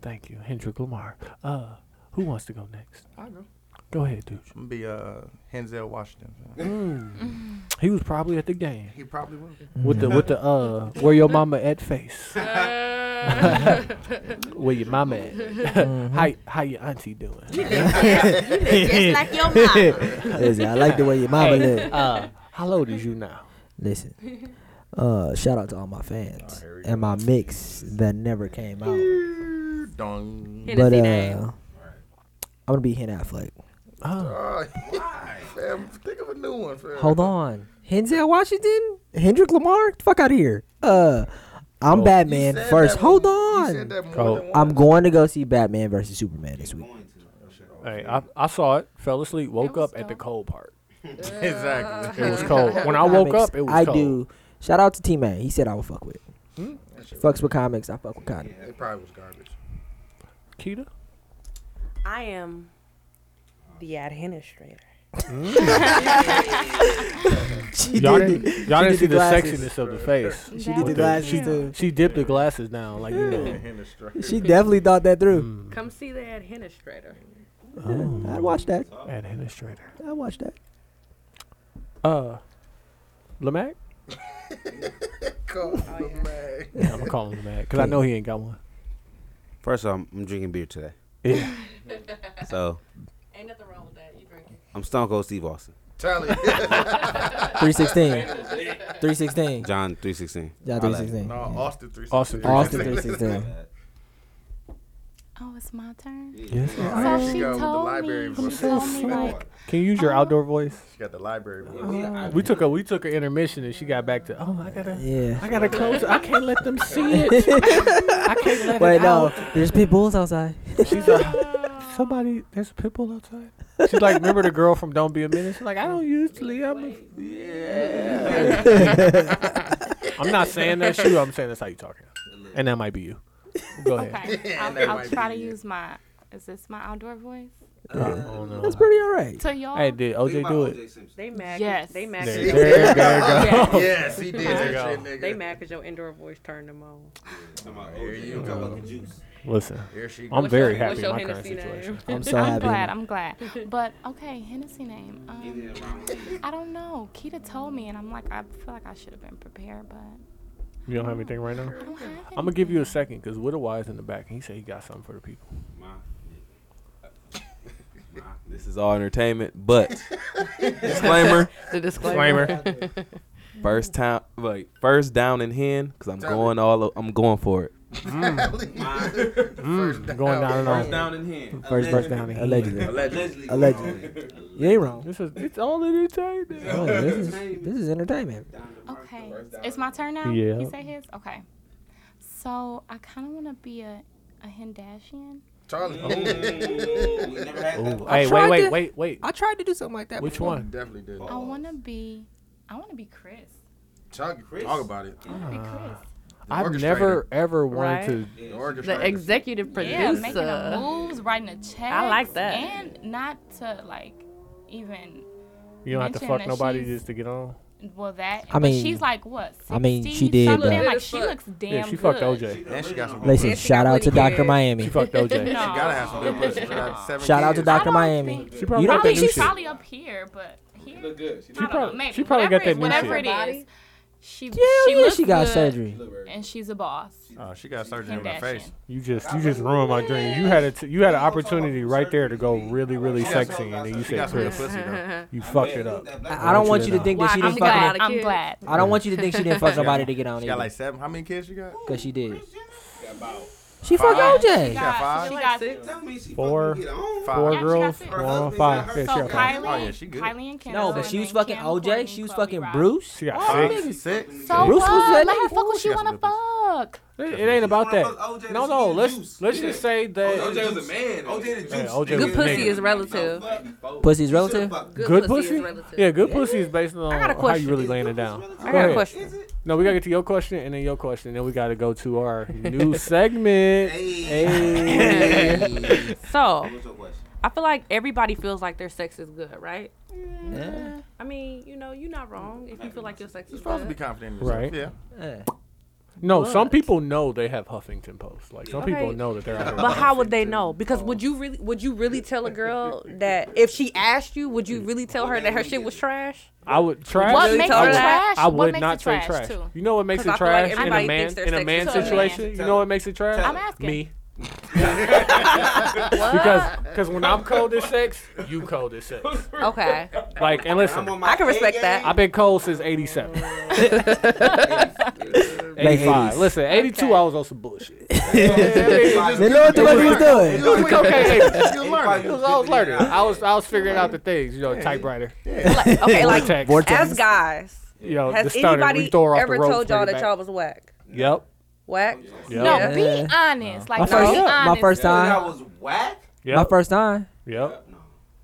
A: Thank you, Hendrick Lamar. Uh, who wants to go next?
B: I know.
A: Go ahead, dude.
B: I'm gonna be uh Henzel Washington.
A: Mm. He was probably at the game
B: He probably will.
A: with the with the uh where your mama at
B: [laughs]
A: face.
B: Uh.
A: where your mama at? [laughs]
B: [laughs]
A: how how your auntie doing?
E: Just like your mama. [laughs] Listen, I like the way your mama
A: Hey,
E: look.
A: Uh, how old is you now?
E: Listen. Uh, shout out to all my
A: Oh,
E: fans and my mix that never came out.
B: Dong.
E: But uh, I'm gonna be Hen Affleck.
B: Oh, fam, think of a new one, fam.
E: Hold on, Henzel Washington, Hendrick Lamar, Get the fuck out of here. Uh, I'm
A: Oh.
E: Batman
A: You said
E: first.
A: that
E: Hold
A: more- you
E: on,
A: said that more Oh. than
E: I'm going to go see Batman versus Superman this week.
A: Hey, I, I saw it, fell asleep, woke up at the cold part.
B: [laughs] exactly.
A: It was cold. When I woke
E: Comics,
A: up, it was
E: I
A: cold.
E: do. Shout out to T Man. He said I would fuck with.
A: Hmm?
E: Fucks with comics. I fuck with comics.
B: It probably was garbage.
A: Keita?
F: I am the administrator.
E: [laughs] She
A: y'all didn't,
E: did the-
A: y'all
E: she
A: didn't
E: did
A: see
E: the
A: the,
E: glasses.
A: sexiness of the face.
E: She did the
A: With
E: glasses,
A: she-
E: too.
A: She dipped the glasses down, like you know.
E: She definitely thought that
A: Mm.
E: through.
F: Come see the administrator.
E: I'd watch that.
A: Administrator.
E: I'd watch that.
A: Uh, [laughs] Lamac?
B: Call him back.
A: Yeah, I'm gonna call him Lamac because I know he ain't got one.
Q: First off, I'm, I'm drinking beer today.
A: Yeah.
Q: so
F: [laughs] Ain't nothing wrong with that. You drink it.
Q: I'm Stone Cold Steve Austin.
B: Charlie. [laughs]
E: 316. 316.
Q: John three sixteen.
E: John 316.
B: No, Austin 316. [laughs]
A: Austin
E: Austin
A: 316.
E: 316.
D: Oh, it's my turn.
A: Yes,
B: Yeah.
A: I
B: She
D: she
B: go with the
D: told
B: library
D: me.
B: for
D: She told me
B: sure. [laughs]
D: like
A: Can you use your outdoor voice?
B: She got the library. book.
A: We took a we took an intermission and she got back to oh I gotta
E: Yeah.
A: I gotta close it. I can't let them see it I can't let
E: Wait,
A: it
E: no.
A: out
E: uh, There's pit bulls outside.
A: she's a, somebody there's a pit bull outside she's like remember the girl from Don't Be a Menace She's like I don't usually I'm a, I'm not saying that's you I'm saying that's how you talking and that might be you go ahead
B: [laughs]
D: Okay,
B: that
D: I'll, I'll
B: might
D: try to
B: be it.
D: use my. Is this my outdoor voice?
E: That's pretty all right.
D: To y'all.
A: hey did OJ do it
F: They mad. 'cause-
D: Yes.
F: They mad.
A: There
F: 'cause
A: you
F: your-
A: go. [laughs] There you
F: [laughs]
A: go.
B: Yes, he did
A: There you
B: that
A: go.
B: shit, nigga.
F: They mad because your indoor voice turned them on.
B: Here you go.
A: listen
B: Here she
A: I'm
B: goes.
A: very
F: your-
A: happy
F: what's
A: in
F: your
A: my current
F: Hennessy name?
A: situation
E: I'm so
D: I'm
E: happy.
D: glad. I'm glad.
B: [laughs]
D: But okay, Hennessy name. Um, I don't know. Kita told me, and I'm like, I feel like I should have been prepared, but
A: you don't have anything right now
D: I don't have.
A: I'm gonna give you a second because Widow Wise in the back and he said he got something for the people
G: [laughs] This is all entertainment, but
B: [laughs]
G: disclaimer.
F: The disclaimer.
G: First time, like first down and hen, cause I'm going all. o- I'm going for it.
A: Mm, going down and on
G: down and hen.
E: First verse down. here.
G: [laughs]
E: Allegedly.
B: Allegedly.
E: [laughs] Allegedly. You ain't wrong.
A: this is it's all entertainment
E: Oh, this, is, this is entertainment.
D: Okay, it's my turn now.
A: Yeah.
D: He say his. Okay. So I kind of want to be a a Hendashian.
B: Charlie.
A: Ooh,
B: Oh.
A: hey, wait,
E: tried
A: wait,
E: to-
A: wait, wait.
E: I tried to do something like that.
A: Which
E: before.
A: one?
B: Definitely did.
D: I want to be. I want to be Chris.
B: Talk, talk about it.
D: I want to be
A: Ah.
D: Chris.
A: I've
B: orchestrator.
A: never ever wanted
F: Right?
A: to.
B: The
F: The
B: orchestrator.
F: executive
D: Yeah, making the
F: producer.
D: moves, writing the check.
F: I like that.
D: And not to like even
A: You don't have to
D: Mention
A: fuck
D: that
A: nobody
D: she's-
A: just to get on.
D: Well, that.
E: I mean,
D: but she's like what? 60
E: I mean, she did, uh,
D: something?
E: though.
D: Like she looks damn.
A: Yeah, she
D: good.
A: fucked OJ.
B: And she got some
E: Listen, shout out to Dr. Miami.
A: She [laughs] fucked OJ.
E: She
B: gotta have some good pussy. She got seven
E: [laughs] Shout out to
B: kids.
E: Dr.
B: I don't
E: Miami.
B: think-
A: She
E: you
A: probably
E: don't
A: got that
E: think
A: new
E: you
D: She's
E: shit.
D: probably up here, but here.
I: Look good. She
D: I don't know,
A: probably-
D: maybe.
A: she probably got
D: Whatever
A: that new
D: it-
A: shit.
D: Whatever it is, she
E: Hell
D: she
E: yeah,
D: looks
E: she got
D: good,
E: surgery.
D: and she's a boss.
B: Oh, she got surgery in her
D: Kardashian.
B: face.
A: You just you just ruined my dream. You had a t- you had an opportunity right there to go really really sexy, and then you
B: She
A: said
B: got some good
A: Chris.
B: pussy though.
A: You fucked it up.
E: I, I don't want you to think that she didn't fuck.
D: glad.
E: no-
D: I'm glad.
E: I don't want you to think she didn't fuck nobody to get on
B: She got
E: either.
B: like seven. How many kids she got?
E: Cause she did.
B: about
E: She fucked
B: five.
D: She
E: OJ.
D: got-
B: five?
D: she got-
A: Four four
B: Five.
D: Yeah, she got
A: girls,
D: six.
A: one on five. Yeah, she
D: So
A: got five.
D: Kylie,
B: Oh, yeah, she good.
D: Kylie and Kendall.
E: No, but she
D: and
E: was
D: then
E: fucking
D: Kim,
E: OJ.
D: Courtney,
E: She was
D: Chloe,
E: fucking
D: Rob.
E: Bruce.
A: She got
E: Oh,
A: six.
E: nigga.
B: six.
D: So
E: Bruce was that
D: what? Let her
E: nigga.
D: fuck who she
B: got some
D: wanna
B: good pussy.
D: fuck.
A: It, it ain't about
G: One of those
A: that.
G: OJ
A: No,
G: that
A: no.
G: she
A: Let's
G: juiced.
A: let's just say
I: OJ
A: that
I: was a man.
G: OJ the juice.
A: Yeah, OJ
G: nigga.
A: was a
J: Good
A: man.
J: pussy is relative.
E: Pussy's relative.
A: good pussy.
J: relative.
A: Yeah, good pussy is based on
J: got a
A: how you
J: question.
A: really laying it down. Go
J: I got a
A: ahead.
J: question.
A: No, we gotta get to your question and then your question, and then we gotta go to our new segment. Hey.
G: [laughs]
J: So I feel like everybody feels like their sex is good, right? I mean, you know, you're not wrong if you feel like your sex
B: You're
J: is
B: supposed to be
J: good.
B: confident in yourself.
A: Right.
B: Yeah.
E: Eh.
A: No, some
J: But-
A: people know they have Huffington Post. Like some people
J: Okay.
A: know that they're out
J: But
A: there.
J: how would they know? Because would you really would you really tell a girl that if she asked you, would you really tell her that her shit was trash?
A: I would trash.
D: What
J: Really
D: makes it
J: told her
D: trash?
J: that?
A: I
D: What
A: would
D: makes
A: not
D: it
A: say
D: trash,
A: trash.
D: too?
A: You know what makes it
J: 'Cause I feel like
A: trash in a
J: everybody
A: man
J: thinks they're
A: in a
J: sexy
A: man
J: to a man.
A: situation? You know what makes it trash?
D: I'm asking.
A: Me. [laughs] because because when I'm cold as sex, you cold as sex.
J: Okay,
A: Like and listen,
J: I can respect that.
A: I've been cold since '87.
E: Late
A: 85.
E: 80s.
A: Listen, 82,
J: Okay.
A: I was on some bullshit.
E: They know what the fuck he was doing.
A: It was cocaine.
B: You
A: baby.
B: learning.
A: It was, I was learning. I was I was figuring out the things, you know, typewriter,
J: [laughs] Like, okay, like
A: vortex,
J: as guys,
A: you know, the
J: has
A: stutter.
J: anybody
A: We throw her off
J: ever
A: the rope,
J: told y'all
A: bring
J: that
A: it
J: y'all was whack?
A: back. Yep.
J: Whack?
A: Yep.
D: No,
E: Yeah.
D: be honest. Like,
E: My
D: no,
E: first,
D: be honest.
E: my first time. Oh.
G: was whack.
A: Yep.
E: My first time.
A: Yep.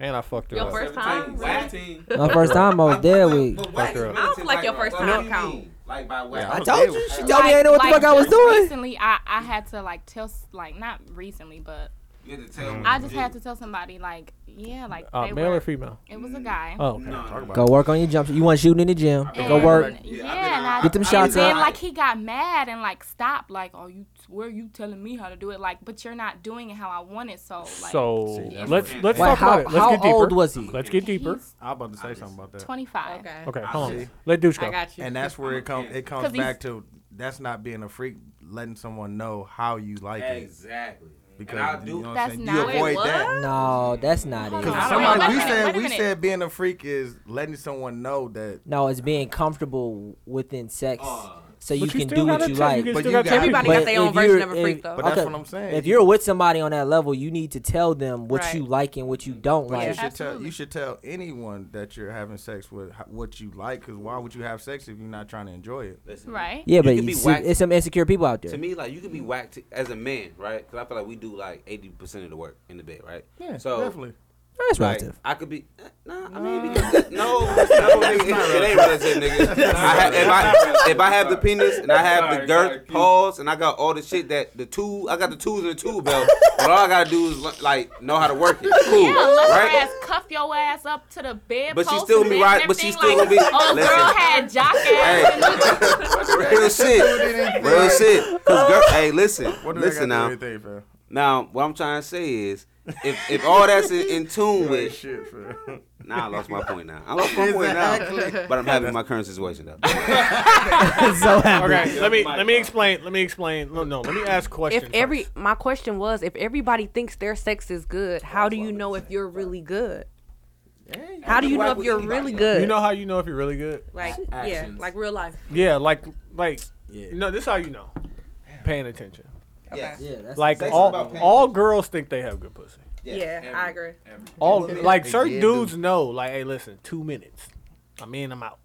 A: And I fucked her
J: Your
A: up.
J: first time? Whack? [laughs]
E: My first time. I was dead with.
A: Fucked her up.
J: I don't feel like your first time count.
G: Like by
B: Yeah, I
G: whack.
B: was dead with-
E: She told me I know what the fuck I was
D: just
E: doing.
D: Recently, I, I had to like tell s- like not recently, but
G: You had to tell me.
D: I just had to tell somebody like yeah, like
A: Uh,
D: they
A: male
D: were,
A: or female?
D: it was a guy.
A: Oh, okay.
B: Talk about
E: Go work on your jump. shot. You want shooting in the gym? Go
D: And-
E: work.
D: Yeah, and I,
E: Get them shots
D: And then
E: up.
D: like he got mad and like stopped. Like, oh, you where you telling me how to do it? Like, but you're not doing it how I want it. So like,
A: So
D: that's
A: let's
D: what-
A: let's
E: Wait,
A: talk
E: how-
A: about it. Let's
E: how
A: get deeper.
E: old was he?
A: Let's get deeper.
D: he's
B: I'm about to say something about that.
D: 25.
J: Okay.
A: Okay, hold on.
B: See?
A: Let douche go.
J: I got you.
B: And that's where it comes. It comes
D: 'Cause he's-
B: back to that's not being a freak, letting someone know how you like it.
G: Exactly.
B: Because
G: And I
B: you
G: do-
B: know what
D: That's
B: I'm saying?
D: not-
B: You avoid
J: Wait,
B: that.
E: No, that's not
D: Hold
E: it.
D: on.
B: Because
D: Wait,
B: somebody
D: wait a
B: we
D: minute, wait
B: said
D: a
B: we
D: minute.
B: said being a freak is letting someone know that.
E: No, it's being comfortable within sex, so you
A: But you
E: can
A: still
E: do
A: gotta
E: what you
A: tell-
E: like.
A: you
B: But
A: still
B: you
A: gotta
B: got-
A: tell
J: Everybody
A: people.
J: got their own version of a
E: if-
J: freak, though.
B: But that's
E: okay,
B: what I'm saying.
E: If you're with somebody on that level, you need to tell them what
J: Right.
E: you like and what you don't
B: But you
E: like.
B: should tell
D: Absolutely.
B: you should tell anyone that you're having sex with h- what you like. Because why would you have sex if you're not trying to enjoy it?
G: Listen,
D: Right.
E: Yeah, but
G: could
E: you
G: be
E: see,
G: whack.
E: it's some insecure people out
G: To
E: there.
G: me, like you could be whacked to, as a man, right? Because I feel like we do like eighty percent of the work in the bed, right?
B: Yeah,
G: So
B: definitely.
E: That's
G: like,
E: relative.
G: I could be. eh, Nah, I mean, because, no,
B: [laughs]
G: no, nigga, it, it ain't relative, nigga. I ha- if I if I have the penis and I have the
I: Sorry, sorry,
G: girth,
I: keep-
G: pause, and I got all the shit that the two, I got the tools and the tool belt. but all I gotta do is like know how to work it. Cool,
D: Yeah, let her
G: right?
D: ass cuff your ass up to the bed.
G: But she
D: post
G: still
D: and
G: be
D: this
G: right-
D: and
G: but she
D: everything,
G: still
D: like,
G: gonna be-
D: Oh, girl
G: listen.
D: had jock ass. and this-
G: Real shit. Real shit. Cause girl, hey, listen,
B: What do
G: listen
B: they got
G: now.
B: to do anything, fam?
G: Now, what I'm trying to say is, if if all that's in, in tune
B: You ain't
G: with,
B: shit,
A: [laughs]
B: fam.
G: nah, I lost my point now. I lost my point now. But I'm happy with my current situation though.
E: so happy.
A: Okay, let me let me explain. Let me explain. No, no, let me ask questions.
J: if every
A: first.
J: my question was if everybody thinks their sex is good how do you know if you're really good how do you know if you're really good
A: you know how you know if you're really good?
J: like yeah
K: Actions.
J: like real life
A: Yeah, like like
B: Yeah.
A: no, this is how you know. Paying attention.
E: Yeah, that's
A: Like
G: Say something
A: all
G: about paying
A: all girls think they have good pussy.
J: yeah i agree
A: All like
B: They
A: certain
B: did
A: dudes know. Like, hey, listen, two minutes. I'm in, I'm out,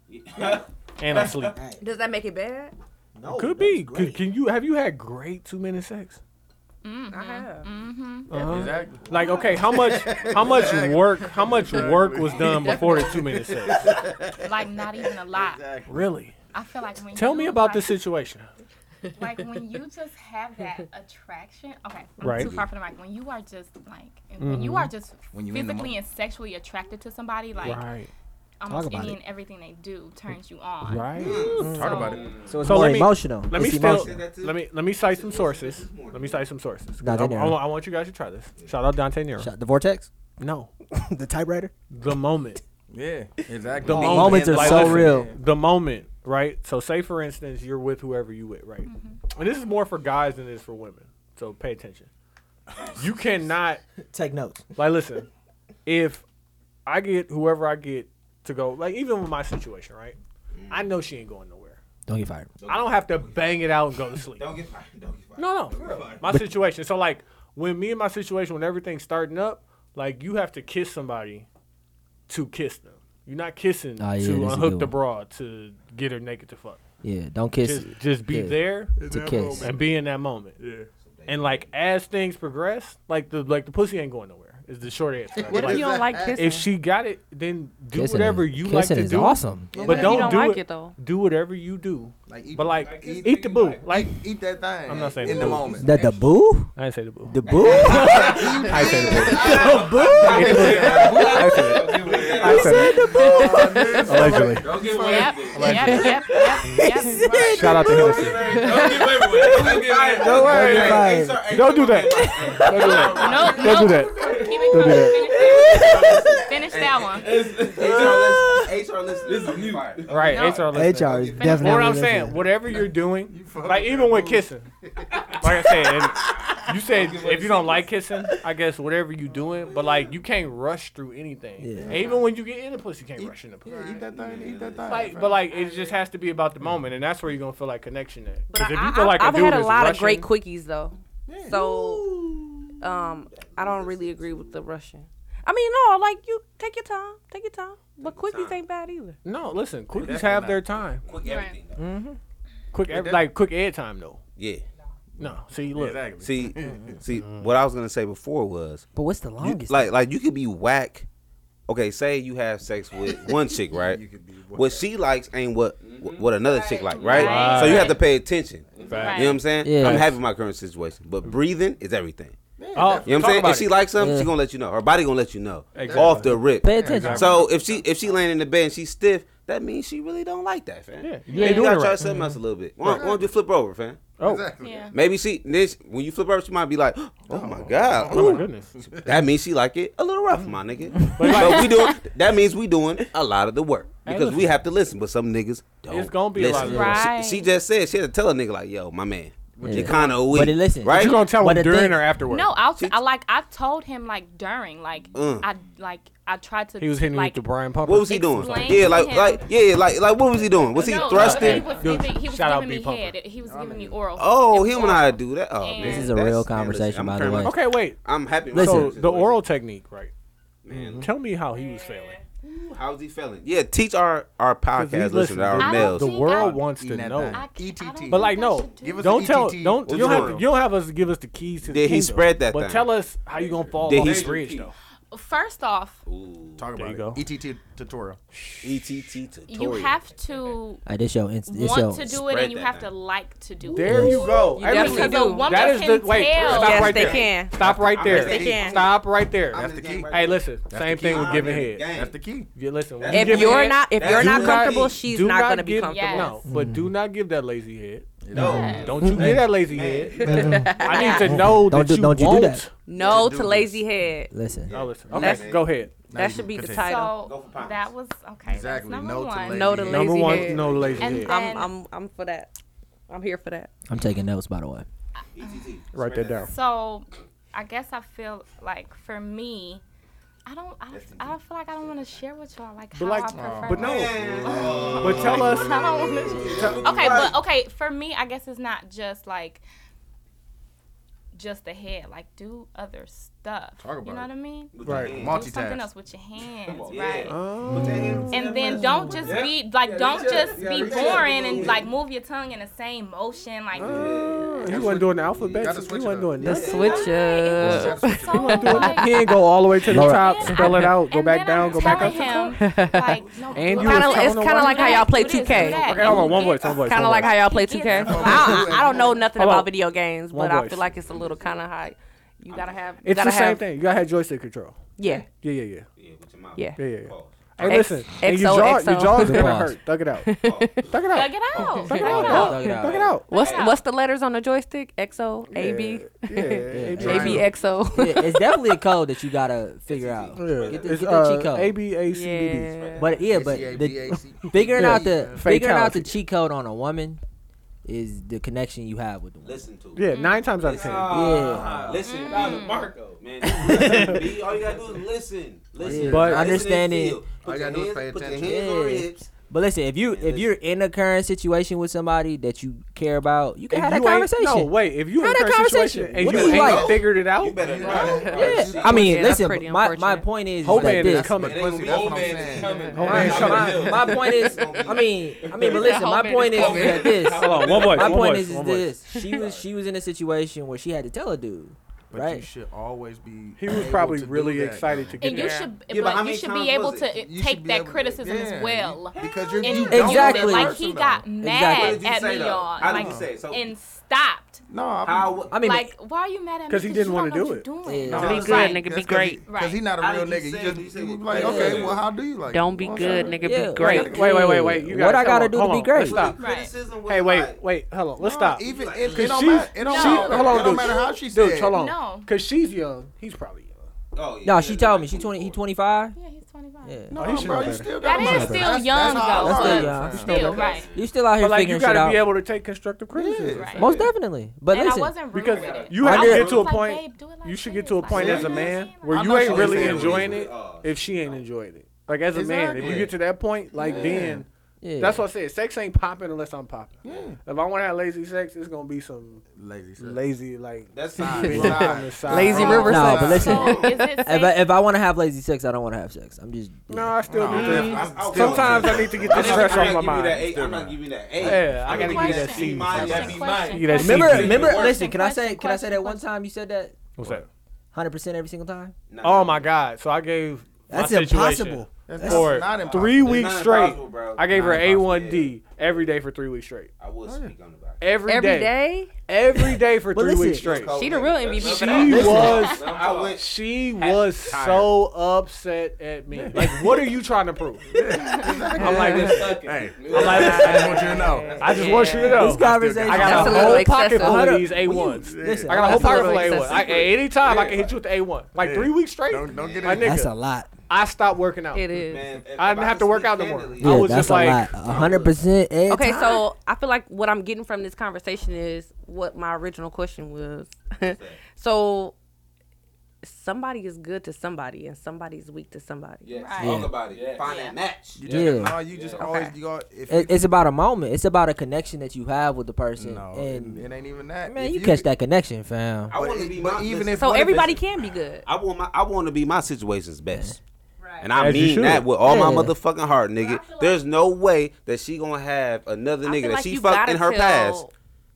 A: and I'm asleep.
J: does that make it bad
B: No,
A: Could be. Could, can you have you had great two minute sex?
J: i have
A: Uh-huh.
B: Exactly.
A: Like, okay, how much how much work how much work was done before the two minute sex?
D: like not even a lot.
A: Really?
D: I feel like when
A: Tell
D: you,
A: me about
D: like,
A: this situation.
D: like when you just have
A: [laughs]
D: that attraction. Okay, I'm
A: Right. Mm-hmm.
D: too far from the mic. When you are just like, when you are just
B: When you in the
D: physically
B: mo-
D: and sexually attracted to somebody, like
A: Right.
D: almost
E: about
D: any
E: it.
D: and everything they do turns you on.
A: Right.
E: Talk
D: So-
E: about it. So it's more
A: Mm. let me-
E: emotional.
A: Let me
E: It's
A: still-
E: emotional.
A: let me let me cite some sources. Let me cite some sources. 'Cause I,
E: Dante
A: I
E: Nero.
A: want- I want you guys to try this. Shout out Dante Nero.
E: Shot the vortex.
A: No.
E: the typewriter.
A: [laughs] The moment.
B: Yeah, exactly.
A: The
E: Like,
A: moment.
E: moments are
A: Like,
E: so
A: listen,
E: real.
A: The moment, right? So say for instance you're with whoever you with, right? And this is more for guys than it is for women. So pay attention. You cannot
E: take notes.
A: Like listen, if I get whoever I get to go, like even with my situation, right? I know she ain't going nowhere.
E: Don't get fired.
A: I don't have to bang it out and go to sleep. Don't get fired. Don't get fired. No, no. My situation. So like when me and my situation, when everything's starting up, like you have to kiss somebody to kiss them. You're not kissing
E: Ah, yeah,
A: to
E: that's a
A: unhook
E: good
A: the
E: one.
A: bra to get her naked to fuck.
E: Yeah, don't kiss.
A: Just, just be
E: Yeah,
A: there
E: to kiss.
A: and be in that moment. Yeah. And like as things progress, like the like the pussy ain't going nowhere. Is the short answer.
J: What if you don't like kissing?
A: If she got it, then do
E: Kissing
A: whatever
E: is-
A: you like
E: kissing
A: to
E: is
A: do.
E: awesome. Yeah,
A: But
J: but
A: don't,
J: you don't
A: do
J: like
A: it.
J: it, though.
A: Do whatever you do.
B: Like eat-
A: but like,
B: like,
A: eat,
B: eat-
A: the boo. Like
B: Eat that thing.
A: I'm not saying
B: in
A: the
B: the
A: boo.
B: moment.
E: That the boo?
A: I didn't say the boo. [laughs]
E: The boo? I
A: ain't say the
E: the boo.
J: [laughs]
G: [laughs]
E: I said the boo.
A: Allegedly.
I: Don't get away with it.
E: Allegedly.
I: Yep,
E: Yep. Yep.
A: Shout out to
I: Don't get
A: Hennessy.
I: away with it. Don't get away with it.
A: Don't worry.
I: Hey, hey,
A: Don't worry.
I: sir, hey,
A: Don't do
I: come on,
A: that.
I: man.
A: Don't do that.
I: Nope,
A: [laughs] Don't do
I: nope.
A: that.
I: Keep
D: it
A: Don't do
D: coming.
A: that.
D: Finish that one.
I: It's- HR listen. HR listen. This is new.
A: Right, HR listening.
E: HR is
A: But
E: definitely
A: What I'm saying,
E: listening.
A: whatever you're doing, like even with kissing, like I said,
G: [laughs]
A: and you said if you don't like kissing, I guess whatever you doing, but like you can't rush through anything.
E: Yeah.
A: And even when you get in the pussy, you can't rush in the pussy.
B: Eat that thing. Eat that thing.
A: Like, but like it just has to be about the moment, and that's where you're gonna feel like connection at.
J: But I,
A: Because if you
J: I-
A: feel like
J: I've
A: a dude
J: had a
A: is
J: lot
A: rushing,
J: of great quickies though, so um, I don't really agree with the rushing. I mean, no, like you take your time, take your time, but quickies ain't bad either.
A: No, listen, quickies
B: definitely
A: have
B: not.
A: their time.
G: Quick everything. though.
A: Quick, ev- like quick air time though.
G: Yeah.
A: No, see, look,
G: See, see, what I was gonna say before was,
E: But what's the
G: you-
E: longest?
G: like, like you could be whack. Okay, say you have sex with
A: [laughs]
G: one chick, right? What she likes ain't what what another chick like, right?
A: Right.
G: So you have to pay attention.
A: Right.
G: You know what I'm saying?
E: Yeah.
G: I'm happy with my current situation, but breathing is everything.
A: oh,
G: You know
A: Mm-hmm.
G: what
A: talk
G: I'm saying?
A: about
G: If she
A: it.
G: likes something,
E: Yeah.
G: she gonna let you know. Her body gonna let you know
A: Exactly.
G: off the rip.
E: Pay attention.
G: So if she if she laying in the bed and she's stiff, that means she really don't like that, fam.
A: Yeah, you ain't
G: Maybe
A: doing it
G: gotta try
A: right. Mm-hmm.
G: something else a little bit. Why, don't- why don't you flip over, fam?
A: oh,
D: Yeah.
G: Maybe she this when you flip over, she might be like, "Oh, my god,
A: oh
G: ooh."
A: my goodness.
G: That means she like it a little rough, my nigga.
A: But
G: But,
A: like-
G: we doing that means we doing a lot of the work
A: Hey,
G: because we
A: listen.
G: have to listen. But some niggas don't.
A: It's gonna be a
G: listen.
A: lot of
D: work. Right.
G: She, she just said she had to tell a nigga like, "Yo, my man,
E: Yeah.
G: you kind of weak."
E: But it- listen,
G: right?
A: You gonna tell
E: But
A: him
E: the
A: during
E: thing-
A: or afterward?
D: No, I'll t- I like I told him like during like
G: Mm.
D: I like I tried to
A: he was hitting me
D: like,
A: with the Brian Pumper.
G: what was he doing?
D: Explain
G: Yeah,
D: to
G: like,
D: him.
G: like, yeah, like, like, what was he doing? Was he
D: no,
G: thrusting?
D: No, he
A: Dude,
D: was giving, he was
A: shout out
D: giving me
A: B-Pumper.
D: head. He was giving me oral.
G: Oh,
D: it was
G: him and I do that. Oh,
D: And-
G: man,
D: This
E: is a real
G: that's- man, listen,
E: conversation,
G: I'm
E: by the
G: turning my-
E: way.
A: Okay, wait.
G: I'm happy. with
E: Listen.
A: So
G: myself.
A: the oral technique, right?
G: Man,
A: Tell me how he was failing.
G: how's he feeling? Yeah, teach our our
A: 'Cause he-
G: podcast
A: listen,
G: listeners, our
D: I
G: males.
A: The
D: think
A: world
D: I-
A: wants to
B: Eating that
A: know.
B: thing.
D: I c- I
B: ETT.
D: don't
A: But like,
D: think I
A: no,
D: should
B: Give us
G: E
A: don't
B: an
A: tell,
B: ETT.
A: don't
G: What's
A: you don't have to,
G: wrong?
A: you don't have us give us the keys to. the
G: Did he
A: kingdom.
G: spread that
A: But
G: thing?
A: tell us how you gonna fall
G: Did
A: off
G: he
A: the
G: spread-
A: bridge though.
D: First off,
G: Ooh,
B: Talk
A: There you
B: about it. ETT tutorial.
G: ETT
D: you
G: tutorial.
D: have to
E: I did show. It's, it's your.
D: want to do it
G: spread
D: and you
G: that
D: have
G: thing.
D: to like to do it.
A: There you go.
J: You
A: Everything-
J: definitely do.
A: That is
D: Woman
A: the
D: can
A: wait.
D: tell.
A: Stop
J: Yes,
A: right
J: they
A: there.
J: can.
A: Stop right there.
G: Yes, they
J: can.
A: Stop right there.
G: I'm
B: That's
G: in
B: the
G: game
B: key.
G: right
A: Hey,
G: now.
A: listen.
B: That's
A: same
B: the
A: thing
B: key.
A: with
G: I'm
A: giving
G: in the
A: head.
G: game.
B: That's the key.
A: You listen. when
G: If
A: you
J: If
A: giving
J: you're
A: head,
J: not, if
G: That's-
J: you're not
A: do not-
J: comfortable, she's
A: do
J: not gonna be
A: give-
J: comfortable.
D: Yes.
A: No, but do not give that lazy head.
G: No.
A: Don't you get that lazy head. I need to know that
E: Don't do-
A: you
E: don't you do
A: won't.
E: that.
J: No
B: do
J: to
B: this.
J: lazy head.
E: Listen.
A: Oh, listen.
G: Yeah.
A: Okay, go ahead.
J: That should be the
B: Continue.
J: title.
G: Go for
D: So
G: pounds.
D: that was
B: Exactly.
D: okay. Exactly. That's number
B: No to
D: one.
J: No to lazy
A: Number one,
J: head.
A: no lazy
D: And
A: head.
D: then-
J: I'm, I'm, I'm for that. I'm here for that.
E: I'm taking notes, by the way.
G: ETT.
A: Write that down.
D: So, I guess I feel like for me, I don't. I, I don't feel like I don't want to share with y'all like how
A: like-
D: I prefer.
A: But no.
G: Man.
A: But tell
D: [laughs] I
A: us.
D: don't want to. Okay, but okay for me, I guess it's not just like just the head. Like do other stuff.
B: Talk about
D: you know
B: it.
D: what I mean?
A: Right.
D: Do something
B: Multitask.
D: else with your hands,
I: on.
D: right?
A: Oh,
I: Yeah.
D: And then don't just
I: Yeah.
D: be like,
I: Yeah,
D: don't
I: reach up.
D: just
I: Yeah,
D: be
I: reach up.
D: boring and like move your tongue in the same motion. Like,
A: He wasn't doing the alphabet.
B: Gotta
A: He
B: switch it
A: wasn't
B: up.
A: doing
J: The
A: nothing.
J: switch
D: It was
J: up.
D: just so,
J: [laughs]
D: like-
A: He ain't go all the way to the
E: Laura.
A: top,
D: And
A: spell
D: I-
A: it out, go
D: and
A: back
D: then
A: down,
D: I'm
A: go back up.
D: telling
A: [laughs]
D: him, like, no,
A: And
D: do
A: you was
D: it.
J: Kinda, it's
A: telling
J: kind of like how y'all play 2K.
A: Okay, hold on, one voice, one voice.
J: Kind of
A: one
J: like
A: voice.
J: how y'all play 2K. I, I I don't know nothing
A: Hold on.
J: about video games,
A: One
J: but I
A: voice.
J: feel like it's a little kind of high. You gotta have. you
A: It's
J: gotta
A: the same
J: have-
A: thing. You gotta have joystick control.
J: Yeah.
A: Yeah, yeah, yeah.
G: Yeah, with your mouth.
J: Yeah.
A: Yeah, yeah, yeah.
G: Pause.
A: Hey, listen.
R: X-
A: and your jaw, your
R: XOXO.
A: jaw is gonna
R: Pause.
A: hurt. Thug it out. Thug
J: Thug
A: it out.
J: Thug
A: it
J: it out.
A: out.
R: Thug it out.
A: Thug it out.
J: What's what's the letters on the joystick? XO,
E: Yeah,
J: AB,
E: yeah, yeah.
J: ABXO.
E: Yeah, it's definitely a code that you gotta figure out.
A: Yeah. It's,
E: Get, the, get that cheat
A: uh,
E: code.
A: A, B, A, C, D, D.
J: [laughs] Yeah.
E: But yeah,
G: E
E: but the, [laughs]
G: [laughs]
E: figuring
A: Yeah.
E: out the figuring out
A: Fatality.
E: the cheat code on a woman is the connection you have with the woman.
G: Listen to
A: Yeah, nine times out of ten.
E: Ah. Yeah.
G: Listen, Uh-huh. Donna Marco,
E: [laughs]
G: man. Listen, B. All you gotta do is listen. Listen.
E: But
G: listen and
E: understand it.
G: feel. Put
E: All you
G: your
E: gotta do is
G: hands-
E: pay
G: put your hands on her
E: Yeah.
G: hips.
E: But listen, if you if you're in a current situation with somebody that you care about, you can
A: If
E: have that
A: you ain't-
E: conversation.
A: No, wait. If you in a
E: Have that
A: current situation
E: conversation.
A: and
E: What
A: you
E: do you
A: ain't
E: like?
A: figured it out,
E: Yeah, I mean, listen. but My, my point is,
A: Hope
E: that
A: man
E: this,
A: is coming. Hope man is coming.
E: my, my point is, I mean, I mean, but listen, my point is that this.
A: Hold on, one voice,
E: My
A: one
E: point
A: voice,
E: is, is
A: one voice.
E: this. She was she was in a situation where she had to tell a dude,
B: But
E: right?
B: you should always be.
A: He was
B: able
A: probably
B: to do
A: really
B: that,
A: excited
B: though.
A: to get
D: And you should, but you should be able to take that criticism as well.
B: Because you're-
D: And
B: you
D: do
B: don't
D: it.
B: wanna
D: Like
B: hurt
D: he
B: somebody.
D: got
B: Exactly.
D: mad
B: What did you
D: at
B: say,
D: me,
B: though?
D: y'all.
B: How did
D: like,
B: you say it? So-
D: and stopped.
B: No, I'm-
G: How-
B: I mean,
D: like, why are you mad at me?
B: Because he didn't
D: want to
B: do it.
D: Doing.
B: No,
D: Right.
B: that's
D: Right.
B: right. That's 'cause he-
D: Right.
B: Cause he's not a
D: How
B: real
D: did
B: nigga.
D: you
B: You
D: say
B: just
D: it?
B: you be like, okay, well, how do you like?
R: Don't
B: it?
R: be
B: Well,
R: good,
B: okay.
R: nigga, be
B: Yeah.
R: great.
A: Wait, wait, wait, wait. You
R: What
A: gotta-
R: I gotta
A: hold
R: do to
A: on,
R: be
A: hold
R: great?
A: on, Let's stop.
D: Criticism
A: Hey, wait, wait. Hold on. Let's stop.
B: even- it- it
A: 'Cause
B: don't
A: she's-
B: matter- it don't
A: she-
B: matter.
A: Hold on,
B: It don't
A: dude.
B: matter how she
A: Dude,
B: said
A: hold
B: it.
A: on.
D: No.
A: Cause she's young. He's probably young.
G: Oh yeah.
E: No, she told me she twenty. He twenty five. Yeah, he's twenty five.
A: No, you Oh, should know better.
D: That is still young, though.
E: That's still
D: but
E: young.
D: Still, right.
E: You still out here
A: But like, you
E: figuring
A: gotta
E: shit out.
A: be able to take constructive criticism.
E: Most definitely. But
D: And I
E: listen,
D: wasn't rude
A: because
D: with it.
A: you have to
E: Under-
A: get to a
E: Like,
A: point. you should get to a point as a man where
B: I
A: you
B: know
A: ain't
B: she
A: really
B: was saying
A: enjoying
B: what
A: it if she ain't enjoying it. Like as a man, if you
B: Exactly.
A: get to that point, like
B: Yeah.
A: then.
B: Yeah.
A: That's what I said. Sex ain't popping unless I'm popping. If I want to have lazy sex, it's gonna be some
B: lazy,
A: [laughs] lazy like
B: That's
E: [laughs]
A: side,
B: fine.
A: on the side.
E: no, but listen.
A: if
E: if I, if I want to have lazy sex, I don't want to have sex. I'm just.
A: No, I still
E: No,
A: need
E: I'm-
A: to.
E: I'm still-
A: sometimes I need to get
E: I'm
A: this
E: not-
A: stress
E: I'm
A: off
E: not
A: my
E: giving you
A: mind.
E: that eight.
G: I'm not giving you that eight.
A: Yeah, I
G: I'm
A: gotta
G: giving
A: give you that
G: question.
A: C.
G: Be mine, that be mine.
A: You that C
E: remember,
A: grade.
E: remember. Listen, can I say? Can I say that one time you said that?
A: What's that?
E: Hundred percent every single time.
A: Oh my God! So I gave my
E: That's
A: situation
E: impossible. That's
A: for
E: not impossible.
A: three
E: That's
A: weeks
E: not
A: straight.
E: impossible, bro.
A: I gave her
E: Not
A: a
E: impossible,
A: one D every day for three weeks straight.
G: I will speak on the back.
J: Every
A: day.
J: day?
A: Every day for
J: But
A: three
J: listen,
A: weeks straight.
J: She the real MVP.
A: She
J: for that.
A: was.
G: I
A: [laughs]
G: went
A: She was so upset at
E: [laughs]
A: me. Like, what are you trying to prove? I'm like, listen.
B: Hey,
A: I'm like, listen,
B: I just want you to know.
A: I just want you to know.
E: This conversation-
A: I got
E: That's a
A: a
E: little
A: whole pocket
E: excessive.
A: full
E: Hold
A: of
E: up.
A: these
E: When you-
A: A1s.
E: listen,
A: I got a whole
E: that's a
A: pocket
E: little
A: full of A1s. I, at
E: excessive.
A: any time, I can hit you with the A1. Like three weeks straight.
B: Don't, don't get
A: My
B: it.
A: nigga,
E: That's a lot.
A: I stopped working out.
J: It is.
A: I didn't have to work out no more. I
E: Yeah,
A: was
E: that's
A: just
E: a
A: like,
E: lot. hundred percent.
J: Okay, so I feel like what I'm getting from this conversation is what my original question was. [laughs] so somebody is good to somebody and somebody's weak to somebody.
G: Yes.
E: Yeah.
G: Talk about it. Find that match.
B: You
E: Yeah.
B: just, no, you just always you got. If
E: It- it's about a moment. It's about a connection that you have with the person.
B: no,
E: and
B: it, it ain't even that.
E: man,
B: If
E: you catch that connection, fam.
G: I want to be my,
B: even
G: listen,
B: if
J: So
B: one of
J: everybody
B: us-
J: can be good.
G: I want my I want to be my situation's best. And I
B: As you
G: mean
B: should.
G: that with all
B: Yeah.
G: my motherfucking heart, nigga. There's no way that she gonna have another nigga
J: feel
G: that
J: like
G: she
J: you
G: fucked
J: gotta
G: in her
J: tell-
G: past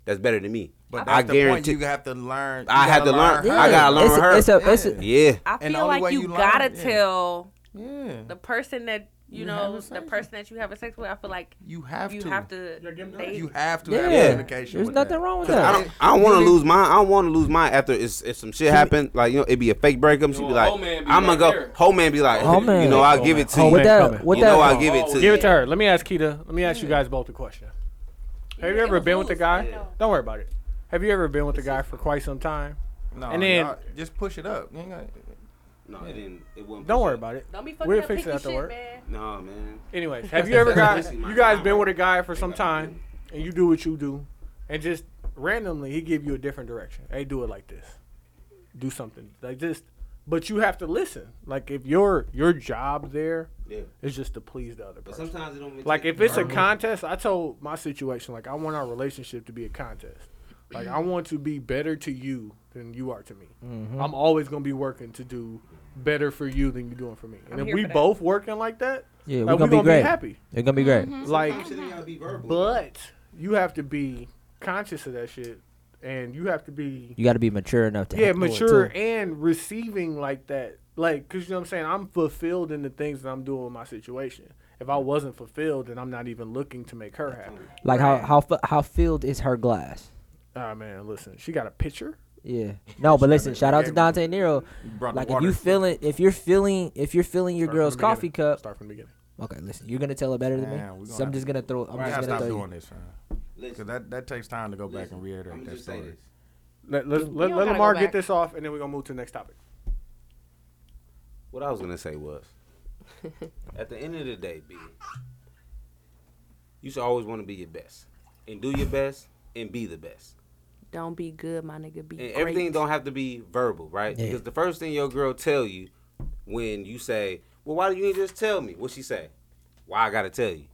G: that's better than me.
B: But
G: I
B: that's the point.
G: guarantee
B: You have to learn.
G: I
B: you
G: had
B: gotta
G: to learn.
B: learn
G: I
B: her.
G: gotta learn
B: It's a-
G: her.
B: it's a- it's a-
G: [laughs] yeah.
J: I
B: And the
J: feel
B: only
J: like
B: way
J: you,
B: you learn,
J: gotta
B: yeah.
J: tell
B: Yeah.
J: the person that you,
B: You
J: know,
B: having
J: the person that you have a sex with. I feel like
B: You have
J: you
B: to.
J: have to. they-
B: You have to
G: Yeah.
B: have communication.
E: There's
B: with
E: nothing
B: that.
E: wrong with
G: 'Cause
E: that.
G: I don't, I don't want to lose mine. I don't want to lose mine after it's, if some shit happened. Like you know, it'd be a fake breakup. She'd be like,
A: old man be
G: "I'm gonna
A: right
G: go."
A: here.
G: Whole man be like,
E: Old
G: "You
E: man.
G: know, I'll
E: Old
G: give
E: man.
G: it
A: Oh,
G: to you."
E: What that- what
G: you know,
E: that-
G: I'll give it to
A: Give
G: you.
A: it to her. Let me ask Keita. Let me ask you guys both a question. Have you ever been with a guy? Don't worry about it. Have you ever been with a guy for quite some time?
B: No,
A: And then
B: y'all just push it up. You ain't gotta-
G: No, it didn't. It wasn't.
A: don't worry about it.
J: Don't be fucking
A: We'll
J: up
A: fix it
J: picky
A: after
J: shit,
A: work.
J: man.
G: No, man.
A: Anyways, have you ever got you guys been with a guy for some time and you do what you do and just randomly he give you a different direction. Hey, do it like this. Do something. Like just but you have to listen. Like if your your job there is
G: Yeah.
A: just to please the other
G: But
A: person.
G: sometimes it don't make
A: like
G: sense.
A: if it's a
G: Mhm.
A: contest, I told my situation like I want our relationship to be a contest. Like I want to be better to you than you are to me.
E: Mhm.
A: I'm always gonna be working to do better for you than you're doing for me. And
G: I'm
A: if
G: here
A: we
G: for that.
A: both working like that,
E: Yeah,
A: like,
E: we're
A: we
E: gonna be great.
A: happy.
E: It's gonna be great.
A: Like,
G: Sometimes shit ain't gotta be verbal.
A: but you have to be conscious of that shit, and you have to be
E: You got to be mature enough to
A: yeah
E: handle it,
A: mature
E: too.
A: and receiving like that. Like, cause you know what I'm saying. I'm fulfilled in the things that I'm doing in my situation. If I wasn't fulfilled, then I'm not even looking to make her happy.
E: Like how how fi- how filled is her glass?
A: Ah man, listen, she got a picture.
E: Yeah. No, but listen, shout out to Dante Nero.
B: brought the
E: Like if
B: water.
E: you feeling if you're feeling if you're feeling your
R: Start from
E: girl's
R: the beginning.
E: coffee cup.
R: Start from the beginning.
E: Okay, listen, you're gonna tell it better than
B: Man, we
E: me.
B: gonna
E: So I'm
B: have
E: just
B: to-
E: gonna throw
B: we
E: I'm
B: gotta
E: just gonna
B: stop
E: throw you.
B: doing this, man. Because that, that takes time to go back and reiterate that story.
A: Let, let, let,
B: We don't
A: let
B: gotta
A: Lamar
B: go
A: get
B: back.
A: this off, and then we're gonna move to the next topic.
G: What I was gonna say was, at the end of the day, B, you should always want to be your best and do your best and be the best.
J: Don't be good, my nigga. Be
G: And
J: great.
G: everything don't have to be verbal, right?
J: Yeah.
G: Because the first thing your girl tell you when you say, "Well, why do you need to just tell me?" What she say? Why I gotta tell you?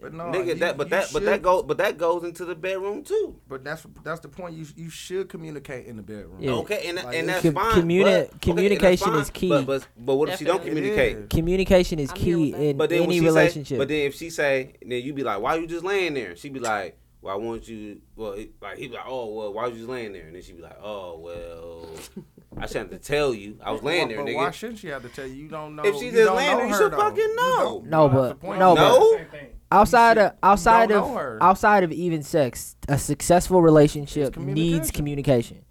B: But no,
G: Nigga,
B: Oh, you-
G: that but
B: you
G: that but that
B: should-
G: goes but that goes into the bedroom too.
B: But that's that's the point. You you should communicate in the bedroom.
E: Yeah.
G: Okay, and,
B: Like,
G: and
B: it's-
E: Com-
G: that's fine.
E: communi-
G: but- okay, and that's
E: communication
G: fine,
E: is key.
G: But but, but what if she don't
E: Definitely.
G: communicate?
E: Communication is key in
G: But then when
E: any
G: she
E: relationship.
G: Say, but then if she say, then you be like, why you just laying there? She be like, well, I want you. Well, it, like he be like, oh, well, why you just laying there? And then she be like, oh, well,
E: [laughs]
G: I shouldn't have to tell you. I was laying there,
B: But
G: nigga.
B: why shouldn't she have to tell you? You don't know.
G: If she
B: you
G: just
B: don't
G: laying
B: know
G: there, you
B: her,
G: should
B: though.
G: fucking know.
E: No,
B: the
E: but
B: point.
E: no,
B: No?
E: but outside of outside
B: You don't
E: of
B: know her.
E: outside of even sex, a successful relationship needs communication.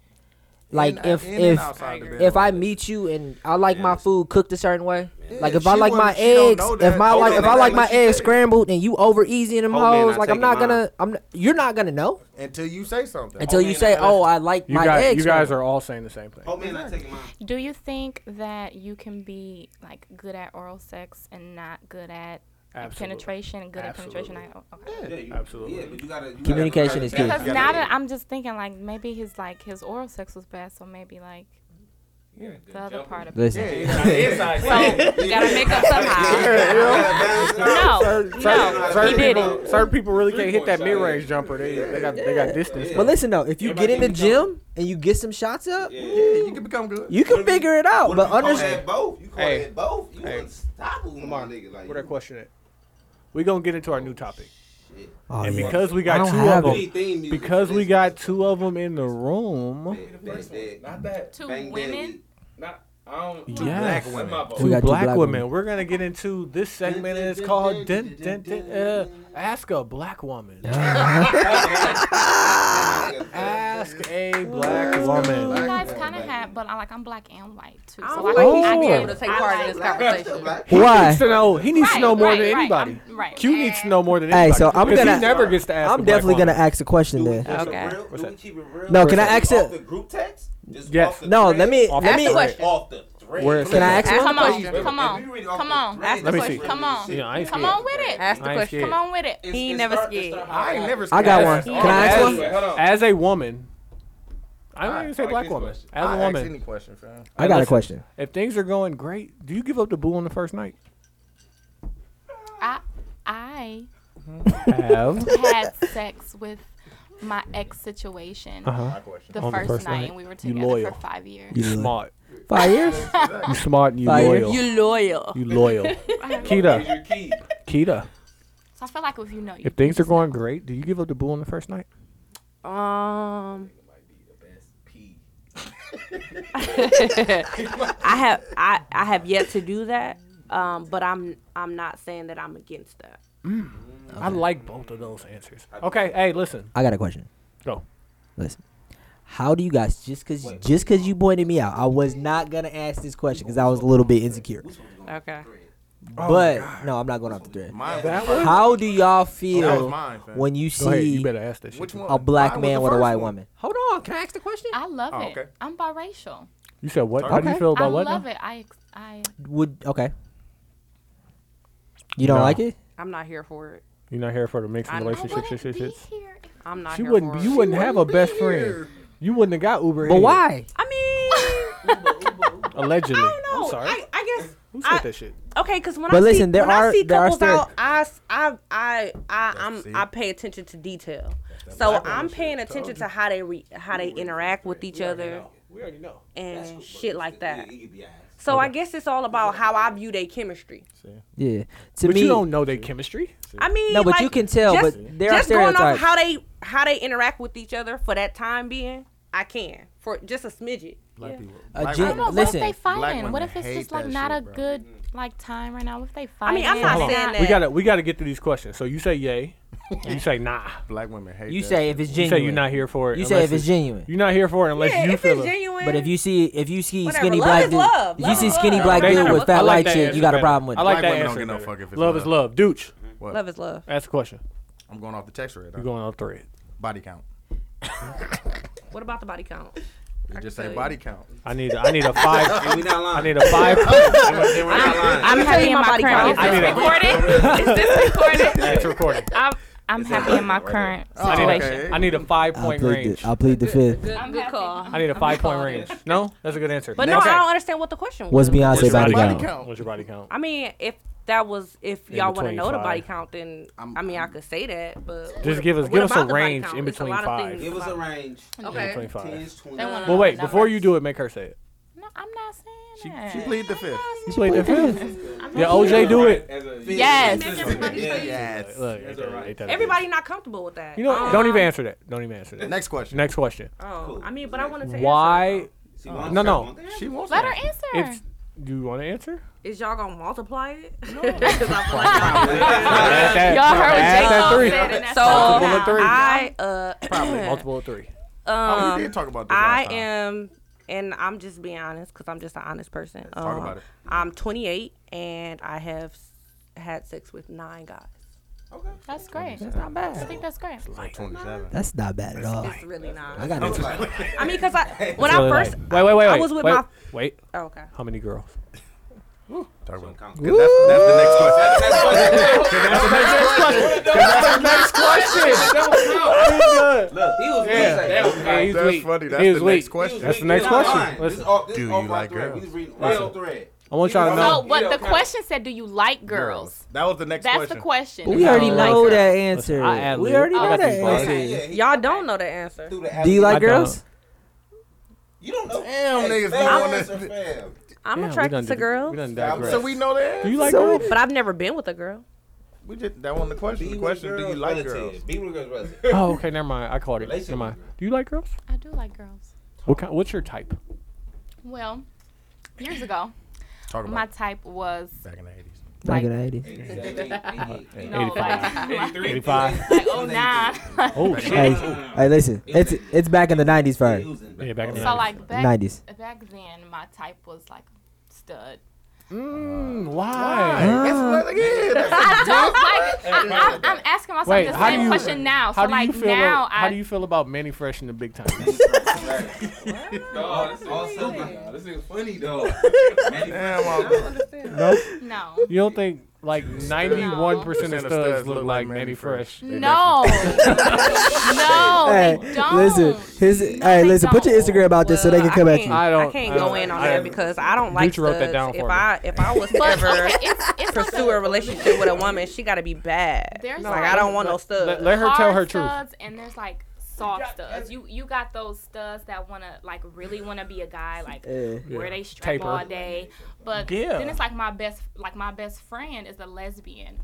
E: Like
B: In-
E: if
B: in and
E: if
B: outside the
E: if I meet you and I like my food cooked a certain way, like
B: Yeah,
E: if I
B: she
E: like my
B: wouldn't- she don't
E: eggs,
B: know that.
E: if my
B: Hold
E: like
B: on,
E: if
B: that
E: I like
B: ain't
E: my
B: what she
E: eggs
B: said.
E: scrambled and you over easy in them
B: Hold on,
E: hoes,
B: I
E: like I'm
B: taking
E: not
B: mine.
E: gonna I'm not, you're not gonna know
B: until you say something.
E: until you say, oh I like
A: You
E: my
A: guys,
E: eggs.
A: you guys
E: scrambled."
A: are all saying the same thing.
G: Oh man, I take mine.
F: Do you think that you can be like good at oral sex and not good at like,
A: Absolutely. [laughs]
D: [laughs]
F: penetration and good at penetration? I, okay.
G: Yeah, you,
A: Absolutely.
G: Yeah, but you gotta. You
E: Communication
G: gotta,
E: is key.
F: Because
E: Yeah.
F: now that I'm just thinking, like maybe his like his oral sex was bad, so maybe like the other part of
E: Listen.
F: it.
E: Yeah, yeah.
F: so you gotta make up
A: [laughs]
E: [laughs]
F: somehow. no, no,
A: certain
F: he did
A: people,
F: it.
A: certain people really can't hit that mid range jumper. They, they got they got distance.
E: But listen though, if you
A: Everybody
E: get in the
A: can
E: gym and you get some shots up,
B: you can become good.
E: You can figure it out, but understand.
G: both. You call
A: Hey.
G: that both. You
A: Hey.
G: unstoppable,
A: Lamar,
G: my nigga. Like,
A: where that question at? We're gonna get into our new topic.
E: Oh,
A: and
E: yeah.
A: because we
E: I
A: got
E: don't
A: two
E: have
A: of
E: it.
A: them, because we got two of them in the room,
G: That's it.
K: Not that.
F: Two
K: Bang,
F: women?
K: bang. Not. I don't.
A: yes,
K: That's my vote.
A: two black, women. We're gonna get into this segment. and It's called dun, dun, dun, uh, "Ask a Black Woman." Ask a black
F: You
A: woman.
F: guys kind of had, but I like I'm black and white too,
J: I
F: so
J: would
F: I,
J: like
F: I
J: to be
F: get
J: able to
F: it.
J: take
F: I
J: part
F: like
J: in this
F: that.
J: conversation.
A: He
E: Oh. Why?
A: needs to know. He needs to
F: Right,
A: know more
F: right,
A: than
F: right.
A: anybody.
F: I'm- right.
A: Q needs to know more than anybody.
E: Hey, so I'm
A: 'cause
E: gonna.
A: he never gets to ask. a
E: I'm
A: black
E: definitely
A: woman.
E: gonna ask a question then.
F: Okay.
G: Real, do we keep it real?
E: No, can I ask
G: Off
E: it-
G: the group text? Just
A: Yes.
G: off the
E: No,
G: thread?
E: let me-
G: Off
E: let
G: the
E: me-
G: thread. Off the thread.
A: Where-
E: Can I ask one
F: Come on,
E: question?
F: come on,
G: If you
F: come
G: read it
F: on,
G: off
F: come
G: the
F: on,
G: thread,
A: Let me see.
F: come on,
A: Yeah, I ain't
F: come
A: scared.
F: on with it.
J: Ask the
A: I ain't
J: question.
A: scared.
F: Come on with it.
J: He
G: it's
J: never
G: start- it's
J: scared.
G: start-
B: I ain't never.
E: I got
B: scared.
E: one.
A: As-
E: Can I ask
A: as,
E: one?
A: As a woman, I don't
B: Alright,
A: even say
B: I like
A: black
B: this
A: woman.
B: question.
A: As
B: I
A: a
B: ask
A: woman,
B: any question, fam.
E: I got a
A: Listen,
E: question.
A: If things are going great, do you give up the boo on the first night?
F: I I
A: Have.
F: had sex with my ex situation
A: Uh-huh. My question.
F: the,
A: On
F: first night, and we were
A: You
F: together
A: loyal.
F: for five years.
A: You smart.
E: Five years?
B: [laughs]
A: You smart and you
E: Five years.
A: loyal.
J: You loyal.
A: You loyal. Keita. Keita.
F: So I feel like if you know you,
A: If things are going great, do you give up the boo on the first night?
J: Um. [laughs] I have I, I have yet to do that, um, but I'm I'm not saying that I'm against that.
A: I like both of those answers. Okay, hey, listen.
E: I got a question.
A: Go.
E: Listen. How do you guys just cause just cause you pointed me out? I was not gonna ask this question because I was a little bit insecure.
J: Okay.
E: but no, I'm not going off the thread.
B: Oh, Mine was
A: That
B: the first.
E: How do y'all feel
B: that was mine, fam.
E: when you see
A: Go ahead, you better ask that shit.
B: Which one?
E: a black
B: Mine was
E: man
B: the
E: with a
B: first
E: white
B: one.
E: woman? Hold on, can I ask the question?
F: I love
B: Oh,
F: it.
B: okay.
F: I'm biracial.
A: You said what? How do you feel
F: I
A: about what?
F: love
A: now?
F: it. I ex- I
E: Would okay. You don't
A: No.
E: like it?
J: I'm not here for it.
A: You're not here for the mixing
J: I know. I
A: relationships and shit. shit.
J: I'm not
A: She
J: here
A: wouldn't.
J: for
A: You
J: it.
A: wouldn't have a best friend. You wouldn't have got Uber.
E: But
A: head,
E: why?
J: I mean,
A: Allegedly.
J: I don't know.
A: am sorry.
J: I, I guess.
A: Who said
J: I,
A: that shit?
J: Okay, because when
E: But
J: I see
E: listen, there
J: when I
E: are-
J: see
E: there are
J: couples
E: still-
J: out, I s- I I I I'm, I pay attention to detail. So I'm paying attention to how they re, how they interact with each other
A: We already know.
J: and shit like that. So I guess it's all about how I view their chemistry.
E: Yeah. To
A: but
E: me,
A: you don't know their chemistry.
J: I mean,
E: No, but
J: like,
E: you can tell,
J: Just,
E: but there are
J: just going off
E: stereotypes.
J: how they how they interact with each other for that time being, I can for just a smidget. Yeah.
E: a
F: I
E: gen-
F: don't know.
E: listen.
F: what if they fighting?
B: women
F: What if it's
B: hate
F: just like
B: that
F: not
B: shit,
F: a
B: bro.
F: good like time right now? What if they
J: I
F: fighting?
J: mean, I'm not
A: Hold on.
J: saying that.
A: We gotta we gotta get through these questions. So you say yay. You say nah.
B: Black women hate
E: You
B: that
E: say
B: shit.
E: if it's
A: You
E: genuine.
A: say you're not here for it.
E: You say
A: unless
E: if it's genuine.
A: You're not here for it unless
E: Yeah,
A: you
E: if
A: feel
E: it's
A: it.
E: genuine, But if you see if you see
A: Whatever,
E: skinny
A: love
E: black
A: is
E: dude,
A: love.
E: if you
A: Love
E: see
A: is
E: skinny
A: love.
E: black
A: They
E: dude
A: never-
E: with
A: I
E: fat
A: like
E: light
A: that
E: chick,
A: answer
E: you got a
A: better.
E: problem with it.
A: I like
B: Black
A: that
B: women don't
A: answer
B: get no
A: better.
B: fuck if it's
A: love is
B: love.
A: love. Dooch.
B: What?
J: Love is love.
A: Ask the question.
B: I'm going off the text right now.
A: You're going off the red.
B: Body count.
J: What about the body count?
B: You just say
J: can tell
B: body
J: you.
B: count.
A: I need. I need a five.
G: And we not lying.
A: I need a five.
G: And we- and we're not lying.
D: I'm
G: Let
D: happy
G: me tell
D: in
G: you
D: my
G: my body
D: current.
G: count.
D: Is this recorded? Is this recorded?
A: It's recording.
D: I'm, I'm happy in my current
A: I need,
D: situation.
A: a, I need a five
E: I
A: point
E: plead,
A: range.
E: the, I plead the fifth.
J: Good, good call.
A: I need a five point range. No, that's a good answer.
J: But no, I don't understand what the question
E: What's
J: was.
E: Beyonce
A: your
E: body,
A: body
E: count?
B: count?
A: What's your body count?
J: I mean, if that was if
A: In
J: y'all want to
A: between
J: know the body
A: five.
J: count, then i mean I could say that, but
A: Just
J: what-
A: give us-
J: what
A: give us a
J: about the body
A: range
J: count?
A: in
J: It's a
A: between
J: lot of
A: five.
J: things
G: Give us a
J: about-
G: range.
J: Okay.
G: 10s, 20s.
D: They wanna
A: Well,
D: know
A: wait.
D: the
A: Before
D: numbers.
A: you do it, make her say it.
D: No, I'm not saying that.
B: She plead the fifth.
A: You played that fifth. Yeah, OJ do it.
J: Yes.
B: Yes.
A: Look, ain't that- ain't that a bitch?
J: Everybody not comfortable with that.
A: You know, what? don't even
J: Um,
A: answer that. Don't even answer that.
B: Next question.
A: Next question.
J: Oh, I mean, but I wanted to.
A: Why?
G: She
A: Uh,
G: wants
A: no,
G: that
A: no.
G: one.
B: She [laughs] wants
D: Let her
B: that.
D: answer.
A: If do you want to answer?
J: Is y'all gonna multiply it? No.
A: Add that-
D: Y'all heard what
A: add
D: J.
A: that
D: Cole
A: three.
D: said, and that's
J: so
D: all
A: Multiple of three.
J: I uh
A: Probably multiple of three.
B: Oh, we did
J: um,
B: talk about this
J: I
B: last time.
J: am, and I'm just being honest because I'm just an honest person. Um,
B: talk about it.
J: I'm 28 and I have s- had sex with nine guys.
D: That's great.
E: That's not
D: I
E: bad.
D: think that's great.
B: Like 27.
E: That's not bad at all.
J: It's really not.
E: I got it.
J: I
E: [laughs]
J: mean, because I when
A: That's
J: I
A: really
J: first
A: light. wait, wait, wait,
J: I
A: wait,
J: was with
A: wait,
J: my
A: wait.
J: oh, okay.
A: How many girls?
B: Talk about it.
G: Count.
B: That's, that's the next question.
A: [laughs]
I: Look, he was
A: Yeah.
I: weak.
A: That was Yeah, he's
B: That's
A: weak.
B: funny. That's
A: He
B: the
A: was
B: next
A: weak.
B: question.
A: That's the next question.
G: Listen.
A: Listen,
I: off, this
B: Do
I: is
B: you
I: off my
B: like
I: thread.
B: girls?
I: We was reading real thread.
A: I want y'all to
D: So,
A: know.
I: No.
D: what
I: You
D: the
I: don't count.
D: question said? Do you like girls?
B: That was the next
D: That's
B: question.
D: the question.
E: We already
A: No.
E: know
D: Like
E: that
D: girls.
E: answer.
A: I ad-lib.
E: We already
A: I
E: know
A: got
E: that
A: these bars.
E: answer.
I: Yeah, he-
J: Y'all don't know the answer.
I: through the
E: Do you
A: I
E: like
A: don't.
E: girls?
I: You don't know.
B: Damn,
I: Hey,
B: niggas be
I: fail
B: on this-
I: answer, fail.
J: I'm
A: Damn, we done
J: attracted to
A: did- We
J: girls,
A: done
I: Stop.
A: digressed.
B: So we know that.
A: do you like
E: So-
A: girls?
J: but I've never been with a girl.
B: We just that wasn't the question. The
I: with
B: question: Do you
I: girls
B: like
I: relative.
B: girls?
I: Be with girls relative.
A: Oh, okay. Never mind. I caught it.
I: Relationship
A: Never mind.
I: girl.
A: Do you like girls?
D: I do like girls.
A: What kind? What's your type?
D: Well, years ago,
B: Talk
D: my type was
B: back in the eighties.
E: Back
D: like
E: in the 80s.
I: 87, 88.
D: no, like,
A: [laughs]
D: like,
A: 85.
D: like oh nine.
A: Oh
E: Hey,
A: shit.
E: hey, listen, it's it's back in the nineties for her.
A: Yeah, back in the
D: So like back
E: 90s.
D: back then, my type was like stud.
A: Mm,
B: Why?
A: why?
B: That's what like, yeah, that's-
D: I don't like. I, I, I'm asking myself
A: Wait,
D: the
A: how do
D: same
A: you-
D: question now. So
A: How do
D: like
A: you feel?
D: now,
A: about, how
D: I
A: do you feel about Manny Fresh and the Big Time?
I: No, this nigga's funny. This nigga's funny though.
B: Damn, I'm-
A: no,
D: no.
A: [laughs] you don't think like ninety-one percent of studs look like Manny Fresh?
D: No, [laughs] no,
E: Hey,
D: they don't.
E: listen, his
D: No,
E: hey,
D: they
E: listen, put your
D: don't.
E: Instagram out there so they
J: Well,
E: can come at
J: can't-
E: you.
A: I don't-
J: I can't
A: I
J: go
A: don't-
J: in on
A: I-
J: that because I don't like
A: Gooch wrote that down
J: studs.
A: for
J: If
A: me.
J: I if I was to
D: But
J: ever
D: okay, it's, it's
J: pursue a relationship with a woman, she got to be bad.
D: There's
J: like
D: like-
J: I don't want no studs.
A: Let, let her tell her truth.
D: studs and there's like soft studs. You you got those studs that wanna like really wanna be
A: [laughs]
D: a guy like
E: Yeah.
D: where
A: Eh, Yeah.
D: they strip all
A: Taper.
D: day. But
A: Yeah.
D: then it's like my best like my best friend is a lesbian.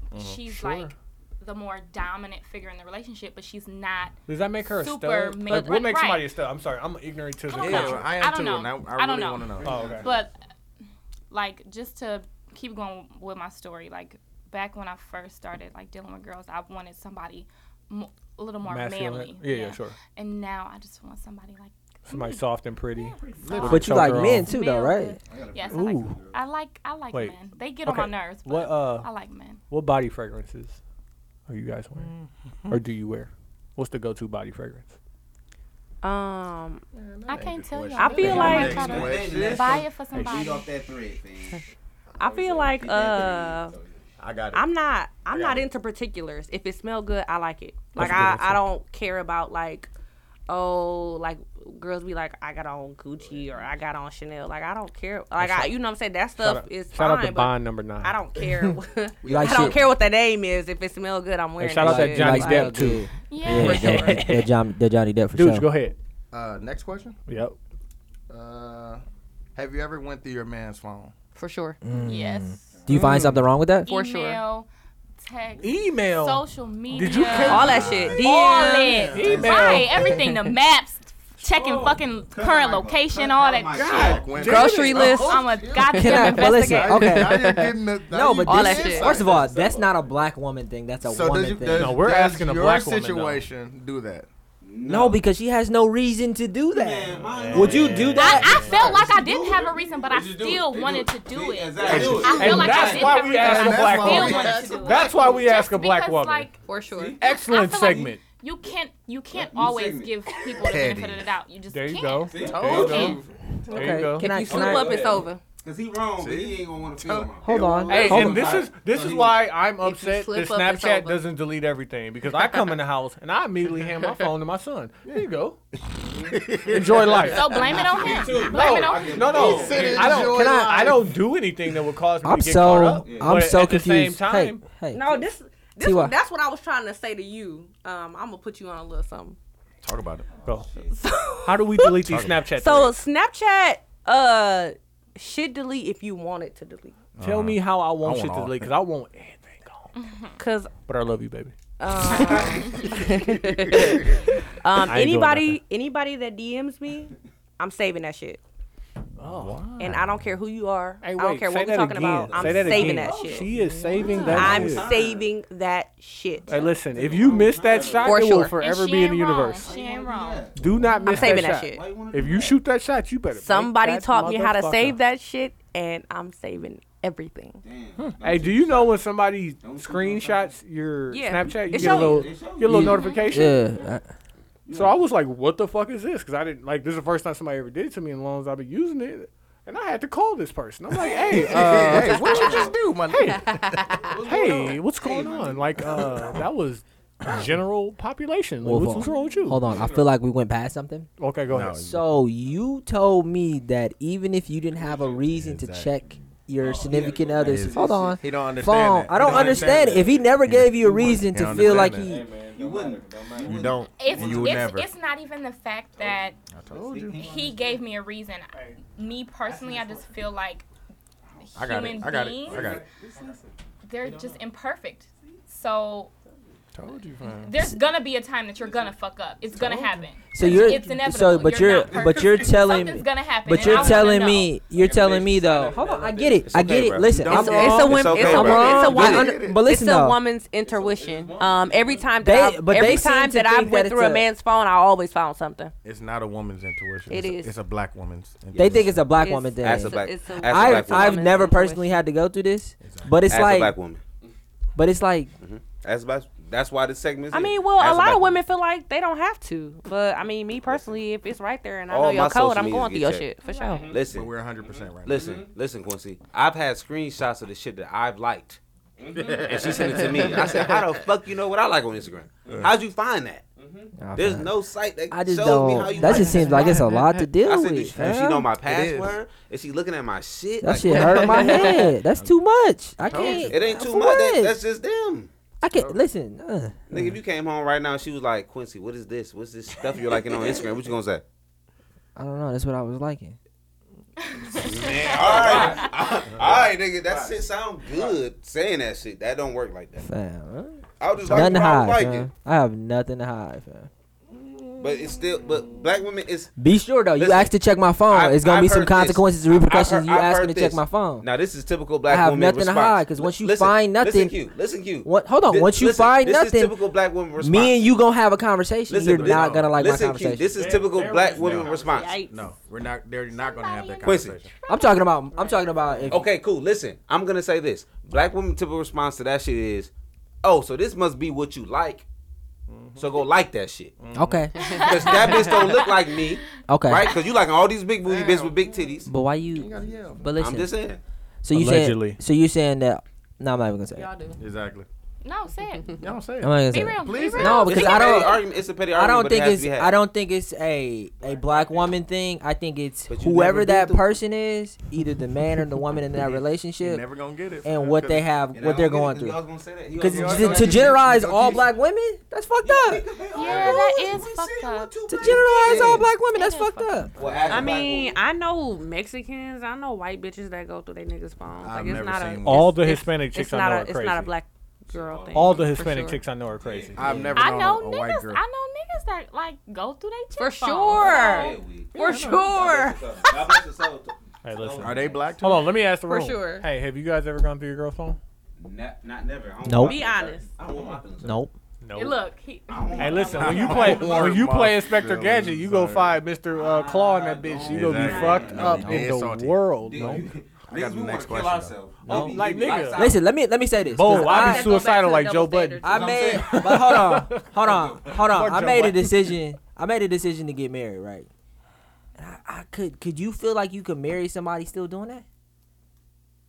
A: Mm-hmm.
D: She's
A: Sure.
D: like the more dominant figure in the relationship, but she's not.
A: Does that make her a
D: Super
A: stud?
D: ma-
A: Like, what
D: right,
A: makes
D: right.
A: somebody a stud? I'm sorry, I'm ignorant to the
D: don't
A: culture.
D: know.
B: Yeah, I
D: I
B: am
D: don't
B: too,
D: know.
B: and I, I,
D: I don't
B: really
D: know.
B: want to know.
A: Oh, okay.
D: But like just to keep going with my story, like back when I first started like dealing with girls, I wanted somebody mo- a little more
A: Masculine.
D: manly.
A: Yeah, yeah, sure.
D: And now I just want somebody like
A: Somebody soft and pretty.
D: soft.
E: But you like
A: Choker
E: men
A: off.
E: too, though, right?
D: Yes, I like,
A: Ooh.
D: I like I like
A: Wait.
D: men. They get
A: Okay.
D: on my nerves. But
A: What uh?
D: I like men.
A: What body fragrances are you guys wearing, or do you wear? What's the go-to body fragrance?
J: Um,
D: I can't tell you.
J: I feel like-
D: buy it for
I: Read
D: somebody.
I: off that thread, fam.
J: I feel like uh,
B: I got it.
J: I'm not I'm not into particulars. If it smell good, I like it. Like
A: That's a good
J: I
A: answer.
J: I don't care about like. Oh, like girls be like, I got on Gucci or I got on Chanel. Like I don't care. Like I, you know, what I'm saying that
A: Shout
J: stuff
A: out,
J: is
A: shout out
J: fine.
A: to
J: but
A: Bond Number Nine.
J: I don't care.
E: like
J: [laughs] I don't
E: shit.
J: care what the name is. If it smells good, I'm
A: Hey,
J: wearing.
A: shout out
J: that
A: that
J: shit.
A: Johnny
J: Like,
A: Depp too.
E: Yeah,
D: Yeah.
E: that- that Johnny, that Johnny Depp for
A: Dude,
E: sure.
A: go ahead.
B: Uh, next question.
A: Yep.
B: Uh, have you ever went through your man's phone?
J: For sure.
D: Yes.
E: Do you find something wrong with
B: Mm.
E: that?
J: Mm. For sure.
D: Email, text,
A: Email.
D: social media.
A: Did you care-
J: All that shit.
D: all
J: DMs.
D: it. Right, everything. The maps. checking fucking current location, all Oh, that shit.
B: Oh, God,
E: Grocery list.
D: I'm a
E: Can I-
D: goddamn
E: but listen,
B: Oh,
D: investigator.
E: okay.
B: Now you're getting the- now
E: no,
B: you
E: but
B: getting
E: this,
B: the insight.
E: first of all, that's not a black woman thing. That's a woman
B: does, you-
E: thing.
B: does- does your situation do that?
E: No, because she has no reason to do that. Would you do that?
D: I, I felt like I didn't have a reason, but I still wanted to do it. I
A: And
D: feel like I
A: that's
D: didn't
A: why
D: have a
A: we ask
D: reason.
A: a
D: I
A: black
D: still wanted to do
A: woman.
D: it.
A: That's why we ask a black
D: because,
A: woman.
D: Like,
J: for sure.
A: Excellent
D: I feel like
A: segment.
D: you can't you can't always give people the benefit of the doubt. You just
A: there you
D: can't.
A: go. There
D: You
A: you go.
D: can't.
A: There you go.
J: If you screw up, it's over.
I: Cause he wrong, but he ain't gonna want to feel wrong.
E: Hold on.
A: Hey,
E: Hold
A: and
E: on.
A: this is this is why I'm upset
J: slip
A: that
J: up, it's
A: Snapchat
J: over.
A: doesn't delete everything because I come in the house and I immediately hand my phone to my son. There you
E: [laughs]
A: go. Enjoy life.
D: So blame it on him. Blame it on him.
A: No, no.
D: He
E: said
A: I don't.
E: enjoy
A: Can I,
E: life.
A: I don't do anything that would cause me
E: I'm
A: to get caught
E: so-
A: up.
E: I'm
A: But
E: so
A: at
E: confused.
A: The same
E: Hey,
A: time,
E: hey.
J: No, this, this
E: TY.
J: that's what I was trying to say to you. Um, I'm gonna put you on a little something.
B: Talk about it.
A: Bro, how do we delete these
B: Talk about
A: Snapchat?
J: So
A: threads?
J: Snapchat uh should delete if you want it to delete.
A: tell
E: Uh-huh.
A: me how I
B: I
A: want
B: want
A: shit to
B: all
A: delete
B: of it.
A: because I want.
J: Cause
A: But I love you, baby.
J: Uh,
A: [laughs]
J: [laughs] um, um
A: I ain't doing
J: anybody anybody that DMs me, I'm saving that shit.
A: Oh.
J: And I don't care who you are.
A: Hey,
J: I don't
A: wait,
J: care
A: say
J: what we're
A: that
J: talking about.
A: again.
J: I'm
A: Say that
J: saving
A: again. Oh,
J: that shit.
A: She is saving that
J: I'm
A: shit.
J: saving that shit.
A: Hey, listen, if you miss that shot,
J: For
A: it
J: sure.
A: will
J: And
A: forever
J: she
A: be in
J: ain't
A: the
J: wrong.
A: universe.
D: She ain't wrong.
A: Do not miss
J: saving
A: that,
J: that shit. Why you
A: shot. If you shoot that shot, you better. make
J: Somebody
A: that
J: taught me how to
A: motherfucker.
J: save that shit, and I'm saving everything.
A: Hey, do you know when somebody screenshots your
J: Yeah.
A: Snapchat, you
J: It
A: get a
J: show you.
A: little,
J: It
A: get
J: show
A: a
J: you.
A: little
J: Mhm.
A: notification?
E: Yeah.
A: So I was like, what the fuck is this? Because I didn't, like, this is the first time somebody ever did it to me in long as I've been using it. And I had to call this person. I'm like, hey, uh,
B: hey, what you just do, my
A: [laughs]
B: nigga?
A: hey, what's going on? Like, uh, that was general population. Like,
E: Hold
A: what's,
E: on.
A: what's wrong with you?
E: Hold on. I feel like we went past something.
A: Okay, go ahead.
E: So you told me that even if you didn't have a reason to check
A: Oh,
E: your significant others, hold on.
B: He don't understand
E: Phone.
B: that.
E: I
B: He
E: don't
B: don't
E: understand
B: understand
E: it. If he never gave you a reason to
B: don't
E: feel like
B: understand
E: he,
I: You wouldn't.
B: You don't.
D: It's,
B: you would
D: it's,
B: never.
D: it's not even the fact that he gave me a reason. Me personally, I just feel like
B: I got it.
D: human
B: I got it.
D: beings,
B: I got it.
D: they're just imperfect. So
A: Told you, fam.
D: there's gonna be a time that you're gonna fuck up. It's gonna happen.
E: So you're
D: it's inevitable.
E: so, but
D: you're,
E: you're,
D: not perfect.
E: but you're telling me,
D: Something's gonna happen.
E: but
D: and I
E: you're
D: wanna
E: telling
D: know.
E: me, you're telling me though. Hold on, I get it, I get
G: okay,
E: it.
G: bro.
E: Listen,
G: Don't-
E: I'm
J: It's, it's a
E: wrong.
G: It's
J: woman.
G: okay,
J: it's, a,
G: bro.
J: it's a
G: I
J: woman.
E: under- but listen
J: it's a
E: though.
J: woman's intuition. Um, every time
E: They-
J: that
E: but
J: I, every
E: they seem
J: time
E: to
J: that I
E: think that
J: went
E: it's
J: through a,
E: a-
J: man's phone, I always found something.
B: It's not a woman's intuition.
J: It
B: it's
J: is.
B: A, it's a black woman's. Intuition.
E: They think it's a black
J: It's-
E: woman thing.
G: As a black,
J: It's a-
G: as a
E: I
G: black woman.
E: I've never personally had to go through this, but it's
G: as a
E: like,
G: black woman.
E: but it's like,
G: As black, that's why the segment.
J: I mean, well, a lot of women feel like they don't have to, but I mean, me personally, if it's right there and I
G: All
J: know your
G: my social
J: code, I'm
G: medias
J: going through
G: get
J: your
G: checked.
J: shit for sure.
G: Listen,
B: We're Mm-hmm. 100 percent right.
G: listen, listen, Quincy. I've had screenshots of the shit that I've liked, and she sent it
B: [laughs]
G: to me. I said, "How the fuck you know what I like on Instagram? How'd you find that? There's no site that
E: I just
G: shows me how you
E: don't. That
G: like
E: just seems like it's a lot to
G: I
E: deal
G: said, does
E: with.
G: she, does she know
E: fam.
G: my
B: is.
G: password? Is she looking at my shit?
E: That
G: Like,
E: shit
G: what-
E: hurt my head. That's too much. I can't.
G: It ain't too
E: for
G: much. That,
E: what?
G: that's just them.
E: I can't listen. Uh,
G: Nigga,
J: Mm.
G: if you came home right now and she was like, Quincy, what is this? What's this stuff you're liking on Instagram? What you gonna say?
E: I don't know. That's what I was liking.
G: Man, all right, all right, nigga, that shit sound good. Saying that shit, that don't work like that.
E: Fam.
G: I was just like,
E: Nothing to
G: what I was
E: hide,
G: like
E: fam.
G: it,
E: I have nothing to hide, fam.
G: but it's still, but black women is.
E: Be sure though, you
G: Listen,
E: asked to check my phone.
G: I've-
E: Oh, it's gonna
G: I've
E: be some
G: heard this.
E: consequences and
G: I've
E: repercussions.
G: heard-
E: you
G: I've
E: asking
G: heard
E: to check
G: this.
E: my phone.
G: Now this is typical black
E: I have
G: woman
E: nothing to
G: response.
E: hide, 'cause once you
G: Listen,
E: find
G: listen,
E: nothing-
G: Q, listen, Q.
E: What? Hold on.
G: Thi-
E: Once you
G: listen,
E: find
G: this
E: nothing,
G: Is typical black woman response.
E: me and you gonna have a conversation.
G: Listen,
E: You're
G: but-
E: not gonna like
G: listen,
E: my conversation.
G: Q, this is typical
A: There-
G: black
A: there
G: woman
A: is no
G: response.
B: No, we're not. They're not gonna have that
G: Quincy.
B: conversation.
E: I'm talking about. I'm talking about. If,
G: Okay, cool. Listen, I'm gonna say this. Black women typical response to that shit is, oh, so this must be what you like. So go like that shit.
E: okay.
G: Because that bitch don't look like me.
E: Okay.
G: Right? Because you liking all these big booty bitches with big titties.
E: But why you? But listen.
G: I'm just saying.
E: so you
A: Allegedly.
E: saying? So you saying that? No, I'm not even gonna say. It.
J: Y'all do.
B: Exactly.
D: No, say it.
B: Y'all don't say
E: I'm not gonna say.
D: Be
E: it.
D: real.
B: Please,
D: be real.
E: No,
G: It's
E: because
G: a
E: I
G: petty
E: don't.
G: argument. It's a petty
E: I
G: argument.
E: don't
G: but it
E: think
G: has
E: it's.
G: to be had.
E: I don't think it's a a black woman thing. I think it's
G: But you
E: whoever
G: never
E: that
G: been through-
E: person is, either the man or the woman
G: [laughs]
E: in that
B: You're
E: relationship,
B: never gonna get it.
E: and what they have,
G: And I
E: what they're
G: don't
E: going
G: get it,
E: through.
G: y'all gonna say that. Y'all
E: Because
G: gonna
E: to, to
G: say that.
E: generalize all black women, that's fucked up.
D: Yeah, that is fucked up.
E: To generalize all black women, that's fucked up.
G: Well, as a
J: I
G: black
J: mean,
G: woman-
J: I know Mexicans, I know white bitches that go through their niggas' phones.
B: I've
J: Like it's
B: never
J: not
B: seen
J: a
B: one.
A: All
J: it's-
A: the
J: it's-
A: Hispanic chicks
J: it's
A: I
J: not
A: know
J: a-
A: are
J: It's not a
A: crazy.
J: black girl thing.
A: All the
J: for
A: Hispanic
J: sure.
A: chicks I know are crazy.
B: I've never
D: I
B: known
D: know
B: a, a white
D: niggas.
B: girl.
D: I know niggas that like go through their
J: For
D: cheekbones.
J: sure.
D: So-
J: For sure.
A: Hey, listen.
B: Are they black too?
A: Hold on, let me ask the
J: For
A: room.
J: sure.
A: Hey, have you guys ever gone through your girl's phone?
G: Not, not never. I don't
A: Nope.
G: want my
A: Be
G: feelings
J: honest.
G: hurt. I don't want my feelings hurt.
A: Nope.
D: Hey, Look, he.
B: Oh,
A: Hey, listen.
G: I
A: When you
G: don't
A: play,
G: want
A: when you
G: my
A: play Inspector
G: feelings
A: Gadget, you go find Mr. Uh, Claw in that bitch. You gonna be
B: Exactly.
A: fucked
B: No,
A: up
B: no.
A: in
B: Head salty.
A: the world.
B: Dude,
A: No.
B: I got the next question.
A: No, like nigga.
E: Listen, let me let me say this. 'cause
A: Boom, I'd be suicidal like Joe Budden.
E: I made, but hold on, hold on,
A: [laughs]
E: hold on.
A: Fuck
E: I
A: Joe
E: made a
A: Budden.
E: decision. I made a decision to get married, right? And I, I could. Could you feel like you could marry somebody still doing that?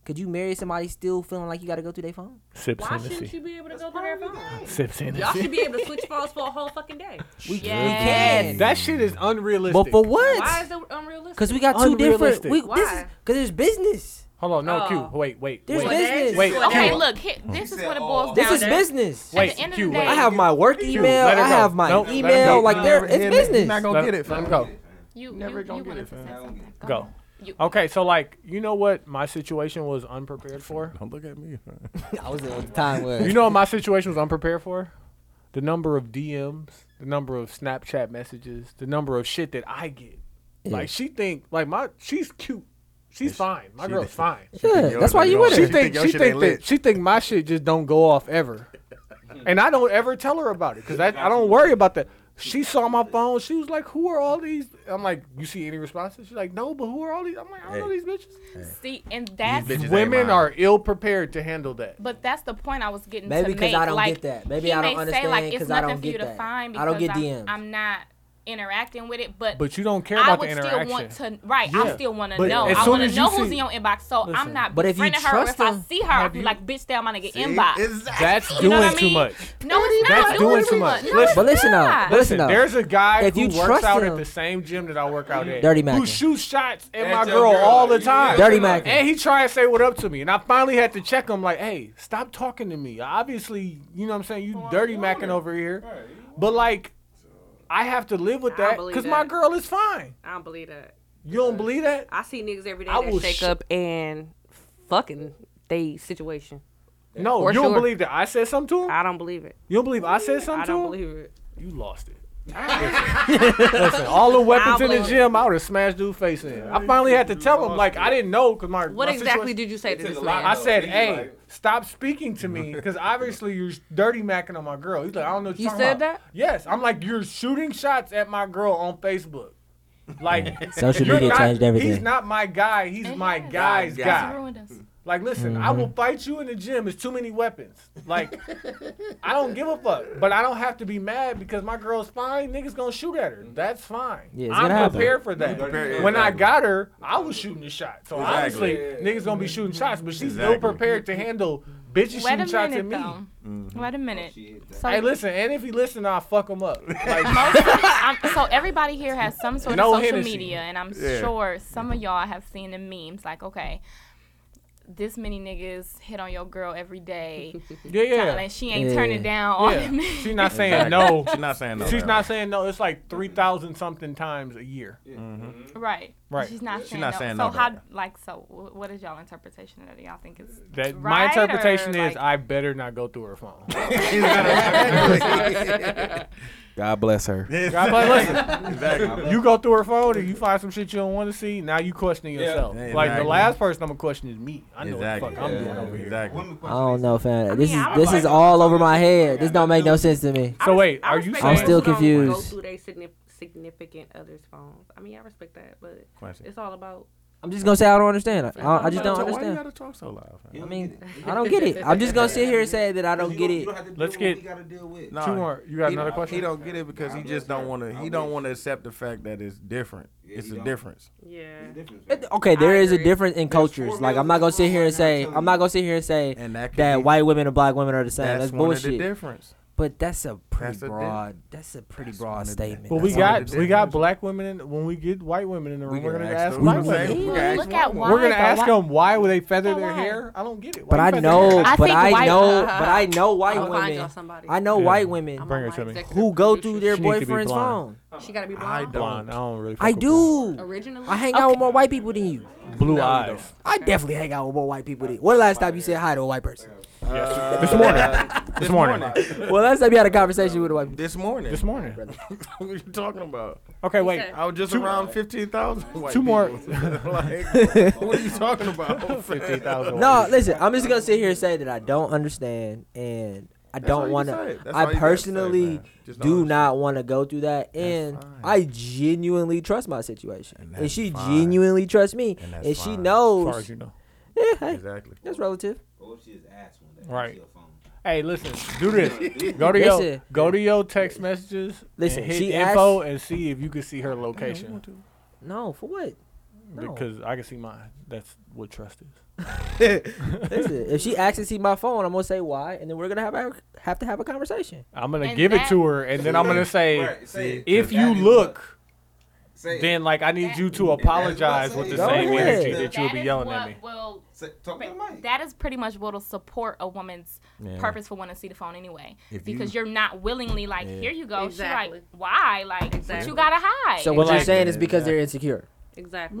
E: Could you marry somebody still feeling like you got to go through their phone?
A: Sips
J: Why shouldn't you be able to go through their phone?
A: Sips
J: Y'all
A: Hennessy.
J: should be able [laughs] to switch phones for a whole fucking day.
E: We
A: Yes.
E: can.
A: That shit is unrealistic.
E: But for what?
J: Why is it unrealistic?
E: Because we got two different.
A: Unrealistic.
E: We, this is
J: Why?
E: because it's business.
A: Hold on, no, Q.
J: Oh.
A: Wait, wait,
E: There's
A: wait.
E: business.
A: Wait, Q.
D: Okay, look. Here, this is what it boils
E: This
D: down
E: is
D: to.
E: business.
A: Wait,
D: At the end of
A: Q,
D: the
A: wait.
D: day,
E: I have my work
A: Q,
E: email.
A: let her
E: I
A: go.
E: have my
A: Nope, let her go.
E: email. Like there, it's business.
B: Not gonna
A: Let-
B: get it.
A: Let him
B: fam.
A: go.
D: you
B: Never
D: you,
B: gonna
D: you
B: get
D: wanted
B: it,
D: to say
B: fam.
D: something. Go.
A: Go.
D: You-
A: Okay, so like, you know what my situation was unprepared for?
B: Don't look at me. fam.
E: I was at the time was.
A: You know what my situation was unprepared for? The number of DMs, the number of Snapchat messages, the number of shit that I get. Like she think like my she's cute. She's fine. My
B: she-
A: girl's
B: [laughs]
A: fine.
E: yeah,
B: Yo,
E: that's why
B: nigga,
E: you
B: don't-
E: with
A: She
E: her.
B: think
A: think
B: your
A: she
B: shit
A: think
B: ain't
A: that
B: lit.
A: she think my shit just don't go off ever. And I don't ever tell her about it cuz I, I don't worry about that. She saw my phone. She was like, "Who are all these?" I'm like, "You see any responses?" She's like, "No, but who are all these?" I'm like, "I don't know these bitches."
D: See, and that's
B: These bitches ain't
A: Women
B: mine.
A: are ill prepared to handle that.
D: But that's the point I was getting
E: Maybe
D: to
E: 'cause
D: make.
E: I don't
D: like,
E: get that. Maybe
D: he
E: I don't
D: may say,
E: understand
D: like,
E: 'cause
D: it's
E: I
D: nothing
E: don't
D: for you
E: get
D: to
E: that.
D: find
E: I don't get
D: because
E: DMs.
D: I'm, I'm not interacting with it, but
A: But you don't care
D: I
A: about
D: would
A: the
D: still
A: interaction.
D: want to, right?
A: Yeah.
D: I still want
A: But
D: to know.
A: as
D: I
A: soon
D: want
A: as
D: to
A: you
D: know who's
A: see-
D: in your inbox, so I'm
A: Listen.
D: not
E: But if you
D: befriending her. or
E: trust
D: If I
E: him-
D: see her, I'll be like, bitch, down my nigga inbox.
A: That's
D: You know
A: doing
D: what I
A: too
D: mean?
A: much.
D: No, it's not
A: That's doing too much.
D: No,
A: Listen-
D: it's
E: But listen though,
D: not.
E: but listen
A: Listen,
E: though.
A: there's a guy
E: If
A: who
E: you
A: works
E: trust
A: out at
E: him-
A: the same gym that I work out at.
E: Dirty
A: Who
E: Mackin'.
A: shoots shots at
K: That's
A: my
K: your
A: girl
K: girl.
A: all the time.
E: Dirty Mackin'.
A: And he tried to say what up to me. And I finally had to check him like, hey, stop talking to me. Obviously, you know what I'm saying? You dirty macking over here. But like, I have to live with
J: I
A: that
J: believe
A: because my
J: that.
A: girl is fine.
J: I don't believe that.
A: You don't believe that?
J: I see niggas every day
A: I will
J: that shake
A: sh-
J: up and fucking they situation.
A: No,
J: For
A: you don't
J: sure.
A: believe that I said something to him?
J: I don't believe it.
A: You don't believe I said something
J: I
A: to him?
J: don't believe it.
A: You lost it. Listen, listen, all the weapons in the
J: believe
A: gym, I would have smashed dude's face in. I finally had to tell him, like, I didn't know because my
J: What
A: my
J: exactly
A: situation-
J: did you say to
K: took
J: this
K: a lot.
J: man?
A: I said,
K: He was
A: hey,
K: like-
A: stop speaking to [laughs] me because obviously you're dirty macking on my girl. He's like, I don't know. What
J: You
A: you're talking
J: said
A: about."
J: that?
A: Yes, I'm like, you're shooting shots at my girl on Facebook. Like
E: Social
A: you're
E: media
A: not-
E: changed everything.
A: He's not my guy. He's
D: It
A: my
D: has.
A: guy's
B: Guy.
A: guy.
D: ruined us.
A: Like, listen, I
E: Mm-hmm.
A: will fight you in the gym. It's too many weapons. Like, I don't give a fuck. But I don't have to be mad because my girl's fine. Niggas gonna shoot at her. That's fine.
E: Yeah, it's
A: I'm
E: gonna happen.
A: prepared for that.
B: prepared,
A: When I
B: exactly.
A: got her, I was shooting a shot. So
B: Exactly. Mm-hmm.
A: obviously, niggas gonna be shooting shots. But she's
B: Exactly.
A: ill prepared to handle bitches
D: Wait a
A: shooting shots at
D: minute
A: me.
D: though.
A: Mm-hmm.
D: Wait a
A: Oh,
D: minute. So,
A: Hey, listen, and if he listen, I'll fuck him
D: [laughs]
A: up. Like,
D: I'm, so everybody here has some sort
A: No
D: of social
A: Hennessy.
D: media, and I'm
B: Yeah.
D: sure some of y'all have seen the memes. Like, okay, this many niggas hit on your girl every day,
A: yeah, yeah.
D: and she ain't
E: Yeah.
D: turning down all
A: yeah.
D: them.
A: She's not saying
E: [laughs]
A: no.
B: She's not saying no.
A: She's
B: fam.
A: not saying no. It's like 3,000 something times a year.
D: right.
A: Right.
D: She's not saying
B: not
D: no.
B: saying
D: so
B: no,
D: how?
B: though.
D: Like, so wh- what is y'all interpretation of that? Do y'all think is
A: That my
D: right,
A: interpretation
D: or,
A: is
D: like-
A: I better not go through her phone.
K: God bless her.
A: God bless- listen,
B: Exactly.
A: you go through her phone and you find some shit you don't want to see. Now you questioning yourself.
B: Yeah,
A: Like the
B: exactly.
A: last person I'm gonna question is me. I know what
B: Exactly.
A: the fuck I'm doing
B: Yeah,
A: over here.
B: Exactly.
I: Women
E: I
I: question
E: don't know, fam. This
J: mean,
E: is
J: I'm
E: this
J: like-
E: is all over my head. This don't make no sense to me.
A: So
J: I
A: wait,
J: res- I
A: are you saying-
J: respect people
E: I'm still
J: who don't Go
E: confused.
J: through their signif- significant other's phones. I mean, I respect that, but
B: Question.
J: it's all about.
E: I'm just gonna say I don't understand. I, I, I just don't
B: So Why you
E: understand.
B: gotta talk so loud? fam?
E: I mean, I don't get it. I'm just gonna sit here and say that I don't get it.
A: Let's get-
B: Nah,
A: Two more. You got
B: he-
A: another question?
B: He don't get it because he just don't want to. He don't want to accept the fact that it's different. It's
I: he
B: a
I: don't.
B: difference.
J: Yeah.
E: It- Okay, there
J: I
E: is a
J: agree.
E: difference in cultures.
I: four
E: Like
I: males
E: I'm not
I: in
E: gonna
I: the
E: sit
I: world
E: here and
I: right now,
E: say
I: tell
E: I'm
I: you.
E: not gonna sit here and say
B: And that could
E: that
B: be-
E: white women and black women are the same.
B: That's,
E: That's
B: one of the
E: bullshit.
B: difference.
E: But that's a pretty
B: That's a di-
E: broad. That's a pretty broad
B: one of the-
E: statement.
A: But we
E: That's all
A: got
E: it is.
A: we got black women in, when we get white women in the
B: We
A: room, we are
B: can
A: gonna
B: ask
A: ask
B: them.
A: white
B: We can
A: women.
B: ask-
D: Ooh,
B: we can
D: look
B: why
D: at why.
A: We're gonna
D: though.
A: ask
D: Why-
A: them why would they feather
D: Why?
A: their hair? I don't get it. Why
E: But
A: you
E: I
A: feather
E: know.
A: your hair?
D: I
E: But
D: think
E: I
D: white-
E: know. But I know white
J: I'll find
E: women.
J: y'all somebody.
E: I know
A: Yeah.
E: white women
J: I'm
A: Bring her
J: on my
A: to me.
J: executive
E: who go
J: producer.
E: through their
A: She need to be
E: boyfriend's
A: blind.
E: phone.
J: She gotta be
B: I
J: blind.
A: blonde. I don't really. fuck
E: I
A: with blonde.
E: do.
J: Originally,
E: I hang out with more white people than you.
A: Blue eyes.
E: [laughs]
B: [laughs]
E: I definitely hang out with more white people than you. When the last time you said hi to a white person?
A: This morning.
B: Uh, This morning.
E: well, last time you had a conversation with a white
B: This morning.
A: This morning.
B: [laughs] what are you talking about?
A: Okay, wait.
B: I was just
A: Two-
B: around fifteen thousand.
A: Two more-
B: [laughs] like, [laughs] what are you talking [laughs] about?
A: 15,000
E: No, listen. I'm just gonna sit here and say that I don't understand, and I
B: That's all
E: don't
B: you
E: want
B: can say.
E: to.
B: That's all you
E: I
B: gotta say,
E: personally
B: man. Just don't
E: do not want to go through that, and I genuinely trust my situation, and, she genuinely trusts me,
B: And
E: and,
B: that's
E: she
B: fine. As
E: knows.
A: far as you know.
E: Yeah, hey,
B: Exactly.
E: That's relative.
A: Right. Hey, listen. Do this. Go to your
E: Listen.
A: go to your text messages.
E: Listen,
A: and hit
E: she
A: info and see if you can see her location.
E: No, for what? No.
A: Because I can see mine. That's what trust is.
E: Listen, if she asks to see my phone, I'm gonna say why, and then we're gonna have a, have to have a conversation.
A: I'm gonna
E: And
A: give it
E: that-
A: to her, and then I'm gonna say,
E: Right, say it.
A: if
E: That
A: you
E: is
A: look,
E: Say it.
A: then like I need you to apologize with the
E: Go
A: same
E: ahead.
A: energy that you'll be
D: is
A: yelling
D: what
A: at me.
D: Will, that is pretty much what'll support a woman's
A: Yeah.
D: purpose for wanting to see the phone anyway.
A: If
D: because
A: you-
D: you, are not willingly like,
A: Yeah.
D: here you go. She's
J: Exactly.
D: like, why? Like, what you gotta hide?
E: So what
A: Exactly.
E: you're saying is because they're insecure.
D: I
J: Exactly.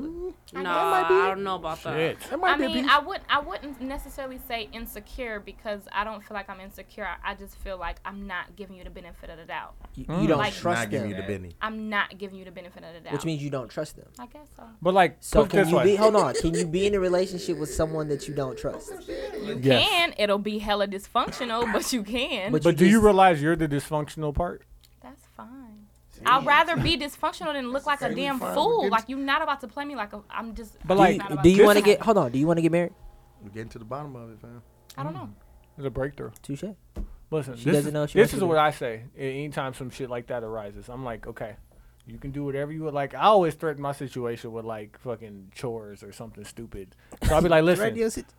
D: know. That
J: no,
D: might be
J: Mm-hmm. I don't know about that.
E: Shit.
D: I mean, I wouldn't. I wouldn't necessarily say insecure because I don't feel like I'm insecure. I- I just feel like I'm not giving you the benefit of the doubt.
E: You- you Mm. don't trust Not giving them. you the
D: benefit.
E: benny.
D: I'm not giving you the benefit of the doubt.
E: Which means you don't trust them.
D: I guess so.
A: But like,
E: So
A: put
E: can
A: this
E: you
A: way.
E: be? Hold on. Can you be in a relationship with someone that you don't trust?
D: You
A: Yes.
D: can. It'll be hella dysfunctional, but you can.
A: But, do you realize you're the dysfunctional part?
D: That's fine. I'd rather be dysfunctional than look like a damn
A: fine.
D: fool.
A: It's-
D: Like you're not about to play me like a, I'm just.
A: But
D: I'm
A: like,
D: not about
E: Do you
A: This
E: want to
A: is-
E: get? Hold on. Do you want to get married?
B: We're getting to the bottom of it, fam.
D: I don't know.
A: It's a breakthrough.
E: Touche.
A: Listen,
E: She
A: this,
E: doesn't
A: is-
E: know she
A: this
E: wants
A: is
E: to
A: what
E: do.
A: I say. a- Anytime some shit like that arises, I'm like, okay, you can do whatever you would like. I always threaten my situation with like fucking chores or something stupid. So I'll be like,
E: [laughs] Threaten your
A: listen,
E: sit-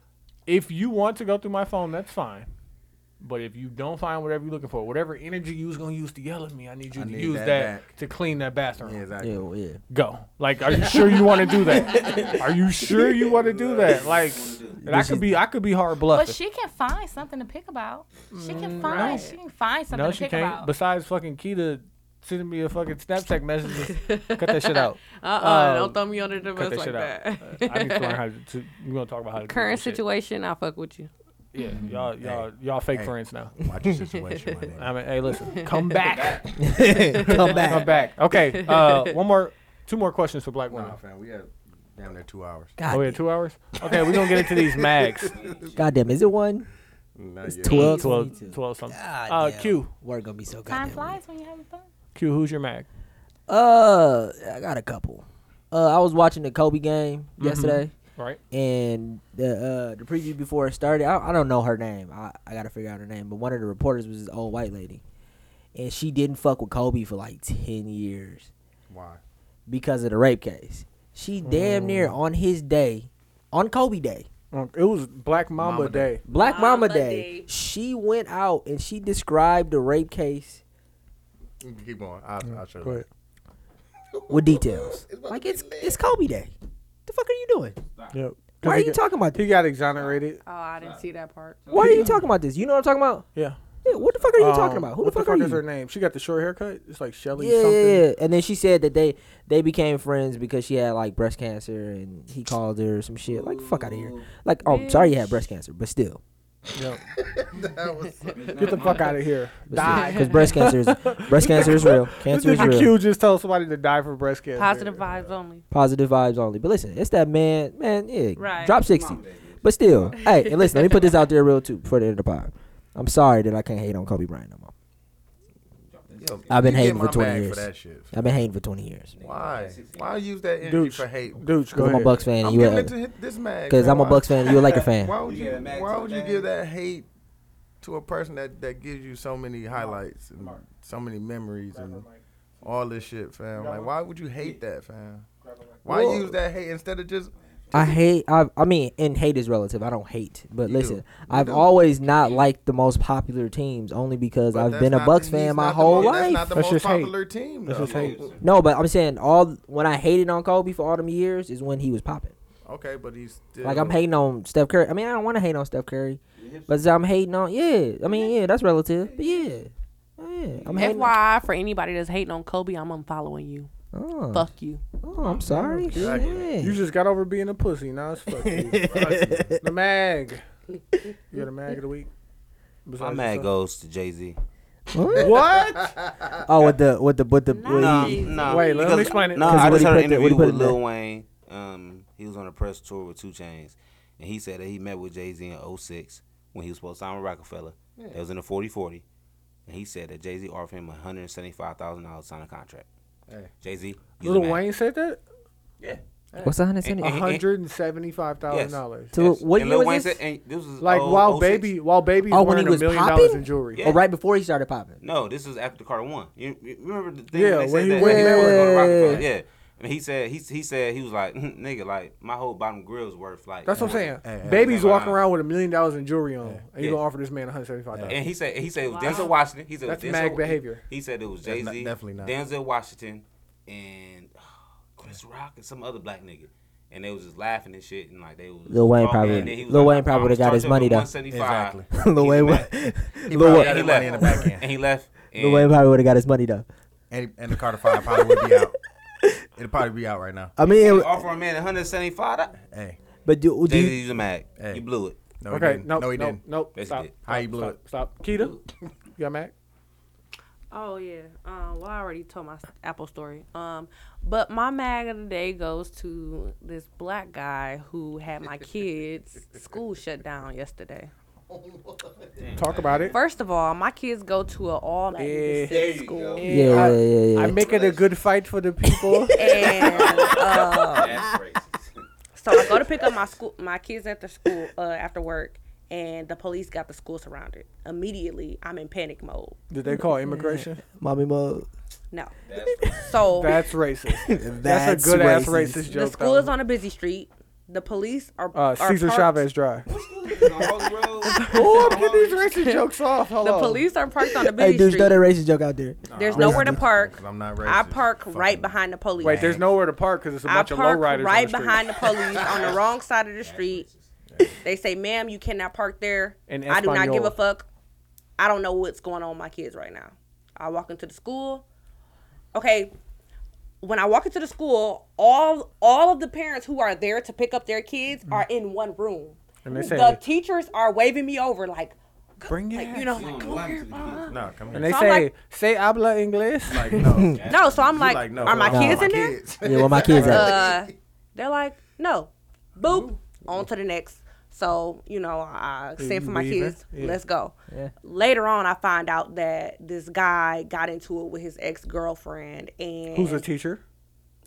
A: if you want to go through my phone, that's fine. But if you don't find whatever you're looking for, whatever energy you was gonna use to yell at me, I need you
B: I
A: to
B: need
A: use that,
B: that
A: to clean that bathroom. Yeah,
E: exactly. Yeah, well, yeah. [laughs]
A: Go. Like, are you sure you want to do that? are you sure you want to do that? Like, and I
E: This
A: could
E: is-
A: be, I could be hard bluffing.
D: But she can find something to pick about. She can find. She can find something
A: no,
D: to
A: she
D: pick
A: can't.
D: about.
A: Besides fucking Keita sending me a fucking Snapchat message,
J: [laughs]
A: cut that shit out. Um,
J: Uh-uh, don't throw me under the
A: cut
J: bus like
A: out.
J: that.
A: Uh, I need to learn
J: [laughs]
A: how to. We gonna talk about how to do
J: Current
A: this shit.
J: situation, I fuck with you.
A: Yeah, y'all, y'all, y'all fake
B: Hey,
A: friends
J: [laughs]
A: now.
B: watch your situation, [laughs] my nigga.
A: I mean, hey, listen, come back,
E: Come back.
A: come back. Okay, uh,
J: [laughs]
A: one more, two more questions for black women.
B: Nah, fam, we had down there two hours.
A: oh yeah, two hours. Okay, we're gonna get into these mags.
E: God damn, is it one?
B: Not
E: It's
B: yet.
E: 12?
A: 12, 12 something. Uh, Q,
E: We're gonna be so good.
D: Time flies when you're having fun.
A: Q, who's your mag?
E: Uh, I got a couple. Uh, I was watching the Kobe game
A: Mhm.
E: yesterday.
A: Right.
E: And the uh, the preview before it started, I, I don't know her name. I, I gotta figure out her name. But one of the reporters was this old white lady, and she didn't fuck with Kobe for like ten years
B: Why?
E: because of the rape case. She damn near on his day, on Kobe Day,
A: Um, It was Black Mamba,
E: Mama
A: Day.
E: Black Mama, Day, she went out and she described the rape case
B: Keep on. I'll, I'll show
A: Go
B: you. [laughs]
A: ahead.
E: with details. Like it's it's Kobe Day. The fuck are you doing?
A: Yep.
E: Why are you talking about
A: He got exonerated.
J: Oh, I didn't see that part.
E: Why are you talking about this? You know what I'm talking about?
A: Yeah.
E: Yeah, what the fuck are you talking
A: Um,
E: about? Who the
A: what
E: fuck,
A: the fuck
E: are
A: is
E: you?
A: her name? She got the short haircut. It's like Shelly
E: yeah,
A: something.
E: yeah, yeah. And then she said that they they became friends because she had like breast cancer and he called her some shit. Like fuck out of here. Like oh, I'm sorry you had breast cancer, but still.
A: Yep. Get the fuck out of here. Die.
E: Because breast cancer is breast cancer is real. Cancer
A: this
E: is
A: nigga
E: real.
A: Q just told somebody to die for breast cancer.
J: Positive vibes only.
E: Positive vibes only. But listen, it's that man, man, yeah.
J: Right.
E: Drop sixty. But still, hey, and listen, let me put this out there real too before the end of the pod. I'm sorry that I can't hate on Kobe Bryant no more. I've been
B: You get
E: hating for
B: my
E: 20
B: bag for
E: years.
B: that shit, fam.
E: I've been hating for 20 years.
B: Why? Why use that energy
A: Dooch.
B: for hate?
A: Dooch, go
E: Because I'm a
A: ahead.
E: Bucks
B: I'm
E: fan. and you
B: giving
E: a,
B: it to hit- this man.
E: Because I'm a Bucks fan. You a Laker fan.
B: Why would
I: You
B: you?
I: give it back
B: Why
I: to
B: would
I: the
B: you
I: fan.
B: give that hate to a person that that gives you so many highlights and so many memories and all this shit, fam? Like, why would you hate that, fam? Why
E: Well-
B: use that hate instead of just?
E: I hate. I, I mean, and hate is relative. I don't hate, but
B: You
E: listen,
B: do.
E: I've always not liked the most popular teams only because
B: But
E: I've
B: that's
E: been a
B: not-
E: Bucks
B: he's
E: fan my
B: not the
E: whole
B: most-
E: life.
B: That's not the
A: That's
B: most
A: just hate.
B: popular team.
A: That's
B: though.
A: just hate.
E: No, but I'm saying all when I hated on Kobe for all them years is when he was popping.
B: Okay, but he's still
E: Like I'm hating on Steph Curry. I mean, I don't want to hate on Steph Curry, but I'm hating on yeah. I mean, yeah, that's relative. But yeah, oh, yeah, I'm hating. on-
J: FYI, for anybody that's hating on Kobe, I'm unfollowing you.
E: Oh.
J: Fuck you.
E: Oh, I'm sorry. Yeah.
A: You just got over being a
E: [laughs]
A: pussy. Now it's fuck you. Fuck you. the mag. You're the mag of the week.
G: My
A: besides
G: man
A: yourself?
G: goes to Jay Z.
E: [laughs]
A: What?
E: Oh, with the with the with the with
G: No,
E: he-
G: no.
A: Wait, let him
G: because-
A: explain it.
G: No,
E: 'Cause
G: I
E: what
G: just
E: he
G: heard an
E: put the- what he
G: interview
E: put
G: with
E: in the-
G: Lil Wayne. Um, he was on a press tour with Two Chains, and he said that he met with Jay Z in 06 when he was supposed to sign with Rockefeller.
E: Yeah.
G: That was in the 40-40. and he said that Jay Z offered him one hundred seventy-five thousand dollars to sign a contract.
A: Hey.
G: Jay Z,
A: Lil Wayne said
E: [laughs]
A: that.
G: Yeah.
E: What's a hundred seventy-
A: A hundred and seventy-five thousand dollars.
E: So Yes. what
G: and
E: year
G: Lil
E: was
G: Wayne
E: this?
G: Said, and this was
A: Like
G: oh,
A: while
G: 06.
A: baby, while baby,
E: Oh,
A: oh,
E: when he was
A: a million dollars
E: popping,
A: in jewelry.
E: or Oh, right before he started popping. [laughs]
G: No, this was after the Carter won. You, you remember the thing
A: Yeah,
G: when
A: when he
G: they said that?
A: went
G: When
A: back.
G: they were going to
A: Yeah.
G: Rockefeller, yeah. And he said he he said he was like "Hmm, nigga like my whole bottom grill's worth like
A: That's what I'm saying.
G: Hey, hey,
A: Baby's
G: hey,
A: walking
G: hey.
A: around with a million dollars in jewelry on, and you
G: Yeah.
A: gonna offer this man one hundred seventy-five thousand.
G: And he said he said it was
A: Wow.
G: Denzel Washington. He said it was
A: That's
G: Denzel-
A: mag behavior.
G: He said it was
B: That's
G: Jay
B: not-
G: Z,
B: definitely not.
G: Denzel Washington, and [sighs] uh, Chris Rock and some other black nigga. And they was just laughing and shit, and like they was.
E: Lil Wayne
G: talking,
E: probably-
G: and then he was
E: Lil
G: like,
E: Wayne
G: "I
E: probably would've got
G: promised
E: his money, though."
G: y'all 175."
E: Exactly. Lil
G: He's
E: Wayne
G: mad.
E: would- [laughs]
G: He
E: Lil
G: probably
E: Wayne-
G: got his
E: Money
G: money
E: in
G: in
E: the
G: the
E: back
G: back
E: end.
G: end. And he left.
E: Lil Wayne probably would have got his money though.
B: And, and the Carter Five probably would be
E: [laughs]
B: out. It'll probably be out right now.
E: I mean,
G: You
E: it-
G: offer a man 175.
B: Hey.
E: but do, do
G: Jay
E: you,
G: Z's a mag. You blew it.
B: No, he
A: okay,
B: didn't.
A: no,
B: no, he
A: no,
B: didn't.
A: Nope.
G: Yes, he
A: stop.
G: did.
B: How you blew
A: stop, Stop. Keita, you got mad?
J: Oh yeah. Um, well, I already told my Apple story. Um, but my mag of the day goes to this black guy who had
A: [laughs]
J: my kids' school shut down yesterday.
A: Talk about it.
J: First of all, my kids go to an all
A: Yeah.
J: Latin Pacific school.
E: Yeah, yeah, yeah, yeah.
A: I make it a good fight for the
B: [laughs]
A: people.
J: and uh,
A: [laughs]
J: so I go to pick up my school, my kids after school, uh, after work, and the police got the school surrounded. Immediately, I'm in panic mode.
A: Did they call immigration?
E: mommy mode?
J: No, so
A: [laughs] That's racist. That's,
E: That's
A: a good ass
E: racist.
A: racist
J: the
A: joke.
J: school is on a busy street. The police are,
A: uh,
J: are
A: Cesar
J: parked-
A: Chavez Drive.
J: Oh,
A: I'm getting these racist jokes off.
J: The police are parked on a busy
E: Hey, dude,
J: street.
E: throw that racist joke out there.
J: There's
E: Racist
J: nowhere to
E: joke.
J: park.
B: I'm not
J: I
B: racist.
J: park right behind the police.
A: Wait, there's nowhere to park because it's a
J: I
A: bunch of
J: park
A: lowriders.
J: right
A: on the
J: behind the
A: street. [laughs]
J: police on the wrong side of the street. They say, "Ma'am, you cannot park there."
A: In
J: I do not give
A: Espanol.
J: a fuck. I don't know what's going on with my kids right now. I walk into the school. Okay, when I walk into the school, all all of the parents who are there to pick up their kids are in one room.
A: Mm. And they say,
J: the teachers are waving me over like,
A: bring it.
J: like you know, like, come here. uh-uh."
B: No, come here.
A: And they
J: So I'm
A: say,
J: like-
A: say habla ingles.
J: [laughs]
B: Like, no.
J: No, so I'm
B: You
J: like,
B: like, no,
J: are my
B: no,
J: kids
B: my
J: in there?
B: kids. [laughs]
E: Yeah, where my kids at?
J: Uh, they're like, no. Boop. On to the next. So, you know, I
A: Yeah,
J: send for
A: you
J: my
A: leaving?
J: kids.
A: Yeah.
J: Let's go.
E: Yeah.
J: Later on, I find out that this guy got into it with his ex girlfriend, and
A: Who's a teacher?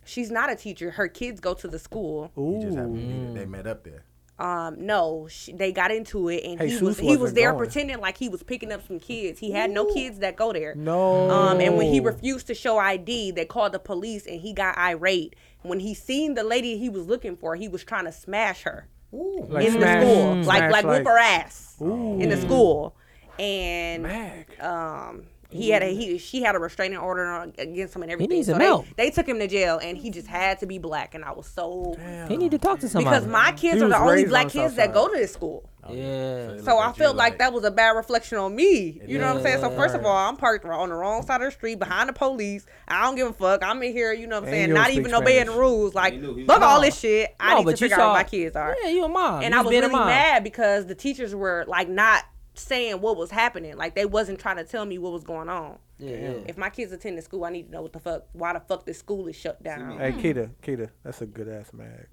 J: she's not a teacher. Her kids go to the school.
B: He just happened to
A: Ooh.
B: be
R: Mm.
B: there. They met up there.
J: Um, no, she, they got into it, and he
A: Jesus
J: was he
A: wasn't
J: was there
A: going.
J: pretending like he was picking up some kids. He had no kids that go there.
A: No.
J: Um, and when he refused to show ID, they called the police and he got irate. When he seen the lady he was looking for, he was trying to smash her
A: like
J: in
A: smash-
J: the school,
E: Mm.
J: like
A: smash,
J: like whoop her ass
A: Ooh.
J: in the school. And
A: Mag.
J: um, he had a he she had a restraining order on, against him and everything.
E: needs some
J: they,
E: help.
J: they took him to jail and he just had to be black. And I was so
E: He need to talk to somebody.
J: because my kids
A: He
J: are
A: was
J: the only
A: raised on
J: black
A: the
J: kids
A: South
J: that
A: Side.
J: go to this school.
E: yeah,
J: So I felt like that was a bad reflection on me. You know what I'm saying? So
E: Yeah.
J: first of all, I'm parked on the wrong side of the street behind the police. I don't give a fuck. I'm in here, you know what I'm
A: And
J: saying,
A: you don't
J: not
A: speak
J: even obeying the
A: Spanish.
J: rules. Like
G: knew he was-
J: fuck all this shit. I
E: No,
J: need
E: but
J: to
E: you
J: figure out
E: saw-
J: where my kids are.
E: yeah, you a mom. Oh,
J: And
E: You
J: I
E: just
J: was
E: being a
J: really
E: mom.
J: mad because the teachers were like not saying what was happening. Like they wasn't trying to tell me what was going on.
E: Yeah, yeah.
J: If my kids attend the school, I need to know what the fuck why the fuck this school is shut down.
A: Hey, Keita, Keita, that's a good ass mag.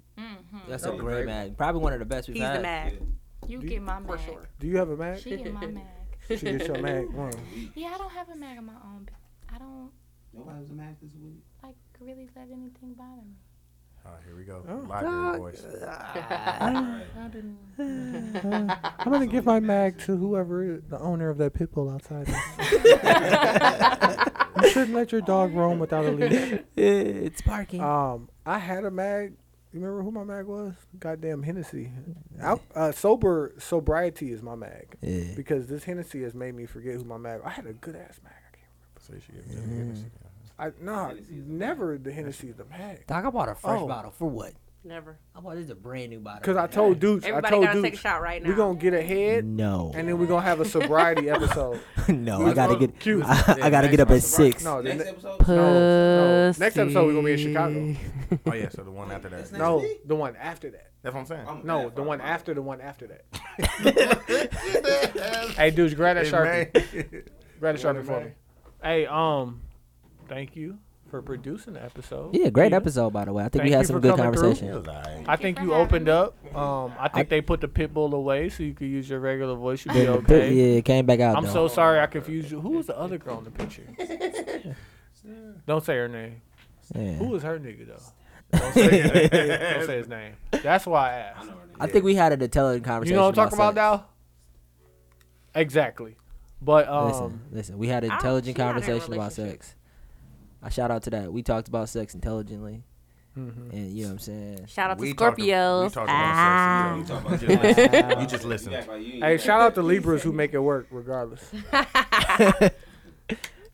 E: That's a great mag. Probably one of the best we've
J: He's
E: had.
J: the mag.
D: You get my mag.
A: Do you have a mag?
D: She get [laughs] my mag.
A: She gets your mag. One.
D: Yeah, I don't have a mag of my own. but I don't
I: Nobody was a mag this week.
D: like really let anything bother me.
B: Oh, here we go. Library voice.
D: I didn't.
A: I'm gonna give my mag to whoever the owner of that pit bull
E: [laughs]
A: outside. you shouldn't let your dog roam without a leash.
E: Yeah, it's parking.
J: Uh,
A: Um, I had a mag. You remember who my mag was? Goddamn Hennessy. Al- uh, sober sobriety is my mag
E: yeah.
A: because this Hennessy has made me forget who my mag. I had a good ass mag.
B: So you should give them
R: Mm.
B: Hennessy.
A: I nah, never the Hennessy is the mag.
E: Doc, I bought a fresh
A: Oh.
E: bottle for what?
J: Never.
E: I bought this a brand new bottle.
A: Cause I told dudes, I
J: Everybody
A: told
J: gotta
A: dudes,
J: take a shot right
A: we're
J: now.
A: gonna get ahead
E: no,
A: and then we're gonna have a
E: [laughs]
A: sobriety episode.
E: no, I gotta get,
A: Cute.
E: [laughs] I, I gotta get up at six.
A: No, the
G: Next
A: ne-
G: episode.
A: no, no. Next episode we're gonna be in Chicago.
B: Oh yeah, so the one after that.
A: No, the one after that.
B: [laughs] That's what I'm saying.
A: No, the one after the one after that. hey, dudes, grab that
B: Hey,
A: sharpie.
B: man.
A: [laughs] Grab the
B: What a
A: sharpie for
B: man.
A: me. Hey, um, thank you for producing the episode.
E: Yeah, great
A: Keita.
E: episode, by the way. I think we
A: Thank
E: had
A: you
E: some
A: for
E: good
A: coming through.
E: conversation. It was all right.
A: I think you opened up. Um, I think they put the pit bull away so you could use your regular voice. You'd be
E: Yeah, the pit-
A: okay.
E: yeah, it came back out,
A: I'm
E: though.
A: so sorry I confused you. Who was the other girl in the
B: [laughs]
A: picture? Don't say her name.
E: Yeah.
A: Who was her nigga
E: [laughs]
A: though? Don't say, his name. Don't say his name. That's why I asked.
E: I think we had an intelligent conversation.
A: You know what I'm talking
E: about
A: about now? Exactly. But um,
E: listen, listen, we had an
A: I don't-
E: intelligent
A: she not in a
E: conversation about sex. I shout out to that. We talked about sex intelligently. And you know what I'm saying?
R: Shout out to We talked- we Scorpios. talked about sex
B: Ah.
A: [laughs]
B: intelligently. You talk about
R: [laughs]
B: your- you just listen.
A: Hey, shout out to Libras who make it work regardless.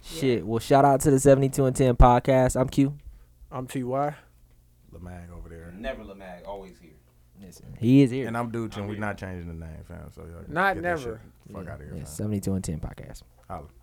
E: Shit. Well, shout out to the 72 and 10 podcast. I'm Q.
A: I'm TY.
B: Lamag over there.
G: Never Lamag, always here.
E: He is here.
B: And I'm Dude, and we're not changing the name, fam. So y'all
A: Not
B: get that
A: never.
B: shit the Fuck out of here.
E: Yeah, 72 and 10 podcast.
B: Holla.